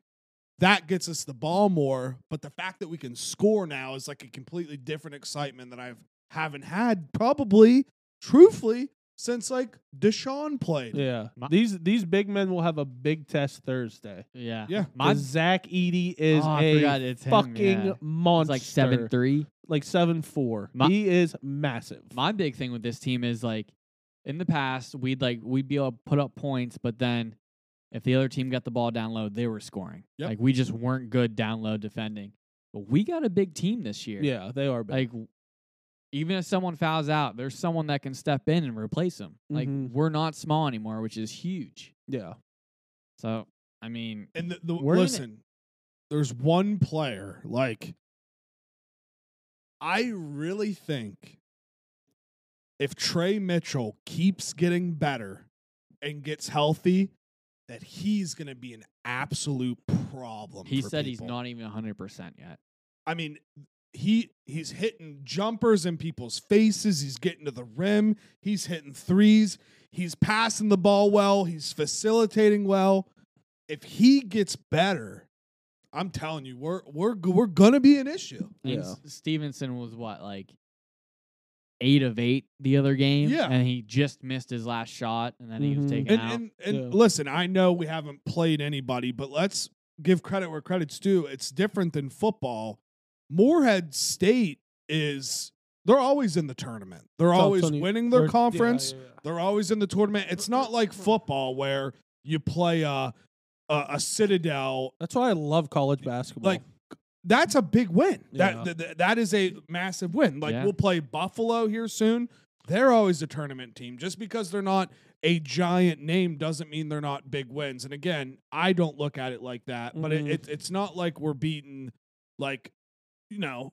S3: That gets us the ball more, but the fact that we can score now is like a completely different excitement that I've haven't had probably, truthfully, since like Deshaun played.
S1: Yeah.
S2: My-
S1: these these big men will have a big test Thursday.
S2: Yeah.
S3: Yeah.
S2: My
S1: 'Cause Zach Eady is
S2: oh, I forgot
S1: a
S2: it's him,
S1: fucking
S2: yeah. It's
S1: monster.
S2: like seven three.
S1: like seven four.
S2: My-
S1: he is massive.
S2: My big thing with this team is like in the past we'd like we'd be able to put up points, but then if the other team got the ball down low, they were scoring.
S3: Yep.
S2: Like we just weren't good down low defending. But we got a big team this year.
S1: yeah, they are big.
S2: Like w- even if someone fouls out, there's someone that can step in and replace them. Like
S1: Mhm.
S2: we're not small anymore, which is huge.
S1: yeah.
S2: So I mean,
S3: And the, the
S2: Mm, We're in it.
S3: listen, there's one player like I really think if Trey Mitchell keeps getting better and gets healthy, that he's going to be an absolute problem.
S2: he
S3: for
S2: said he's
S3: people.
S2: not even 100 percent yet.
S3: I mean, he he's hitting jumpers in people's faces. He's getting to the rim. He's hitting threes. He's passing the ball well. He's facilitating well. If he gets better, I'm telling you, we're we're g- we're gonna be an issue.
S2: And
S1: Yeah.
S2: S- Stevenson was what like eight of eight the other game.
S3: Yeah.
S2: and he just missed his last shot, and then he was
S1: Mhm.
S2: taken
S3: And
S2: out.
S3: and, and
S1: Yeah.
S3: listen, I know we haven't played anybody, but let's give credit where credit's due. It's different than football. Moorhead State is they're always in the tournament. They're
S1: Top
S3: always
S1: 20
S3: winning
S1: or-
S3: their
S1: yeah,
S3: conference.
S1: yeah, yeah.
S3: They're always in the tournament. It's not like football where you play a a, a Citadel.
S1: That's why I love college basketball.
S3: Like that's a big win. That
S1: Yeah.
S3: th- that is a massive win. Like
S2: Yeah.
S3: we'll play Buffalo here soon. They're always a tournament team. Just because they're not a giant name doesn't mean they're not big wins. And again, I don't look at it like that. But it,
S1: Mhm.
S3: it, it's not like we're beating like you know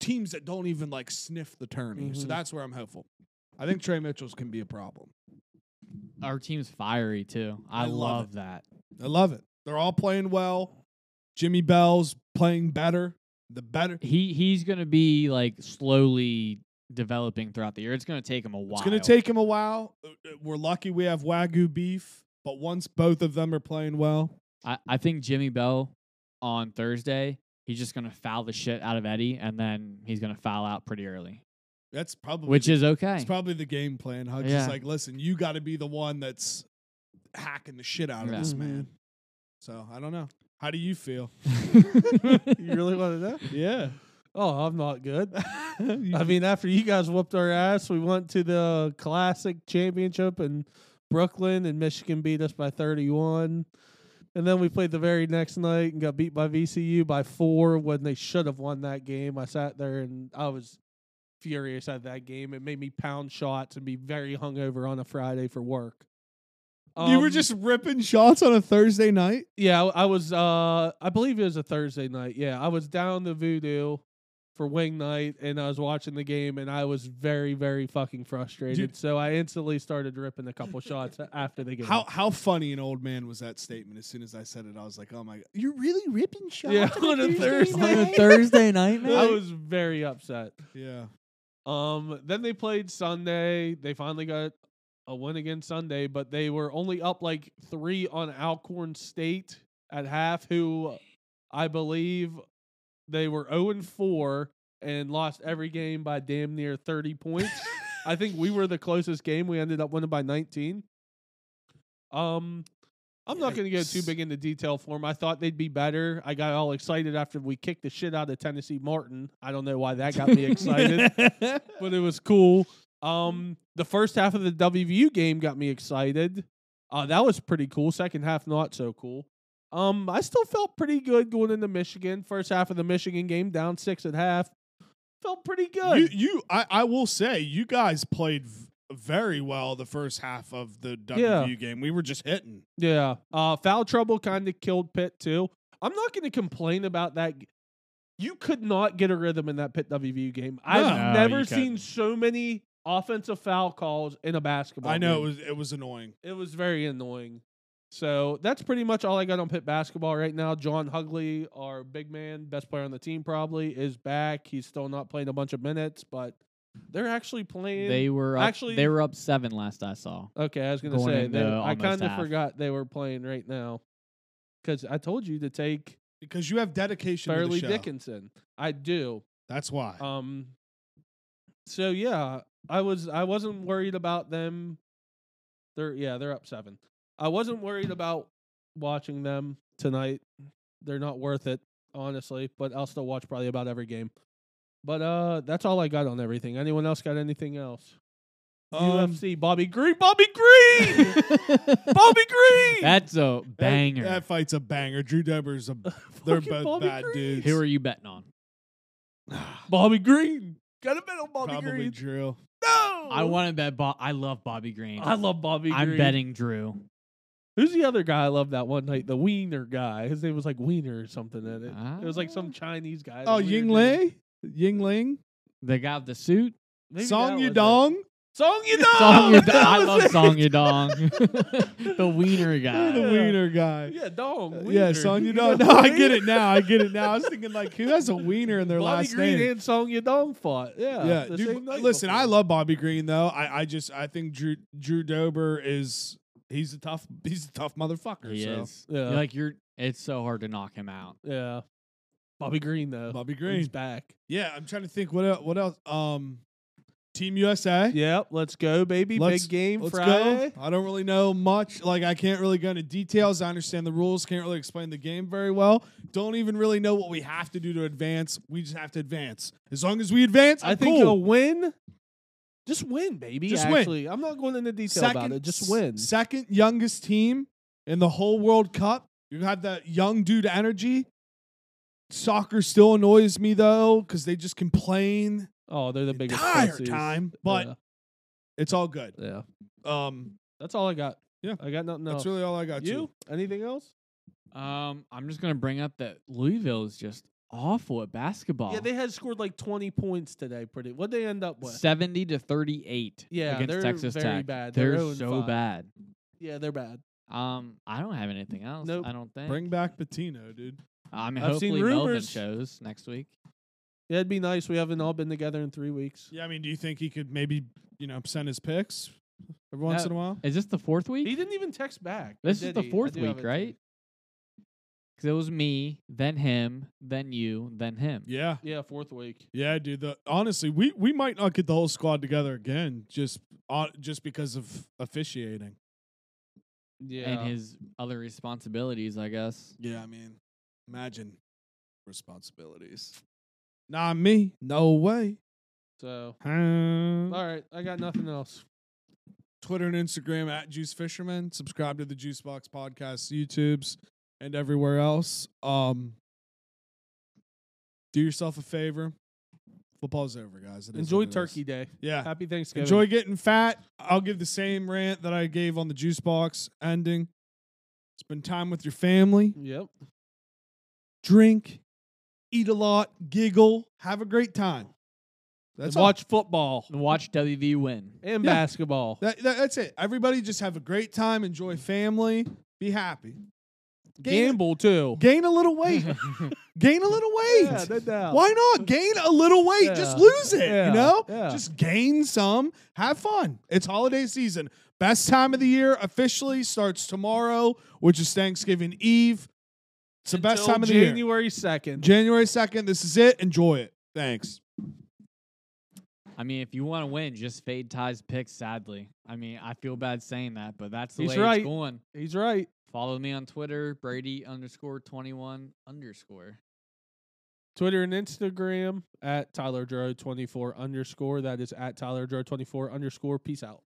S3: teams that don't even like sniff the tourney. So
S1: Mhm.
S3: that's where I'm hopeful. I think Trey Mitchell's can be a problem.
S2: Our team's fiery too. I,
S3: I
S2: love,
S3: love
S2: that.
S3: I love it. They're all playing well. Jimmy Bell's playing better. The better.
S2: He he's gonna be like slowly developing throughout the year. It's gonna take him a while.
S3: It's going to take him a while. Uh, uh, We're lucky we have Wagyu beef, but once both of them are playing well,
S2: I, I think Jimmy Bell on Thursday, he's just gonna foul the shit out of Eddie, and then he's gonna foul out pretty early,
S3: that's probably
S2: which
S3: the,
S2: is okay. *laughs*
S3: it's probably the game plan. Hutch
S2: Yeah.
S3: is like, listen, you got to be the one that's hacking the shit out of
S2: Yeah.
S3: this
S1: Mhm.
S3: man. So I don't know. How do you feel?
S1: you really *laughs* want to know?
S3: *laughs* Yeah,
S1: Oh, I'm not good. *laughs* I mean, after you guys whooped our ass, we went to the classic championship in Brooklyn, and Michigan beat us by 31. And then we played the very next night and got beat by VCU by four when they should have won that game. I sat there and I was furious at that game. It made me pound shots and be very hungover on a Friday for work.
S3: you were
S1: Um,
S3: just ripping shots on a Thursday night.
S1: Yeah, I I was. Uh, I believe it was a Thursday night. Yeah, I was down to Voodoo for wing night, and I was watching the game, and I was very, very fucking frustrated. So I instantly started ripping a couple shots a- after the game.
S3: How how funny an old man was that statement? As soon as I said it, I was like, "Oh my god, you're really ripping shots
S1: Yeah,
S3: on a Thursday
S2: on a
S3: night?"
S2: Thursday night, man.
S1: I was very upset.
S3: yeah,
S1: Um, then they played Sunday. They finally got a win again Sunday, but they were only up like three on Alcorn State at half, who I believe they were 0 and 4 and lost every game by damn near 30 points. I think we were the closest game. We ended up winning by 19. Um, I'm not going to go too
S3: Yikes.
S1: big into detail for them. I thought they'd be better. I got all excited after we kicked the shit out of Tennessee Martin. I don't know why that got
S2: *laughs*
S1: me excited but it was cool. Um, the first half of the WVU game got me excited. Uh, that was pretty cool. Second half, not so cool. Um, I still felt pretty good going into Michigan. First half of the Michigan game, down six at half, felt pretty good.
S3: you you I, I will say you guys played v- very well the first half of the WU
S1: Yeah.
S3: game. We were just hitting.
S1: yeah. Uh, foul trouble kind of killed Pitt too. I'm not going to complain about that. g- You could not get a rhythm in that Pitt WVU game. I've
S2: No, you
S1: never seen
S2: couldn't.
S1: so many offensive foul calls in a basketball.
S3: I know
S1: game.
S3: it was it was annoying.
S1: It was very annoying. So that's pretty much all I got on pit basketball right now. John Hugley, our big man, best player on the team probably, is back. He's still not playing a bunch of minutes, but they're actually playing.
S2: they were up,
S1: Actually-
S2: they were up seven last
S1: *laughs*
S2: I saw.
S1: okay, I was gonna
S2: going
S1: say
S2: into
S1: they, I
S2: almost
S1: kind of
S2: half.
S1: forgot they were playing right now because I told you to take
S3: Because you have dedication
S1: Fairleigh
S3: to the show.
S1: Dickinson. I do.
S3: That's why.
S1: Um. So yeah, I was I wasn't worried about them. They're yeah they're up seven. I wasn't worried about watching them tonight. They're not worth it honestly, but I'll still watch probably about every game. But uh, that's all I got on everything. Anyone else got anything else?
S3: Um,
S1: UFC Bobby Green, Bobby Green,
S3: *laughs*
S1: Bobby Green.
S2: That's a
S3: that-
S2: banger.
S3: That, fight's a banger. Drew Deber's a they're
S1: Fucking
S3: both
S1: Bobby
S3: bad
S1: Green.
S3: dudes.
S2: Who are you betting on?
S1: Bobby Green. Got a bet on Bobby
S3: probably
S1: Green.
S3: Drew.
S1: No,
S2: I want to bet. Bo- I love Bobby Green.
S1: I love Bobby.
S2: I'm
S1: Green.
S2: betting Drew.
S1: Who's the other guy I loved that one night? The Wiener guy. His name was like Wiener or something in it. It was like some
S2: Ah.
S1: Chinese guy.
S3: Oh, Yingling, Yingling,
S2: The guy with the suit.
S3: Song Yudong.
S1: Song Yudong.
S2: Song Yudong.
S1: Oh, That *laughs*
S2: I
S1: was
S2: love
S1: it.
S2: Song Yudong. *laughs* the wiener
S3: You're
S2: guy.
S3: the
S1: Yeah.
S3: wiener guy.
S1: Yeah, Dong. Wiener.
S3: Yeah,
S1: *laughs*
S3: Song Yudong. No, I get it now. I get it now. I was thinking like, who has a wiener in their
S1: Bobby
S3: last
S1: Green
S3: name?
S1: and Song Yudong fought. Yeah.
S3: yeah,
S1: the
S3: dude,
S1: same night
S3: listen, I
S1: before.
S3: love Bobby Green though. I, I just I think Drew Drew Dober is he's a tough he's a tough motherfucker.
S2: He
S3: so.
S2: is.
S1: Yeah.
S2: You're like you're. It's so hard to knock him out.
S1: Yeah. Bobby Green though.
S3: Bobby
S1: He's
S3: Green.
S1: back.
S3: Yeah, I'm trying to think what else, what else. Um, Team USA.
S1: Yep. Let's go, baby.
S3: Let's-
S1: Big game
S3: Let's
S1: Friday.
S3: go. I don't really know much. Like I can't really go into details. I understand the rules. Can't really explain the game very well. Don't even really know what we have to do to advance. We just have to advance. As long as we advance,
S1: I
S3: I'm
S1: think
S3: cool.
S1: a win. Just win, baby.
S3: Just win.
S1: actually, I'm not going into detail about it. Just win.
S3: Second youngest team in the whole World Cup. You have that young dude energy. Soccer still annoys me though because they just complain
S1: Oh, they're the biggest
S3: entire
S1: pussies.
S3: time, but
S1: Yeah.
S3: it's all good.
S1: yeah.
S3: Um,
S1: That's all I got.
S3: Yeah.
S1: I got nothing else.
S3: that's really all I got.
S1: you? Anything else?
S2: Um, I'm just gonna bring up that Louisville is just awful at basketball.
S1: Yeah, they had scored like 20 points today. Pretty. What they end up with?
S2: seventy to thirty-eight.
S1: Yeah,
S2: against
S1: they're
S2: Texas
S1: very
S2: Tech.
S1: bad. They're
S2: They're,
S1: 0 and
S2: so
S1: 5.
S2: bad.
S1: Yeah, they're bad.
S2: Um, I don't have anything else.
S1: Nope.
S2: I don't think.
S3: Bring back Patino, dude.
S2: I mean,
S1: I've seen
S2: hopefully Melvin
S1: rumors.
S2: shows next week.
S1: Yeah, it'd be nice. We haven't all been together in three weeks.
S3: Yeah, I mean, do you think he could maybe, you know, send his picks every once
S1: That-
S3: in a while?
S2: Is this the fourth week?
S1: He didn't even text back. or
S2: This is
S1: did
S2: the
S1: he? I
S2: fourth
S1: do have
S2: week,
S1: it too.
S2: right? Because it was me, then him, then you, then him.
S3: Yeah.
S1: Yeah, fourth week.
S3: Yeah, dude. The, honestly, we, we might not get the whole squad together again just on just because of officiating.
S1: Yeah.
S2: And his other responsibilities, I guess.
S3: Yeah, I mean, imagine responsibilities. Not me. No way.
S1: so,
S3: Huh.
S1: all right, I got nothing else.
S3: Twitter and Instagram at Juice Fisherman. Subscribe to the Juice Box Podcast, YouTubes, and everywhere else. Um, do yourself a favor. Football's over, guys. It is
S1: Enjoy
S3: what it is.
S1: Turkey Day.
S3: Yeah.
S1: Happy Thanksgiving.
S3: Enjoy getting fat. I'll give the same rant that I gave on the juice box ending. Spend time with your family.
S1: Yep.
S3: Drink. Eat a lot. Giggle. Have a great time. That's
S1: And
S3: all.
S1: watch football
S2: And watch WV win.
S1: and
S3: Yeah.
S1: basketball.
S3: That, that- that's it. Everybody just have a great time. Enjoy family. Be happy. Gain,
S1: Gamble too.
S3: gain a little
S1: *laughs*
S3: weight. gain a little weight.
S1: Yeah, no doubt.
S3: Why not gain a little weight? Just
S1: Yeah.
S3: lose it,
S1: Yeah.
S3: you know?
S1: Yeah.
S3: Just gain some, have fun. It's holiday season. Best time of the year officially starts tomorrow, which is Thanksgiving Eve. It's the best
S1: Until
S3: time of the year.
S1: January second.
S3: January 2nd. This is it. Enjoy it. Thanks.
S2: *laughs* I mean, if you want to win, just fade Ty's picks, sadly. I mean, I feel bad saying that, but that's the
S1: He's
S2: way
S1: right.
S2: it's going.
S1: He's right.
S2: Follow me on Twitter, Brady underscore 21 underscore.
S1: Twitter and Instagram at Tyler Dro twenty four underscore. That is at Tyler Dro twenty four underscore. Peace out.